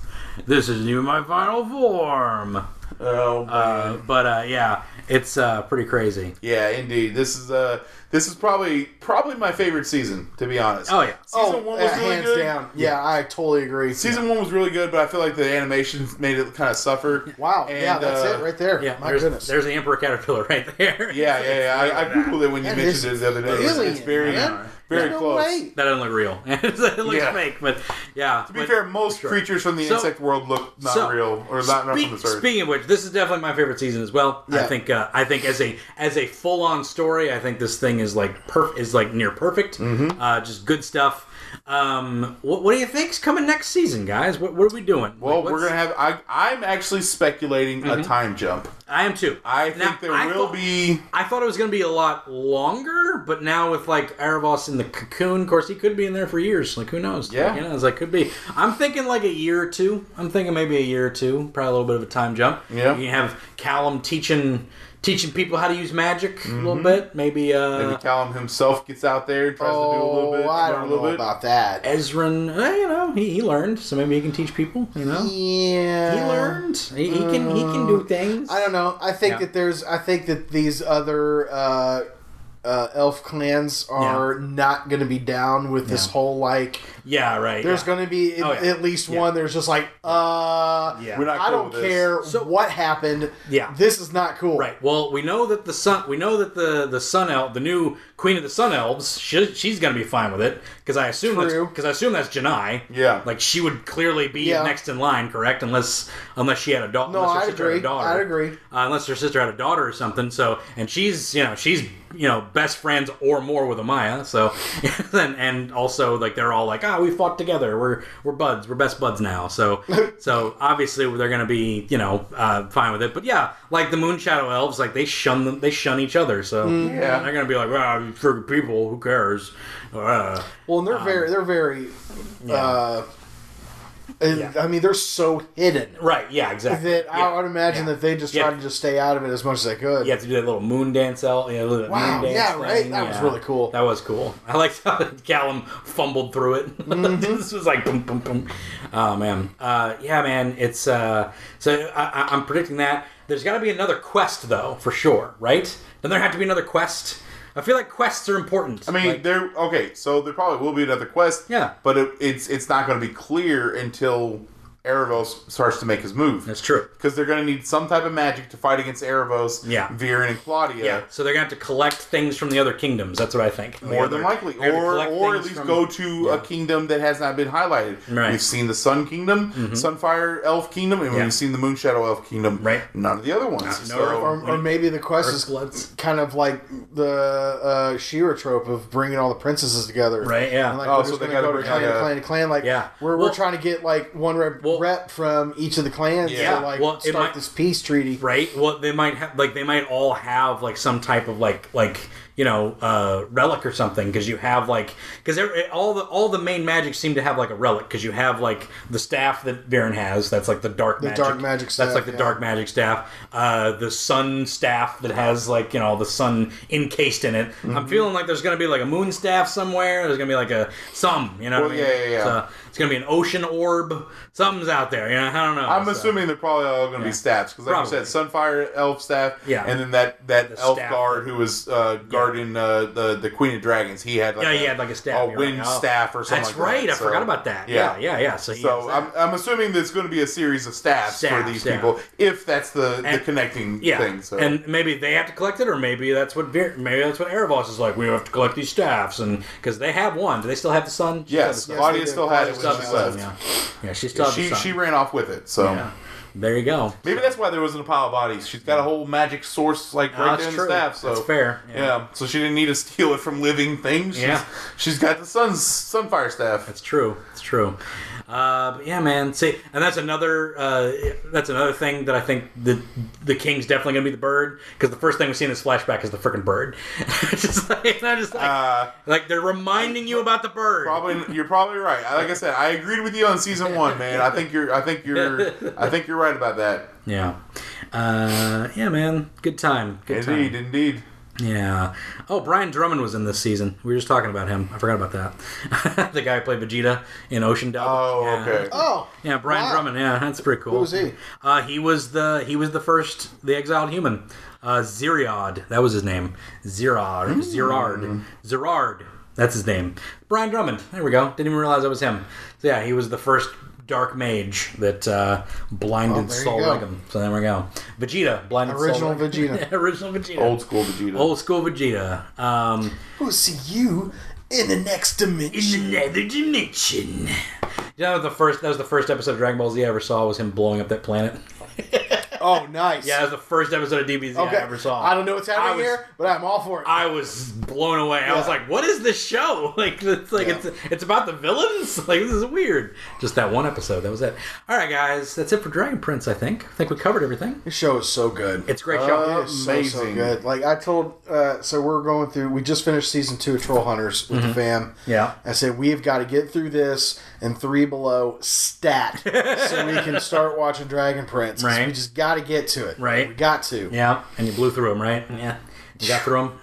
S2: this isn't even my final form.
S3: Oh, man.
S2: Uh, but uh, yeah, it's uh, pretty crazy.
S3: yeah, indeed. This is uh, this is probably probably my favorite season, to be honest.
S2: Oh yeah,
S3: season
S4: Oh,
S3: one was
S4: uh,
S3: really
S4: hands
S3: good.
S4: down. Yeah, I totally agree.
S3: Season one was really good, but I feel like the animation made it kind of suffer.
S4: Wow. yeah,
S3: And,
S4: that's
S3: uh,
S4: it right there.
S2: yeah.
S4: My
S2: there's,
S4: goodness.
S2: there's the emperor caterpillar right there.
S3: Yeah, yeah, yeah. I, I googled it when you
S4: That is
S3: mentioned it the other day. It's, it's
S4: alien,
S3: very,
S4: man.
S3: very
S4: There's no
S3: close.
S4: way.
S2: That doesn't look real. it looks
S3: Yeah.
S2: fake, but yeah.
S3: To be fair, most creatures from the
S2: So-
S3: insect world look not real or not, not from
S2: speak-
S3: this earth.
S2: Speaking of which, this is definitely my favorite season as well. I
S4: Yeah.
S2: think uh, I think as a as a full on story, I think this thing is like perf- is like near perfect.
S3: Mm-hmm.
S2: Uh, just good stuff. Um, what, what do you think's coming next season, guys? What, what are we doing?
S3: Well,
S2: Like,
S3: we're
S2: what's-
S3: gonna have. I, I'm actually speculating a time jump.
S2: I am too.
S3: I
S2: Now,
S3: think there
S2: I
S3: will
S2: thought-
S3: be.
S2: I thought it was going to be a lot longer, but now with like Aravos in the cocoon, of course he could be in there for years. Like who knows?
S3: Yeah.
S2: Like, you know, it's like could be. I'm thinking like a year or two. I'm thinking maybe a year or two, probably a little bit of a time jump.
S3: Yeah.
S2: you can have Callum teaching teaching people how to use magic a little bit. Maybe uh,
S3: Maybe Callum himself gets out there and tries to do a little bit.
S4: Oh, I
S3: learn
S4: don't
S3: a little
S4: know
S3: bit.
S4: about that.
S2: Ezrin, eh, you know, he, he learned, so maybe he can teach people. You know,
S4: Yeah.
S2: he learned. He, he can he can do things.
S4: I don't know. I think
S2: Yeah.
S4: that there's. I think that these other uh, uh, elf clans are not going to be down with this
S2: Yeah.
S4: whole like.
S2: yeah, right.
S4: There's
S2: yeah.
S4: going to be
S2: Oh,
S4: at,
S2: yeah.
S4: at least
S2: Yeah.
S4: one. There's just like, uh,
S2: Yeah.
S3: We're not
S4: I
S3: cool
S4: don't
S3: with this.
S4: care what happened.
S2: Yeah.
S4: this is not cool.
S2: Right. Well, we know that the sun. We know that the the sun elf, the new queen of the sun elves, she, she's going to be fine with it because I assume
S4: True.
S2: because I assume that's Janai.
S3: Yeah.
S2: Like she would clearly be
S4: Yeah.
S2: next in line, correct? Unless unless she had a daughter.
S4: No,
S2: unless her
S4: I
S2: sister
S4: agree.
S2: Had a daughter.
S4: I agree.
S2: Uh, unless her sister had a daughter or something. So and she's you know she's you know best friends or more with Amaya. So and and also like they're all like ah we fought together. We're we're buds. We're best buds now. So so obviously they're gonna be you know uh, fine with it. But yeah, like the Moonshadow Elves, like they shun them. They shun each other. So
S4: Mm,
S3: Yeah.
S2: they're gonna be like wow you freaking people. Who cares? Uh,
S4: Well, and they're very. They're very. Uh, and-
S2: Yeah.
S4: I mean, they're so hidden
S2: right. Yeah. Exactly.
S4: that
S2: Yeah.
S4: I would imagine
S2: Yeah.
S4: that they just
S2: Yeah.
S4: try to just stay out of it as much as they could.
S2: You have to do that little moon dance out. Yeah, little
S4: Wow,
S2: moon dance
S4: yeah, right?
S2: thing,
S4: That was really cool.
S2: That was cool. I liked how Callum fumbled through it.
S3: Mm-hmm.
S2: this was like boom, boom, boom. Oh man, uh, yeah, man. It's uh, so I, I, I'm predicting that there's got to be another quest though, for sure, right? Then there have to be another quest. I feel like quests are important.
S3: I mean, there. Okay, so there probably will be another quest.
S2: Yeah.
S3: But it, it's it's not going to be clear until Erebos starts to make his move.
S2: that's true.
S3: Because they're going to need some type of magic to fight against Erebos,
S2: Yeah.
S3: Viren, and Claudia.
S2: Yeah. So they're gonna have to collect things from the other kingdoms. That's what I think.
S3: More than likely,
S2: They're gonna
S3: or
S2: collect
S3: or at
S2: things
S3: least
S2: from-
S3: go to a kingdom that has not been highlighted.
S2: Right. Mm-hmm.
S3: We've seen the Sun Kingdom, Sunfire Elf Kingdom, and
S2: Yeah.
S3: we've seen the Moonshadow Elf Kingdom.
S2: Right.
S3: None of the other ones.
S2: no
S3: So-
S2: Earth-
S4: Or, or maybe the quest is
S2: Earthbloods.
S4: kind of like the uh, Shira trope of bringing all the princesses together,
S2: Right, yeah.
S4: And like,
S3: Oh,
S4: we're
S3: so
S4: just
S3: they
S4: gonna
S3: gotta
S4: go to
S3: bring uh,
S4: clan
S3: out
S4: to
S3: a-
S4: clan to clan. Like,
S2: Yeah.
S4: we're,
S2: Well-
S4: we're trying to get like one rep,
S2: Well-
S4: rep from each of the clans
S3: Yeah.
S4: to like
S2: Well, it
S4: start
S2: might-
S4: this peace treaty.
S2: right? Well, they might have like they might all have like some type of like like you know uh, relic or something because you have like because all the all the main magic seem to have like a relic because you have like the staff that Varen has that's like the dark the magic,
S4: dark magic
S2: that's
S4: staff,
S2: like the
S4: yeah.
S2: dark magic staff uh, the sun staff that has like you know the sun encased in it I'm feeling like there's gonna be like a moon staff somewhere there's gonna be like a some you know what I
S3: Well,
S2: mean?
S3: yeah, yeah, yeah.
S2: So, it's gonna be an ocean orb something's out there you know I don't know
S3: I'm
S2: So-
S3: assuming they're probably all going to be staffs because, like
S2: uh, Probably.
S3: you said, Sunfire Elf staff,
S2: Yeah.
S3: and then that that
S2: The
S3: elf
S2: staff.
S3: guard who was uh, guarding uh, the the Queen of Dragons. He had like
S2: Yeah, he had like a staff.
S3: a
S2: You're
S3: wind
S2: right. Oh,
S3: staff or something.
S2: That's
S3: like
S2: right.
S3: That.
S2: I
S3: So,
S2: forgot about that. Yeah, yeah, yeah. So, he has
S3: So
S2: that.
S3: I'm, I'm assuming there's going to be a series of staffs
S2: Staff,
S3: for these
S2: staff.
S3: people if that's the, the
S2: And-
S3: connecting
S2: yeah,
S3: thing. So
S2: and maybe they have to collect it, or maybe that's what Vir- maybe that's what Erebos is like. We have to collect these staffs, and because they have one, do they still have the sun? She
S3: yes,
S2: still
S3: Claudia
S4: they do.
S3: still had it
S2: has
S3: when
S2: the sun.
S3: she
S2: Still has the sun,
S3: left.
S2: yeah. yeah, she still has
S3: She
S2: the sun.
S3: she ran off with it. So.
S2: yeah. There you go.
S3: Maybe that's why there wasn't a pile of bodies. She's got a whole magic source like
S2: No,
S3: right
S2: that's
S3: there in the
S2: true.
S3: staff. So
S2: That's fair.
S3: Yeah.
S2: Yeah.
S3: So she didn't need to steal it from living things. She's,
S2: Yeah.
S3: She's got the sun's sunfire staff.
S2: It's true. It's true. Uh, but yeah, man. See, and that's another uh, that's another thing that I think the the king's definitely gonna be the bird because the first thing we see in this flashback is the freaking bird. It's just like, and I'm just like,
S3: Uh,
S2: like they're reminding you about the bird.
S3: probably you're probably right. I- Like I said, I agreed with you on season one, man. I think you're I think you're I think you're right about that.
S2: Yeah. Uh, yeah, man. Good time. Good
S3: Indeed,
S2: time.
S3: indeed.
S2: Yeah. Oh, Brian Drummond was in this season. We were just talking about him. I forgot about that. the guy who played Vegeta in Ocean Dog.
S3: Oh,
S2: Yeah.
S3: okay.
S4: Oh,
S2: Yeah, Brian
S4: Wow.
S2: Drummond. Yeah, that's pretty cool.
S4: Who was he?
S2: Uh, he was the he was the first the exiled human. Uh, Ziriad. That was his name. Zirard.
S4: Hmm.
S2: Zirard. Zirard. That's his name. Brian Drummond. There we go. Didn't even realize it was him. So yeah, he was the first dark mage that uh, blinded
S4: Oh, there you
S2: Sol
S4: go.
S2: Regum. So there we go. Vegeta blinded Sol
S4: Original
S2: Regum.
S4: Vegeta.
S2: Original Vegeta.
S3: Old school Vegeta.
S2: Old school Vegeta. Um,
S4: we'll see you in the next dimension.
S2: another dimension. That was the first. That was the first episode of Dragon Ball Z I ever saw. Was him blowing up that planet.
S4: Oh, nice.
S2: Yeah, that was the first episode of DBZ
S4: okay.
S2: I ever saw.
S4: I don't know what's happening
S2: I was-
S4: here, but I'm all for it.
S2: I was blown away. I was
S4: Yeah.
S2: like, "What is this show? Like, it's like
S4: Yeah.
S2: it's it's about the villains. Like, this is weird." Just that one episode. That was it. All right, guys, that's it for Dragon Prince. I think. I think we covered everything.
S4: this show is so good.
S2: It's a great
S3: Uh,
S2: show.
S4: It's so, so
S3: amazing.
S4: good. Like I told, uh, so we're going through. We just finished season two of Troll Hunters with the fam.
S2: Mm-hmm. Yeah.
S4: I said we've got to get through this and three below stat, so we can start watching Dragon Prince. 'cause
S2: Right.
S4: We just got to get to it.
S2: Right.
S4: We got to.
S2: Yeah, and you blew through them, right? Yeah, you got through them.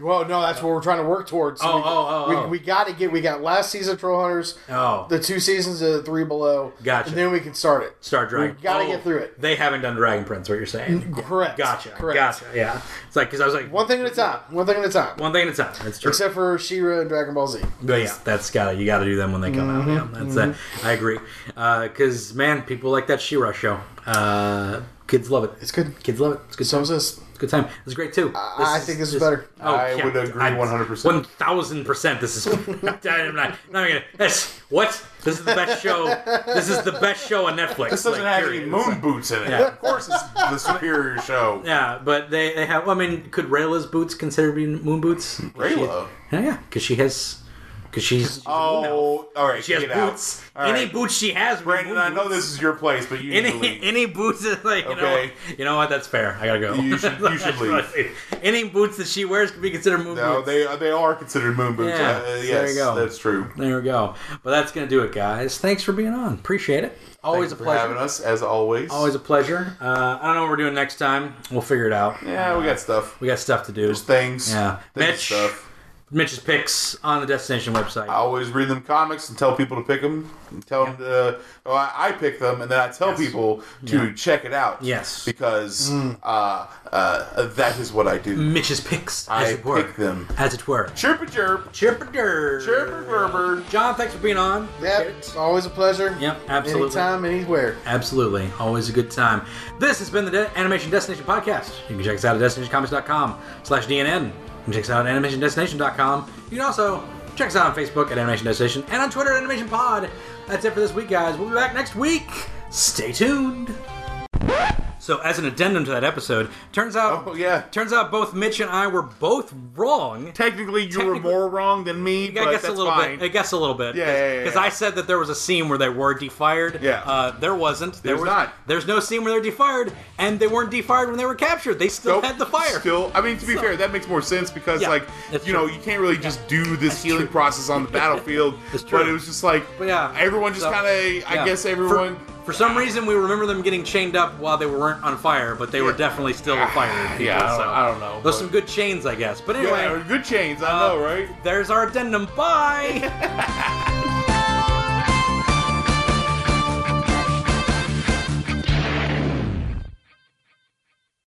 S4: Well, no, that's what we're trying to work towards. So
S2: Oh,
S4: we,
S2: oh, oh,
S4: we,
S2: oh.
S4: we got to get. We got last season of Troll Hunters.
S2: Oh,
S4: The two seasons of Three Below.
S2: Gotcha.
S4: And then we can start it.
S2: Star Dragon.
S4: We gotta
S2: Oh,
S4: get through it.
S2: They haven't done Dragon Prince. What you're saying?
S4: Correct.
S2: Gotcha.
S4: Correct.
S2: Gotcha. Yeah. It's like because I was like
S4: One thing at a time. One thing at a time.
S2: One thing at a time. That's true.
S4: Except for She-Ra and Dragon Ball Z.
S2: But yeah, that's gotta you gotta do them when they come
S3: Mm-hmm.
S2: out. Yeah, that's uh, I agree. Because man, people like that Shira show. Uh, kids love it.
S4: It's good.
S2: Kids love it. It's a good.
S4: So
S2: time.
S4: is this.
S2: It's a good time. It's great too. Oh,
S4: I think this is better.
S3: I would agree 100%.
S2: One thousand percent. This is. I'm not, I'm not gonna. This, what? This is the best show. This is the best show on Netflix.
S3: This doesn't
S2: like,
S3: have
S2: period.
S3: any moon boots in it.
S2: Yeah.
S3: Of course, it's the superior show.
S2: Yeah, but they, they have. Well, I mean, could Rayla's boots considered being moon boots?
S3: Raylo.
S2: Yeah, yeah, because she has. Because she's.
S3: Oh, all right.
S2: She has
S3: get out.
S2: boots.
S3: All
S2: Any
S3: right.
S2: boots she has, we
S3: Brandon,
S2: remove
S3: I know
S2: boots.
S3: this is your place, but you need to
S2: Any
S3: leave.
S2: any boots that like you
S3: Okay.
S2: know you know what that's fair. I gotta go.
S3: You should- you should leave.
S2: any boots that she wears could be considered moon
S3: No,
S2: boots.
S3: they they are considered moon boots.
S2: Yeah,
S3: Uh,
S2: there you
S3: yes,
S2: go.
S3: that's true.
S2: There we go. But that's gonna do it, guys. Thanks for being on. Appreciate it. Always
S3: Thank
S2: a
S3: you for
S2: pleasure.
S3: having us as always.
S2: Always a pleasure. Uh, I don't know what we're doing next time. We'll figure it out.
S3: yeah, we got stuff.
S2: We got stuff to do.
S3: There's things.
S2: Yeah.
S3: There's
S2: Mitch.
S3: stuff.
S2: Mitch's picks on the destination website.
S3: I always read them comics and tell people to pick them. And tell them to. Oh, I, I pick them, and then I tell people to check it out.
S2: Yes. Mm.
S3: because uh, uh, that is what I do.
S2: Mitch's picks, as
S3: I
S2: it were.
S3: pick them.
S2: As it were.
S3: Chirp a jerp.
S2: Chirper derp.
S3: Chirper gerber.
S2: John, thanks for being on.
S4: Yep.
S2: Appreciate it.
S4: Always a pleasure.
S2: Yep, absolutely.
S4: Anytime, anywhere.
S2: Absolutely. Always a good time. This has been the De- Animation Destination Podcast. You can check us out at destinationcomics.com slash DNN. You can check us out at animationdestination.com. You can also check us out on Facebook at Animation Destination and on Twitter at Animation Pod. That's it for this week, guys. We'll be back next week. Stay tuned. So, as an addendum to that episode, turns out
S3: Oh, yeah.
S2: turns out both Mitch and I were both wrong.
S3: Technically, you were
S2: Technically-
S3: more wrong than me, but
S2: I guess a
S3: that's
S2: little
S3: fine.
S2: bit. I guess a little bit.
S3: Yeah, yeah, yeah,
S2: Because
S3: yeah.
S2: I said that there was a scene where they were defired.
S3: Yeah.
S2: Uh, there wasn't. There
S3: There's
S2: was
S3: not.
S2: There's no scene where they're defired, and they weren't defired when they were captured. They still
S3: Nope,
S2: had the fire.
S3: Still, I mean, to be fair, that makes more sense because,
S2: Yeah,
S3: like,
S2: that's
S3: you
S2: true.
S3: know, you can't really just do this healing process on the battlefield.
S2: That's true.
S3: But it was just like,
S2: But yeah,
S3: everyone just
S2: so-
S3: kind of, I
S2: yeah.
S3: guess,
S2: For-
S3: everyone.
S2: For, some reason, we remember them getting chained up while they weren't on fire, but they were definitely still fired.
S3: Ah, Yeah, I don't-
S2: so.
S3: I don't know,
S2: Those
S3: but-
S2: some good chains, I guess. But anyway, uh,
S3: yeah, good chains, I know, right?
S2: there's our addendum. Bye.